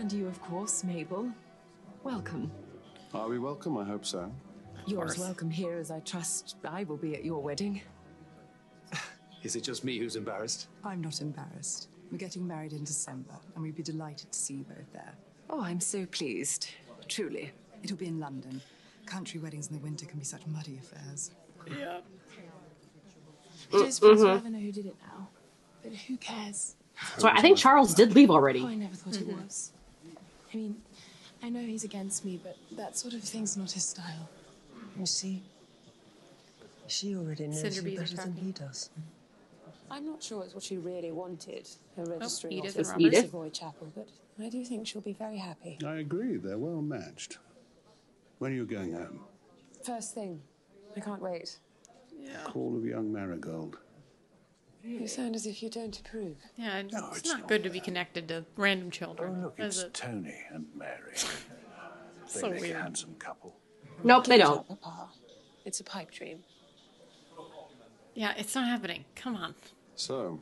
Speaker 8: And you, of course, Mabel. Welcome.
Speaker 11: Are we welcome? I hope so.
Speaker 8: You're as welcome here as I trust I will be at your wedding.
Speaker 14: Is it just me who's embarrassed?
Speaker 10: I'm not embarrassed. We're getting married in December, and we'd be delighted to see you both there.
Speaker 8: Oh, I'm so pleased. Truly.
Speaker 10: It'll be in London. Country weddings in the winter can be such muddy affairs.
Speaker 2: Yeah. Mm-hmm.
Speaker 9: It is possible I don't know who did it now, but who cares?
Speaker 1: So I think Charles did leave
Speaker 9: Oh, I
Speaker 1: already.
Speaker 9: never thought it was. I mean, I know he's against me, but that sort of thing's not his style.
Speaker 4: You see, she already knows
Speaker 9: Cinder
Speaker 4: you
Speaker 9: bees are
Speaker 4: better than
Speaker 9: talking.
Speaker 4: he does.
Speaker 9: I'm not sure it's what she really wanted, her registering
Speaker 2: Edith
Speaker 9: office
Speaker 2: and Robert. Edith.
Speaker 9: Savoy Chapel, but I do think she'll be very happy.
Speaker 11: I agree. They're well matched. When are you going home?
Speaker 9: First thing, I can't wait.
Speaker 11: Call of young marigold.
Speaker 9: You sound as if you don't approve.
Speaker 2: Yeah, it's, it's not, good to be connected to random
Speaker 1: Oh,
Speaker 2: children.
Speaker 11: Look,
Speaker 2: is
Speaker 11: it's
Speaker 2: it?
Speaker 11: Tony and Mary. they
Speaker 2: So
Speaker 11: make
Speaker 2: weird.
Speaker 11: a handsome couple.
Speaker 1: Nope, they
Speaker 9: Please
Speaker 1: don't.
Speaker 9: not, Papa. It's a pipe dream.
Speaker 2: Yeah, it's not happening. Come on.
Speaker 11: So,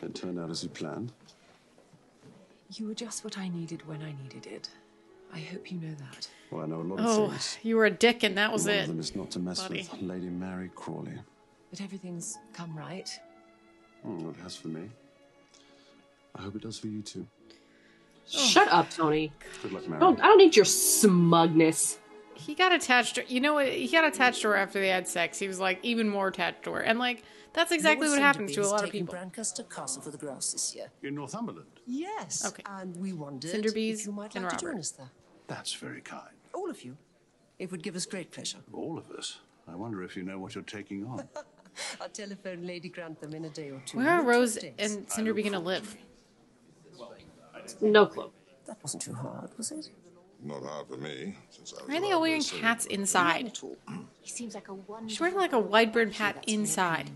Speaker 11: it turned out as you planned.
Speaker 8: You were just what I needed when I needed it. I hope you know that.
Speaker 11: Well, I know a lot of
Speaker 2: Oh,
Speaker 11: things.
Speaker 2: you were a dick, and that was
Speaker 11: One
Speaker 2: it.
Speaker 11: of them is not to mess
Speaker 2: buddy.
Speaker 11: with Lady Mary Crawley.
Speaker 8: But everything's come right.
Speaker 14: Oh,
Speaker 11: Mm, it has for me. I hope it does for you too.
Speaker 2: Oh.
Speaker 1: Shut up, Tony.
Speaker 11: Good luck,
Speaker 1: I
Speaker 11: Mary.
Speaker 1: don't I don't need your smugness.
Speaker 2: He got attached. To, you know what? He got attached to her after they had sex. He was like even more attached to her, and like that's exactly what happens to a lot of people.
Speaker 12: Brancaster Castle for the grouse this year.
Speaker 11: In Northumberland.
Speaker 12: Yes.
Speaker 2: Okay.
Speaker 12: And we wondered
Speaker 2: Cinder bees
Speaker 12: if you might
Speaker 2: and
Speaker 12: like to join
Speaker 2: Robert.
Speaker 12: us there.
Speaker 11: That's very kind.
Speaker 12: All of you. It would give us great pleasure.
Speaker 11: All of us. I wonder if you know what you're taking on.
Speaker 12: I'll telephone Lady Grantham in a day or two.
Speaker 2: Where are
Speaker 12: Not
Speaker 2: Rose
Speaker 12: days.
Speaker 2: and Cinderby gonna live?
Speaker 1: No clue.
Speaker 12: That wasn't too hard, was it?
Speaker 24: Not hard for me, since I was
Speaker 2: Why are they
Speaker 24: allowed no
Speaker 2: all wearing
Speaker 24: silver.
Speaker 2: cats inside?
Speaker 12: He seems like a one.
Speaker 2: She's wearing like a wide brimmed hat inside.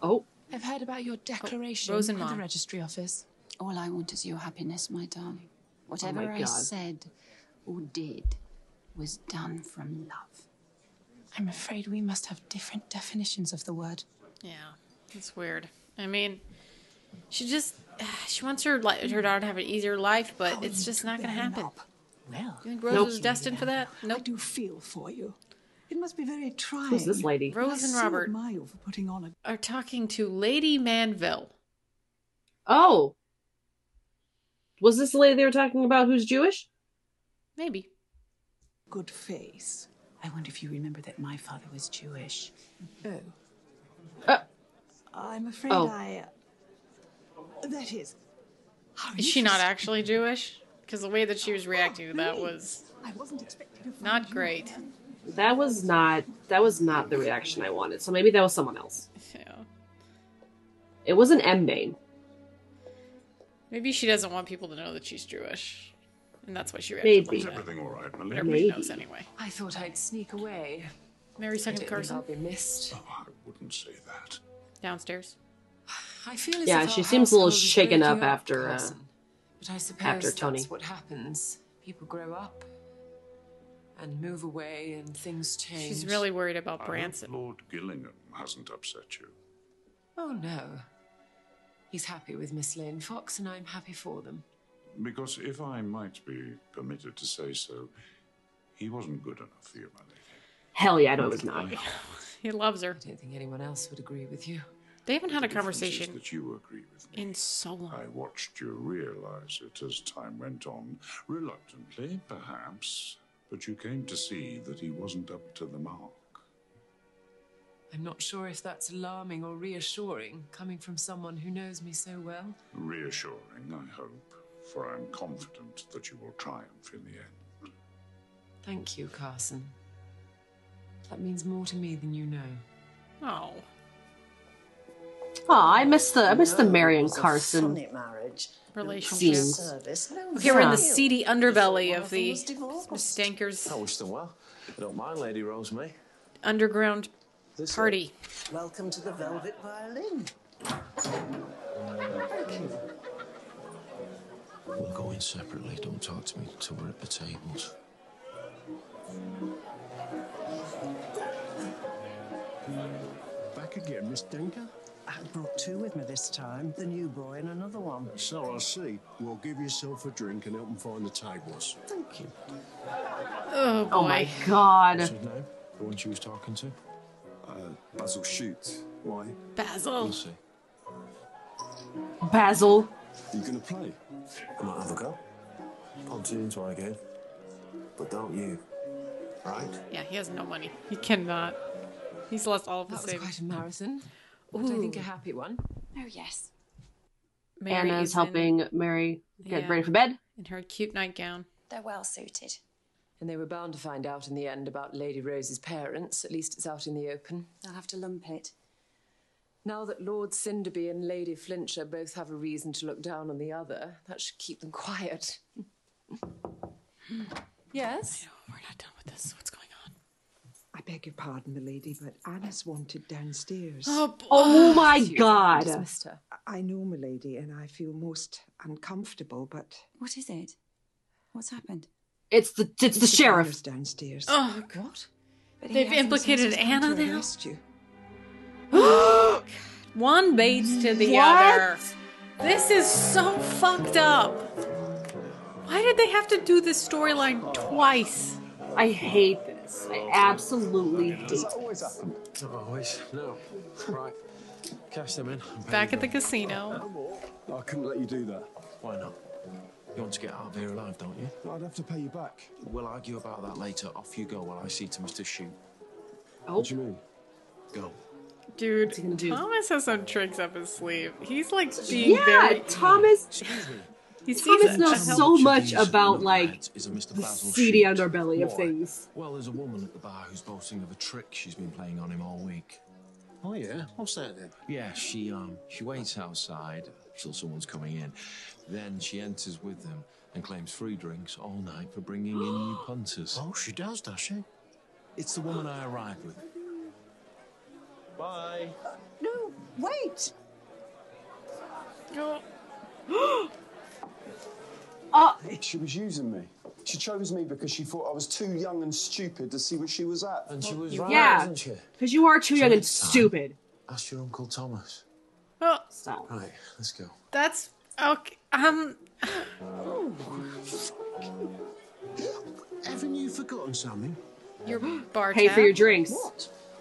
Speaker 1: Oh,
Speaker 9: I've heard about your declaration
Speaker 2: Rose and
Speaker 9: at the
Speaker 2: Mom.
Speaker 9: registry office.
Speaker 16: All I want is your happiness, my darling.
Speaker 1: Oh,
Speaker 16: Whatever
Speaker 9: Oh my
Speaker 16: I
Speaker 9: God.
Speaker 16: said or did was done from love.
Speaker 9: I'm afraid we must have different definitions of the word.
Speaker 2: Yeah, it's weird. I mean, she just she wants her li- her daughter to have an easier life, but it's just not gonna happen.
Speaker 12: Well,
Speaker 2: you think Rose
Speaker 1: Nope.
Speaker 2: was destined for that?
Speaker 17: I do feel for you. It must be very trying.
Speaker 1: Who's this lady?
Speaker 2: Rose and
Speaker 17: I so
Speaker 2: Robert.
Speaker 17: admire you for putting on a
Speaker 2: Are talking to Lady Manville.
Speaker 1: Oh. Was this the lady they were talking about who's Jewish?
Speaker 2: Maybe.
Speaker 17: good face. I wonder if you remember that my father was Jewish. Oh.
Speaker 10: Oh.
Speaker 1: Uh.
Speaker 17: I'm afraid
Speaker 2: Oh.
Speaker 17: I. That is. How
Speaker 2: Is she not
Speaker 17: interesting.
Speaker 2: actually Jewish? Because the way that she was reacting to that was
Speaker 17: I wasn't expecting to find
Speaker 2: not
Speaker 17: you.
Speaker 2: great.
Speaker 1: That was not that was not the reaction I wanted. So maybe that was someone else.
Speaker 2: Yeah.
Speaker 1: It was an M name.
Speaker 2: Maybe she doesn't want people to know that she's Jewish, and that's why she reacted.
Speaker 1: Maybe.
Speaker 2: Like that.
Speaker 3: Everything all right, my
Speaker 2: But
Speaker 3: lady?
Speaker 2: everybody knows anyway.
Speaker 8: I thought I'd sneak away.
Speaker 2: Mary
Speaker 8: I don't
Speaker 2: second
Speaker 8: think
Speaker 2: Carson
Speaker 8: I'll be missed.
Speaker 3: Oh, I wouldn't say that.
Speaker 2: downstairs.
Speaker 8: I feel as
Speaker 1: Yeah,
Speaker 8: if
Speaker 1: she
Speaker 8: our
Speaker 1: seems a little
Speaker 8: household is
Speaker 1: shaken up
Speaker 8: breaking
Speaker 1: after, uh,
Speaker 8: Carson. but I suppose
Speaker 1: after Tony.
Speaker 8: that's what happens. People grow up and move away, and things change. Uh-huh.
Speaker 2: She's really worried
Speaker 3: I
Speaker 2: about
Speaker 3: hope
Speaker 2: Branson.
Speaker 3: Lord Gillingham hasn't upset you.
Speaker 8: Oh no. He's happy with Miss Lane Fox, and I'm happy for them.
Speaker 3: Because if I might be permitted to say so, he wasn't good enough for you, my lady.
Speaker 1: Hell yeah, I know it was not.
Speaker 2: He loves her.
Speaker 8: I don't think anyone else would agree with you.
Speaker 2: They haven't had
Speaker 3: The
Speaker 2: a
Speaker 3: difference is
Speaker 2: conversation
Speaker 3: that you agree with me.
Speaker 2: in so long.
Speaker 3: I watched you realize it as time went on, reluctantly, perhaps, but you came to see that he wasn't up to the mark.
Speaker 8: I'm not sure if that's alarming or reassuring coming from someone who knows me so well.
Speaker 3: Reassuring, I hope, for I'm confident that you will triumph in the end.
Speaker 8: Thank you, Carson. That means more to me than you know.
Speaker 2: Oh.
Speaker 1: Aw, I miss the I miss the
Speaker 7: No,
Speaker 1: Mary
Speaker 7: it
Speaker 1: and
Speaker 7: was a
Speaker 1: Carson.
Speaker 7: funny marriage.
Speaker 2: Relationship.
Speaker 7: Service. No
Speaker 2: Okay, we're in the
Speaker 7: value.
Speaker 2: seedy underbelly
Speaker 7: One
Speaker 2: of
Speaker 7: them
Speaker 2: the
Speaker 7: was divorced.
Speaker 2: Stankers
Speaker 7: Oh.
Speaker 6: I wish them well. I don't mind Lady Rosemary.
Speaker 2: underground party.
Speaker 7: Welcome to the Velvet Violin.
Speaker 22: We'll go in separately. Don't talk to me until we're at the tables.
Speaker 19: Back again, Miss Denker? I brought two with me this time the new boy and another one. So I see. Well, give yourself a drink and help them find the tables. Thank you.
Speaker 2: Oh, boy.
Speaker 1: God.
Speaker 22: What's his name? The one she was talking to? Uh, Basil Shoot. Why?
Speaker 2: Basil.
Speaker 22: see.
Speaker 1: Basil.
Speaker 22: Are you going to play? I might have a go. Pontoons, I again. But don't you. Right?
Speaker 2: Yeah, he has no money. He cannot. He's lost all of his
Speaker 8: That was
Speaker 2: savings.
Speaker 8: quite a marathon. But I think a
Speaker 2: Ooh.
Speaker 8: happy one.
Speaker 2: Oh yes.
Speaker 1: Anna's
Speaker 2: is in-
Speaker 1: helping Mary get
Speaker 2: Yeah.
Speaker 1: ready for bed.
Speaker 2: in her cute nightgown.
Speaker 8: They're well suited. And they were bound to find out in the end about Lady Rose's parents. At least it's out in the open. They'll have to lump it. Now that Lord Cinderby and Lady Flincher both have a reason to look down on the other, that should keep them quiet. yes?
Speaker 2: we're not done with this. What's going on?
Speaker 5: I beg your pardon, milady, but Anna's wanted downstairs.
Speaker 2: Oh, b-
Speaker 1: Oh, my
Speaker 5: Excuse me,
Speaker 1: God.
Speaker 5: just
Speaker 1: Missed
Speaker 8: her.
Speaker 5: I know, milady, and I feel most uncomfortable, but
Speaker 16: What is it? What's happened?
Speaker 1: It's the it's the sheriff.
Speaker 5: downstairs.
Speaker 2: Oh,
Speaker 16: what?
Speaker 2: They've implicated Anna now?
Speaker 5: You.
Speaker 2: One baits to the
Speaker 5: What?
Speaker 2: other. This is so fucked up. Why did they have to do this storyline twice?
Speaker 1: I hate this. I absolutely hate this.
Speaker 22: Not always. No. Right. Cash them in. and pay
Speaker 2: Back
Speaker 22: them
Speaker 2: at the
Speaker 22: back.
Speaker 2: casino.
Speaker 22: I couldn't let you do that. Why not? You want to get out of here alive, don't you? I'd have to pay you back. We'll argue about that later. Off you go while I see to Mr. Shoot.
Speaker 1: Oh.
Speaker 22: What do you mean? Go.
Speaker 2: Dude,
Speaker 1: do?
Speaker 2: Thomas has some tricks up his sleeve. He's like being
Speaker 1: Yeah,
Speaker 2: very.
Speaker 1: Thomas.
Speaker 2: He sees
Speaker 1: Thomas
Speaker 2: a-
Speaker 1: knows
Speaker 2: a
Speaker 1: so
Speaker 2: help-
Speaker 1: much about like
Speaker 22: Is a Mr.
Speaker 1: the
Speaker 22: Basil
Speaker 1: seedy
Speaker 22: Shute.
Speaker 1: underbelly of
Speaker 22: Why?
Speaker 1: things.
Speaker 22: Well, there's a woman at the bar who's boasting of a trick she's been playing on him all week. Oh yeah, what's that then? Yeah, she um she waits outside uh, till someone's coming in, then she enters with them and claims free drinks all night for bringing in new punters. Oh, she does, does she? It's the woman I arrived with. Bye.
Speaker 19: No, wait.
Speaker 2: Uh,
Speaker 14: She was using me. She chose me because she thought I was too young and stupid to see what she was at.
Speaker 22: And she was
Speaker 1: you-
Speaker 22: right,
Speaker 1: yeah.
Speaker 22: wasn't she?
Speaker 1: Because you are too young and
Speaker 22: next time-
Speaker 1: stupid.
Speaker 22: Ask your uncle Thomas.
Speaker 2: Oh,
Speaker 22: Right, let's go.
Speaker 2: that's okay. Um,
Speaker 22: Haven't you forgotten something?
Speaker 2: your bar
Speaker 1: Pay for your
Speaker 2: tab?
Speaker 1: drinks.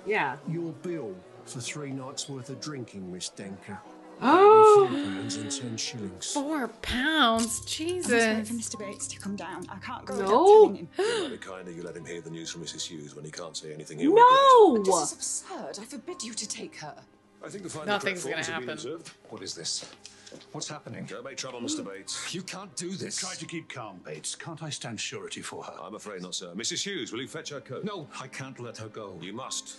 Speaker 1: Yeah.
Speaker 19: Your bill for three nights' worth of drinking, Miss Denker.
Speaker 2: Oh.
Speaker 19: Four pounds and ten shillings.
Speaker 2: Four pounds.
Speaker 16: I must wait for
Speaker 2: Jesus.
Speaker 16: Mr. Bates to come down. I can't go without
Speaker 2: No.
Speaker 16: telling him.
Speaker 22: You're the kind of you let him hear the news from Mrs. Hughes when he can't say anything. He'll
Speaker 8: But
Speaker 22: regret.
Speaker 8: This is absurd. I forbid you to take her.
Speaker 22: I think the final
Speaker 8: Nothing's
Speaker 22: threat forms
Speaker 8: gonna
Speaker 22: have been
Speaker 8: happen.
Speaker 22: observed. What is this? What's happening? Don't make trouble, Mr. Bates. You can't do this.
Speaker 31: Try to keep calm, Bates. Can't I stand surety for her?
Speaker 22: I'm afraid not, sir. Mrs. Hughes, will you fetch her coat?
Speaker 31: No, I can't let her go.
Speaker 22: You must.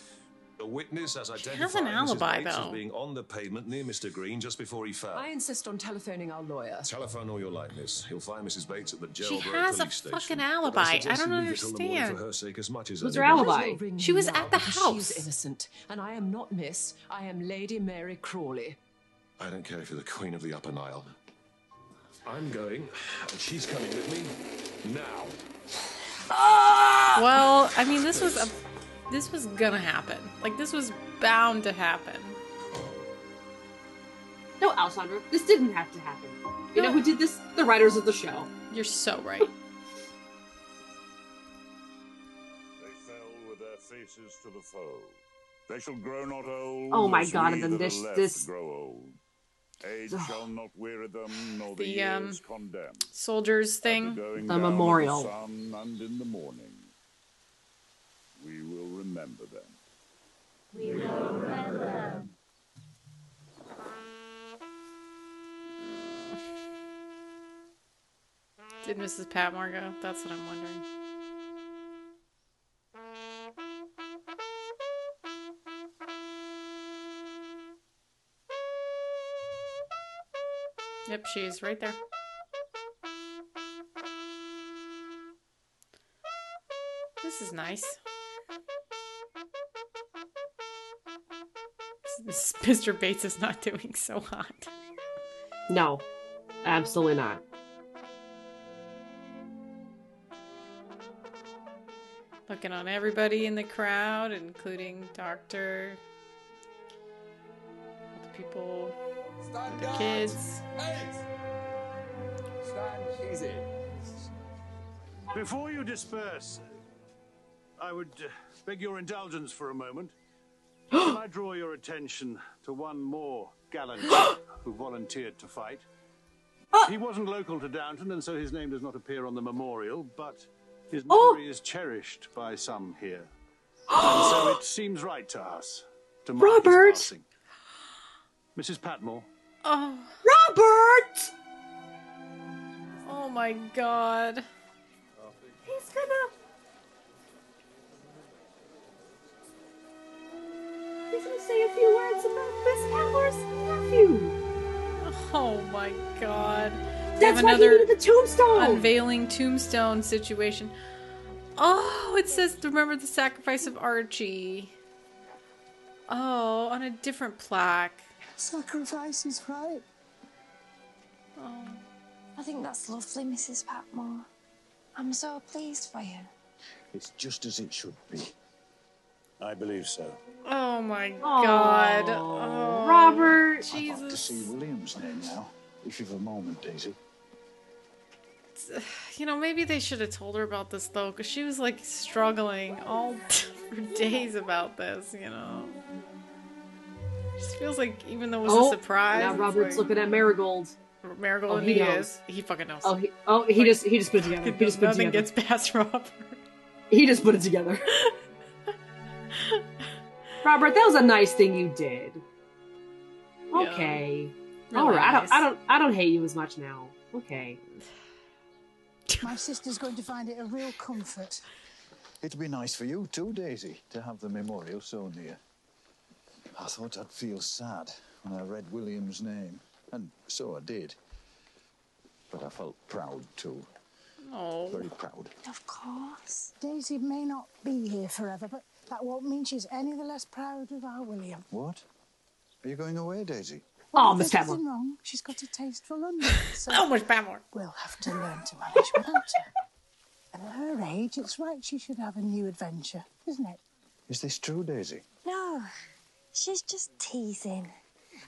Speaker 22: The witness has identified
Speaker 8: has an alibi,
Speaker 22: Mrs. Bates
Speaker 8: though.
Speaker 22: as being on the pavement near Mr. Green just before he fell.
Speaker 8: I insist on telephoning our lawyer.
Speaker 22: Telephone all your likeness. You'll find Mrs. Bates at the
Speaker 2: She
Speaker 22: Gerald Road
Speaker 2: has a
Speaker 22: police station.
Speaker 2: fucking
Speaker 22: But
Speaker 2: alibi. I
Speaker 22: suggest
Speaker 2: don't
Speaker 22: you leave it till the morning
Speaker 2: understand.
Speaker 22: For her sake, as much as
Speaker 1: What's her
Speaker 22: anyone.
Speaker 1: alibi?
Speaker 8: Ring
Speaker 1: She was
Speaker 8: now
Speaker 1: at the
Speaker 8: because
Speaker 1: house.
Speaker 8: She's innocent, and I am not Miss. I am Lady Mary Crawley.
Speaker 22: I don't care if you're the queen of the Upper Nile. I'm going, and she's coming with me now.
Speaker 2: Well, I mean, this was a, this was gonna happen. Like this was bound to happen.
Speaker 1: No, Alessandra, this didn't have to happen. You know who did this? The writers of the show.
Speaker 2: You're so right.
Speaker 3: They fell with their faces to the foe, They shall grow not old.
Speaker 1: Oh my
Speaker 3: as we
Speaker 1: God, and then
Speaker 3: that are
Speaker 1: this-
Speaker 3: left
Speaker 1: this-
Speaker 3: grow old. Age shall not weary them, nor the,
Speaker 2: The, um,
Speaker 3: years condemn.
Speaker 2: Soldiers
Speaker 3: At
Speaker 2: thing.
Speaker 3: going
Speaker 1: The
Speaker 3: down of
Speaker 1: Mm-hmm. memorial.
Speaker 3: sun and in the morning, we will remember them.
Speaker 2: Did Mrs. Patmore go? That's what I'm wondering. Yep, she's right there. This is nice. This- Mr. Bates is not doing so hot.
Speaker 1: No, absolutely not.
Speaker 2: Looking on everybody in the crowd, including Doctor, all the people, the kids.
Speaker 11: Easy. Before you disperse, I would uh, beg your indulgence for a moment. Can I draw your attention to one more gallant who volunteered to fight?
Speaker 1: Ah!
Speaker 11: He wasn't local to Downton, and so his name does not appear on the memorial, but his
Speaker 1: Oh!
Speaker 11: memory is cherished by some here. and so it seems right to us to mark his
Speaker 1: Robert!
Speaker 11: passing. Mrs. Patmore,
Speaker 2: Oh.
Speaker 1: Robert!
Speaker 2: Oh my god.
Speaker 7: He's gonna.
Speaker 1: He's gonna say a few words about Miss Patmore's nephew.
Speaker 2: Oh my god. We
Speaker 1: That's
Speaker 2: have
Speaker 1: why he
Speaker 2: another
Speaker 1: needed the tombstone.
Speaker 2: Unveiling tombstone situation. Oh, it says remember the sacrifice of Archie. Oh, on a different plaque.
Speaker 9: Sacrifice is right.
Speaker 2: Oh.
Speaker 7: I think that's lovely, Mrs. Patmore. I'm so pleased for you.
Speaker 13: It's just as it should be. I believe so.
Speaker 2: Oh my god. Oh,
Speaker 1: Robert.
Speaker 2: Jesus.
Speaker 13: To see William's name now, if you've a moment, Daisy.
Speaker 2: You know, maybe they should have told her about this though, because she was like struggling all for days about this, you know. Just feels like even though it was
Speaker 1: oh,
Speaker 2: a surprise.
Speaker 1: Now
Speaker 2: it's
Speaker 1: Robert's
Speaker 2: like-
Speaker 1: looking at Marigold.
Speaker 2: Marigold
Speaker 1: Oh,
Speaker 2: and
Speaker 1: he
Speaker 2: he
Speaker 1: knows.
Speaker 2: is. He fucking knows.
Speaker 1: Oh, he, oh, he just he just put it together. He just put
Speaker 2: Nothing
Speaker 1: it together.
Speaker 2: gets past Robert.
Speaker 1: He just put it together. Robert, that was a nice thing you did. Okay.
Speaker 9: Really
Speaker 1: All right.
Speaker 9: nice.
Speaker 1: I, don't, I don't I don't hate you as much now. Okay.
Speaker 6: My sister's going to find it a real comfort.
Speaker 13: It'd be nice for you too, Daisy, to have the memorial so near. I thought I'd feel sad when I read William's name, and so I did. But I felt proud too.
Speaker 2: Oh.
Speaker 13: Very proud.
Speaker 6: Of course. Daisy may not be here forever, but that won't mean she's any the less proud of our William.
Speaker 13: What? Are you going away, Daisy?
Speaker 6: Well, there's nothing wrong. She's got a taste for London. So
Speaker 2: oh, much Patmore.
Speaker 6: We'll have to learn to manage without her. And at her age, it's right she should have a new adventure, isn't it?
Speaker 13: Is this true, Daisy?
Speaker 7: No, she's just teasing.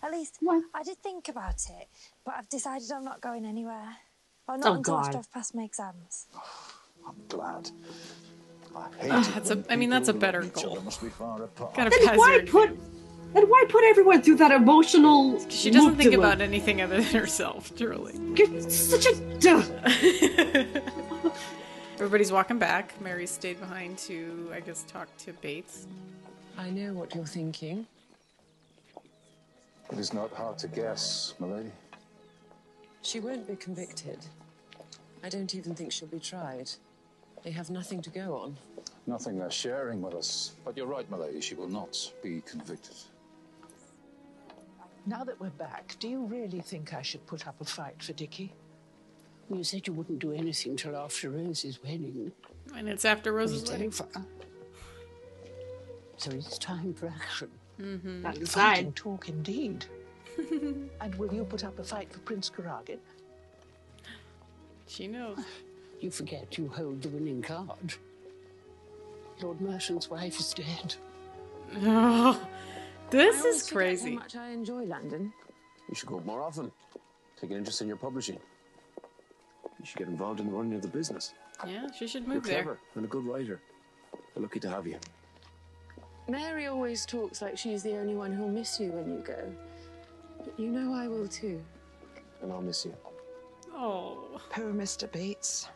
Speaker 7: At least I did think about it, but I've decided I'm not going anywhere. Or not
Speaker 13: Oh,
Speaker 7: until
Speaker 13: God.
Speaker 7: after I've passed my exams.
Speaker 13: Glad. I hate
Speaker 2: Ugh,
Speaker 13: it
Speaker 2: that's a-
Speaker 13: when
Speaker 2: I mean, that's a
Speaker 13: people
Speaker 2: better
Speaker 13: love each
Speaker 2: goal.
Speaker 13: other must be far apart.
Speaker 2: Gotta
Speaker 1: Then why put then why put everyone through that emotional?
Speaker 2: She doesn't think about anything other than herself, truly.
Speaker 1: Such a.
Speaker 2: Everybody's walking back. Mary stayed behind to, I guess, talk to Bates.
Speaker 8: I know what you're thinking.
Speaker 13: It is not hard to guess, my lady.
Speaker 8: She won't be convicted. I don't even think she'll be tried. They have nothing to go on.
Speaker 13: Nothing they're sharing with us. But you're right, my lady, she will not be convicted.
Speaker 10: Now that we're back, do you really think I should put up a fight for Dickie?
Speaker 23: You said you wouldn't do anything till after Rose's wedding.
Speaker 2: And it's after Rose's
Speaker 23: It's
Speaker 2: wedding.
Speaker 23: over. So it's time for action.
Speaker 2: Mm-hmm.
Speaker 10: Fighting talk indeed. and will you put up a fight for Prince Karagin?
Speaker 2: She knows.
Speaker 23: You forget you hold the winning card. Lord Merchant's wife is dead.
Speaker 2: This
Speaker 23: is
Speaker 9: How much I enjoy London.
Speaker 12: You should go more often. Take an interest in your publishing. You should get involved in the running of the business.
Speaker 2: Yeah, she should
Speaker 12: You're
Speaker 2: move there.
Speaker 12: clever and a good writer. They're lucky to have you.
Speaker 9: Mary always talks like she's the only one who'll miss you when you go. But you know I will too.
Speaker 19: And I'll miss you.
Speaker 2: Oh.
Speaker 5: Poor Mr. Bates.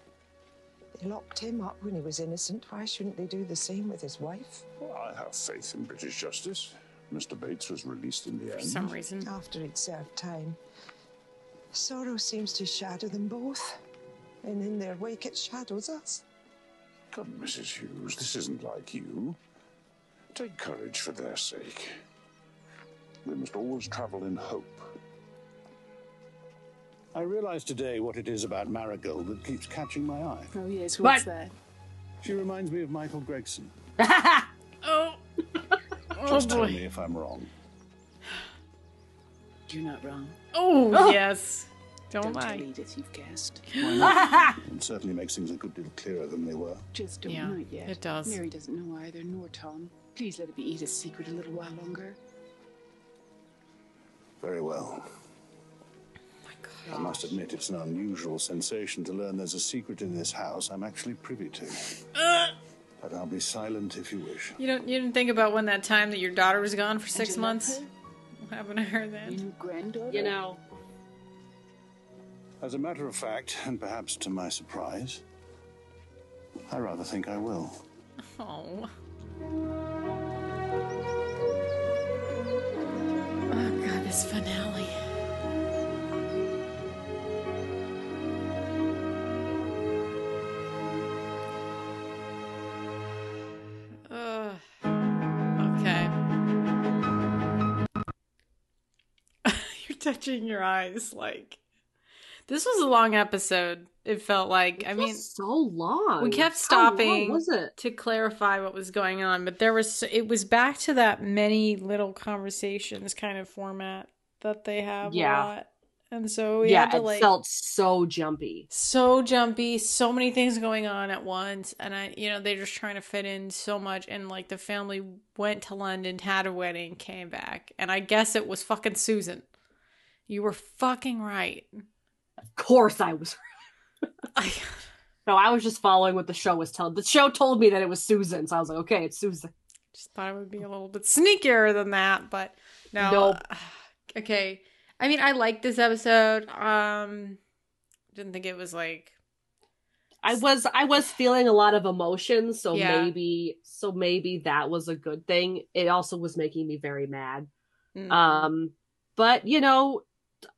Speaker 5: They locked him up when he was innocent. Why shouldn't they do the same with his wife?
Speaker 3: Well, I have faith in British justice. Mr. Bates was released in the end.
Speaker 5: After he'd served time. Sorrow seems to shadow them both. And in their wake, it shadows us.
Speaker 3: Come, Mrs. Hughes, this isn't like you. Take courage for their sake. We must always travel in hope.
Speaker 31: I realised today what it is about Marigold that keeps catching my eye.
Speaker 15: Oh, yes,
Speaker 31: What?
Speaker 15: what's there?
Speaker 31: She reminds me of Michael Gregson.
Speaker 2: Oh.
Speaker 31: Just tell me if I'm wrong.
Speaker 15: You're not wrong.
Speaker 2: Oh,
Speaker 15: Oh.
Speaker 2: yes. Don't,
Speaker 15: Don't
Speaker 2: lie.
Speaker 15: tell Edith you've guessed.
Speaker 31: Why not? it certainly makes things a good deal clearer than they were.
Speaker 15: Just don't
Speaker 31: Yeah,
Speaker 15: know it yet.
Speaker 31: it does.
Speaker 15: Mary doesn't know either, nor Tom. Please let it be Edith's secret a little while longer.
Speaker 31: Very well. I must admit it's an unusual sensation to learn there's a secret in this house I'm actually privy to. but I'll be silent if you wish.
Speaker 2: You don't. You didn't think about when that time that your daughter was gone for six months. What happened to her then?
Speaker 15: granddaughter.
Speaker 1: You know.
Speaker 31: As a matter of fact, and perhaps to my surprise, I rather think I will.
Speaker 2: Oh. Oh god, this finale. Ugh. Okay. You're touching your eyes like this was a long episode. It felt like I mean
Speaker 1: so long.
Speaker 2: we kept
Speaker 1: How long
Speaker 2: stopping
Speaker 1: Oh, was it?
Speaker 2: to clarify what was going on, but there was it was back to that many little conversations kind of format that they have a
Speaker 1: Yeah.
Speaker 2: lot. And so we
Speaker 1: yeah,
Speaker 2: had to
Speaker 1: it
Speaker 2: like
Speaker 1: felt so jumpy.
Speaker 2: so jumpy, so many things going on at once, and I you know, they're just trying to fit in so much and like the family went to London, had a wedding, came back, and I guess it was fucking Susan. You were fucking right.
Speaker 1: Of course, I was. no, I was just following what the show was telling. The show told me that it was Susan, so I was like, okay, it's Susan.
Speaker 2: Just thought it would be a little bit sneakier than that, but no. Okay. I mean, I liked this episode. Um didn't think it was like
Speaker 1: I was I was feeling a lot of emotion, so
Speaker 2: Yeah.
Speaker 1: maybe so maybe that was a good thing. It also was making me very mad.
Speaker 2: Mm.
Speaker 1: Um, but you know, t-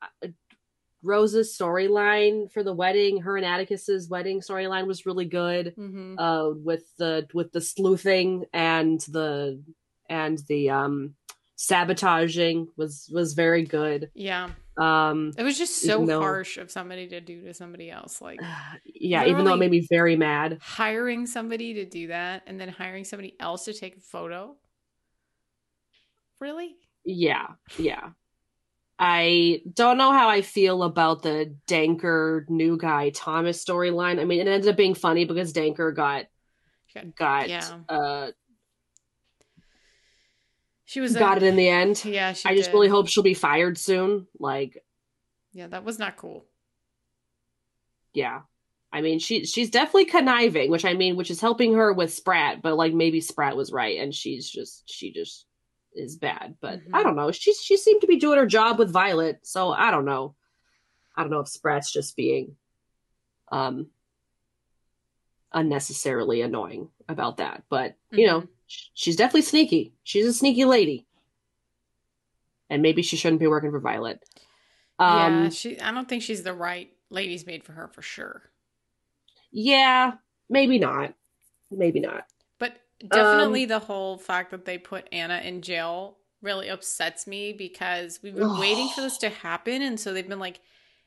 Speaker 1: Rose's storyline for the wedding, her and Atticus's wedding storyline was really good.
Speaker 2: Mhm.
Speaker 1: Uh, with the with the sleuthing and the and the um sabotaging was was very good.
Speaker 2: yeah.
Speaker 1: Um,
Speaker 2: It was just so
Speaker 1: even though-
Speaker 2: harsh of somebody to do to somebody else. Like
Speaker 1: Yeah, even though it
Speaker 2: literally
Speaker 1: made me very mad.
Speaker 2: hiring somebody to do that and then hiring somebody else to take a photo. Really?
Speaker 1: Yeah, yeah. I don't know how I feel about the Danker new guy Thomas storyline. I mean, it ended up being funny because Danker got
Speaker 2: got,
Speaker 1: yeah.
Speaker 2: yeah.
Speaker 1: uh
Speaker 2: she was
Speaker 1: got
Speaker 2: a-
Speaker 1: it in the end.
Speaker 2: Yeah, she
Speaker 1: I just
Speaker 2: did.
Speaker 1: really hope she'll be fired soon. Like,
Speaker 2: Yeah, that was not cool.
Speaker 1: yeah. I mean, she she's definitely conniving, which I mean, which is helping her with Sprat, but like maybe Sprat was right and she's just she just is bad. But
Speaker 2: Mm-hmm.
Speaker 1: I don't know. She she seemed to be doing her job with Violet, so I don't know. I don't know if Sprat's just being um unnecessarily annoying about that, but you know,
Speaker 2: Mm-hmm.
Speaker 1: sh- she's definitely sneaky. She's a sneaky lady. And maybe she shouldn't be working for Violet. Um
Speaker 2: yeah, she I don't think she's the right ladies made for her for sure.
Speaker 1: yeah, maybe not. Maybe not.
Speaker 2: But
Speaker 1: Um,
Speaker 2: definitely the whole fact that they put Anna in jail really upsets me because we've been waiting for this to happen and so they've been like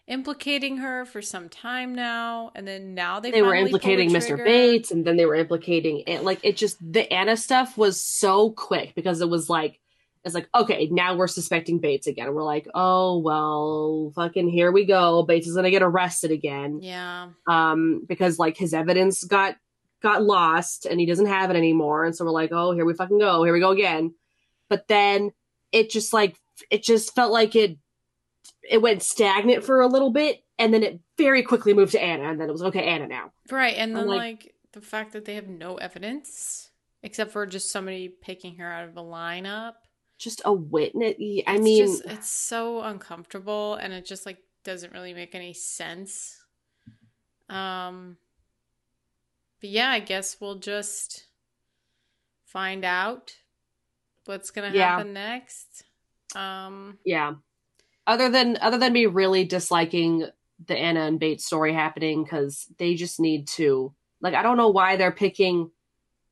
Speaker 2: implicating her for some time now and then now they
Speaker 1: they were
Speaker 2: finally pull the
Speaker 1: implicating Mr.
Speaker 2: trigger.
Speaker 1: Bates, and then they were implicating it. Like it just the Anna stuff was so quick because it was like it's like okay, now we're suspecting Bates again. We're like, oh well, fucking here we go. Bates is gonna get arrested again.
Speaker 2: Yeah.
Speaker 1: Um, because like his evidence got got lost and he doesn't have it anymore, and so we're like, oh, here we fucking go. Here we go again. But then it just like it just felt like it it went stagnant for a little bit and then it very quickly moved to Anna and then it was okay Anna now.
Speaker 2: Right, and
Speaker 1: I'm
Speaker 2: then
Speaker 1: like-
Speaker 2: like, the fact that they have no evidence. Except for just somebody picking her out of the lineup.
Speaker 1: Just a witness. y- I
Speaker 2: It's
Speaker 1: mean,
Speaker 2: just- it's so uncomfortable, and it just like doesn't really make any sense. Um, but yeah, I guess we'll just find out what's gonna
Speaker 1: Yeah.
Speaker 2: happen next. Um,
Speaker 1: yeah. Other than other than me really disliking the Anna and Bates story happening because they just need to like I don't know why they're picking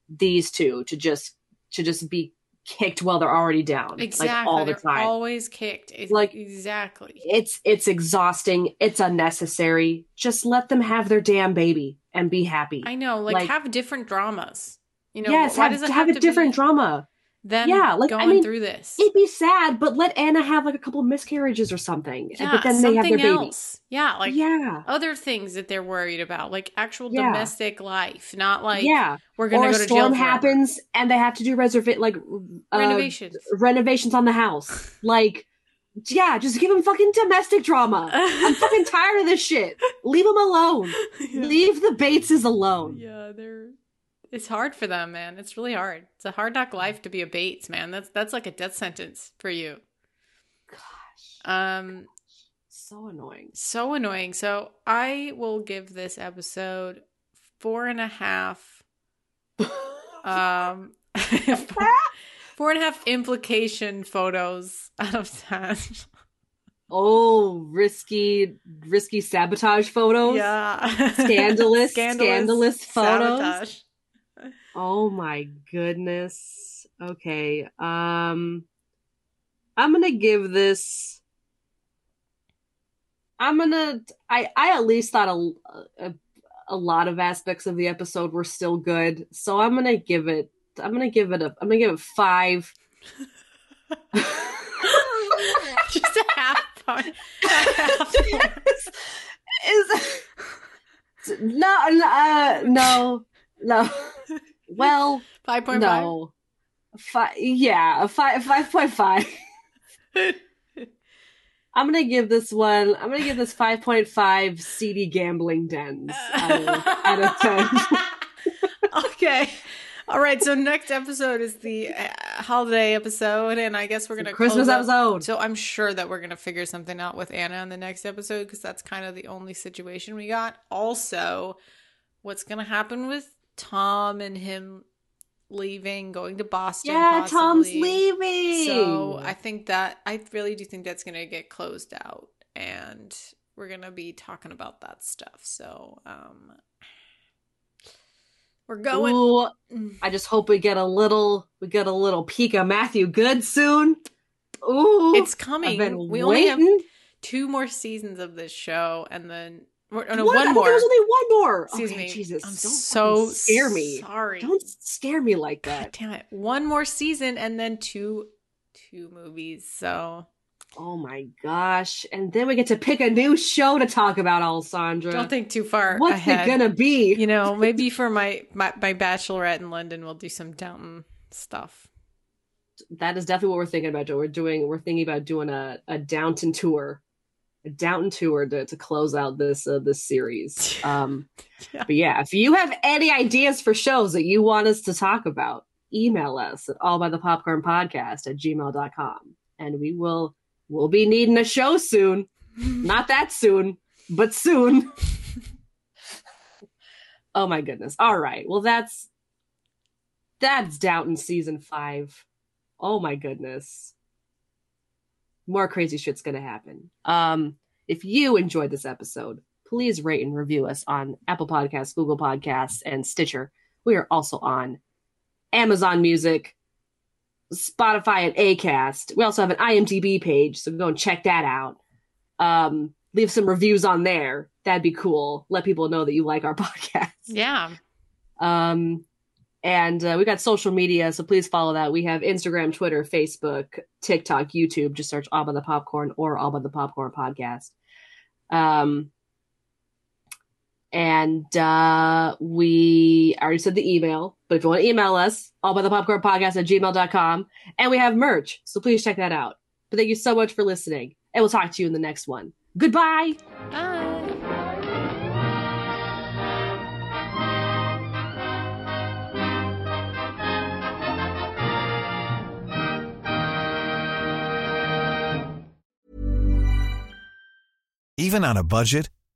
Speaker 1: these two to just to just be kicked while they're already down
Speaker 2: exactly,
Speaker 1: like all the
Speaker 2: they're
Speaker 1: time.
Speaker 2: always kicked. It's,
Speaker 1: Like-
Speaker 2: exactly.
Speaker 1: it's it's exhausting. It's unnecessary. Just let them have their damn baby and be happy.
Speaker 2: I know, like,
Speaker 1: Like-
Speaker 2: have different dramas. You know,
Speaker 1: yes,
Speaker 2: why
Speaker 1: have,
Speaker 2: does it
Speaker 1: have,
Speaker 2: have, to
Speaker 1: a different
Speaker 2: be
Speaker 1: drama.
Speaker 2: them
Speaker 1: yeah, like
Speaker 2: going
Speaker 1: I mean,
Speaker 2: through this?
Speaker 1: It'd be sad, but let Anna have like a couple miscarriages or something. eh,
Speaker 2: Yeah,
Speaker 1: but then they have
Speaker 2: something
Speaker 1: their baby.
Speaker 2: else. Yeah, like
Speaker 1: Yeah.
Speaker 2: other things that they're worried about, like actual
Speaker 1: Yeah.
Speaker 2: domestic life, not like
Speaker 1: yeah,
Speaker 2: we're gonna
Speaker 1: or
Speaker 2: go to
Speaker 1: a
Speaker 2: jail.
Speaker 1: storm
Speaker 2: forever.
Speaker 1: happens and they have to do reserva- like uh,
Speaker 2: Renovations.
Speaker 1: renovations on the house. Like, yeah, just give them fucking domestic drama. I'm fucking tired of this shit. Leave them alone. Leave the Bateses alone.
Speaker 2: Yeah, they're it's hard for them, man. It's really hard. It's a hard knock life to be a Bates, man. That's that's like a death sentence for you. Gosh. Um
Speaker 1: so annoying.
Speaker 2: So annoying. So I will give this episode four and a half um four, four and a half implication photos out of ten.
Speaker 1: Oh, risky, risky sabotage photos.
Speaker 2: Yeah. Scandalous
Speaker 1: Scandalous, scandalous, photos.
Speaker 2: sabotage.
Speaker 1: Oh my goodness. Okay. Um I'm going to give this I'm going to I I at least thought a, a a lot of aspects of the episode were still good. So I'm going to give it I'm going to give it a I'm going to give it 5
Speaker 2: Just a half part.
Speaker 1: is no no, uh, no no well
Speaker 2: 5.5?
Speaker 1: no five yeah a five five point five I'm gonna give this one I'm gonna give this five point five seedy gambling dens out of, out of ten
Speaker 2: okay. All right, so next episode is the uh, holiday episode, and I guess we're gonna
Speaker 1: Christmas
Speaker 2: close up-
Speaker 1: episode.
Speaker 2: So I'm sure that we're gonna figure something out with Anna in the next episode because that's kind of the only situation we got. Also, what's gonna happen with Tom and him leaving, going to Boston?
Speaker 1: Yeah, Tom's
Speaker 2: possibly.
Speaker 1: leaving.
Speaker 2: So I think that I really do think that's gonna get closed out, and we're gonna be talking about that stuff. So um, we're going.
Speaker 1: Ooh, I just hope we get a little we get a little peek of Matthew Good soon ooh
Speaker 2: It's
Speaker 1: I've
Speaker 2: coming.
Speaker 1: been
Speaker 2: we only
Speaker 1: waiting.
Speaker 2: have two more seasons of this show, and then or, oh, no,
Speaker 1: What?
Speaker 2: one
Speaker 1: I thought
Speaker 2: more.
Speaker 1: there was only one more.
Speaker 2: Excuse
Speaker 1: Okay,
Speaker 2: me.
Speaker 1: Jesus,
Speaker 2: I'm
Speaker 1: don't
Speaker 2: so
Speaker 1: fucking scare me.
Speaker 2: Sorry.
Speaker 1: Don't scare me like that.
Speaker 2: God damn it. One more season, and then two, two movies. So
Speaker 1: Oh my gosh. And then we get to pick a new show to talk about, Alessandra.
Speaker 2: don't think too far.
Speaker 1: What's
Speaker 2: ahead.
Speaker 1: it gonna be?
Speaker 2: You know, maybe for my, my my bachelorette in London, we'll do some Downton stuff.
Speaker 1: That is definitely what we're thinking about doing. We're doing we're thinking about doing a, a Downton tour. A Downton tour to, to close out this uh, this series. Um but yeah, if you have any ideas for shows that you want us to talk about, email us at all by the popcorn podcast at gmail.com and we will we'll be needing a show soon. Not that soon, but soon. Oh my goodness. All right. Well, that's that's Downton season five. Oh my goodness. More crazy shit's gonna happen. Um, if you enjoyed this episode, please rate and review us on Apple Podcasts, Google Podcasts, and Stitcher. We are also on Amazon Music, Spotify, and Acast. We also have an IMDb page, so go and check that out. Um, leave some reviews on there. That'd be cool. Let people know that you like our podcast.
Speaker 2: Yeah.
Speaker 1: Um, and uh, we got social media, so please follow that. We have Instagram, Twitter, Facebook, TikTok, YouTube. Just search All by the Popcorn or All by the Popcorn Podcast. Um, and uh, we I already said the email, but if you want to email us, all by the popcorn podcast at gmail.com. And we have merch, so please check that out. But thank you so much for listening, and we'll talk to you in the next one. Goodbye.
Speaker 2: Bye.
Speaker 32: Even on a budget,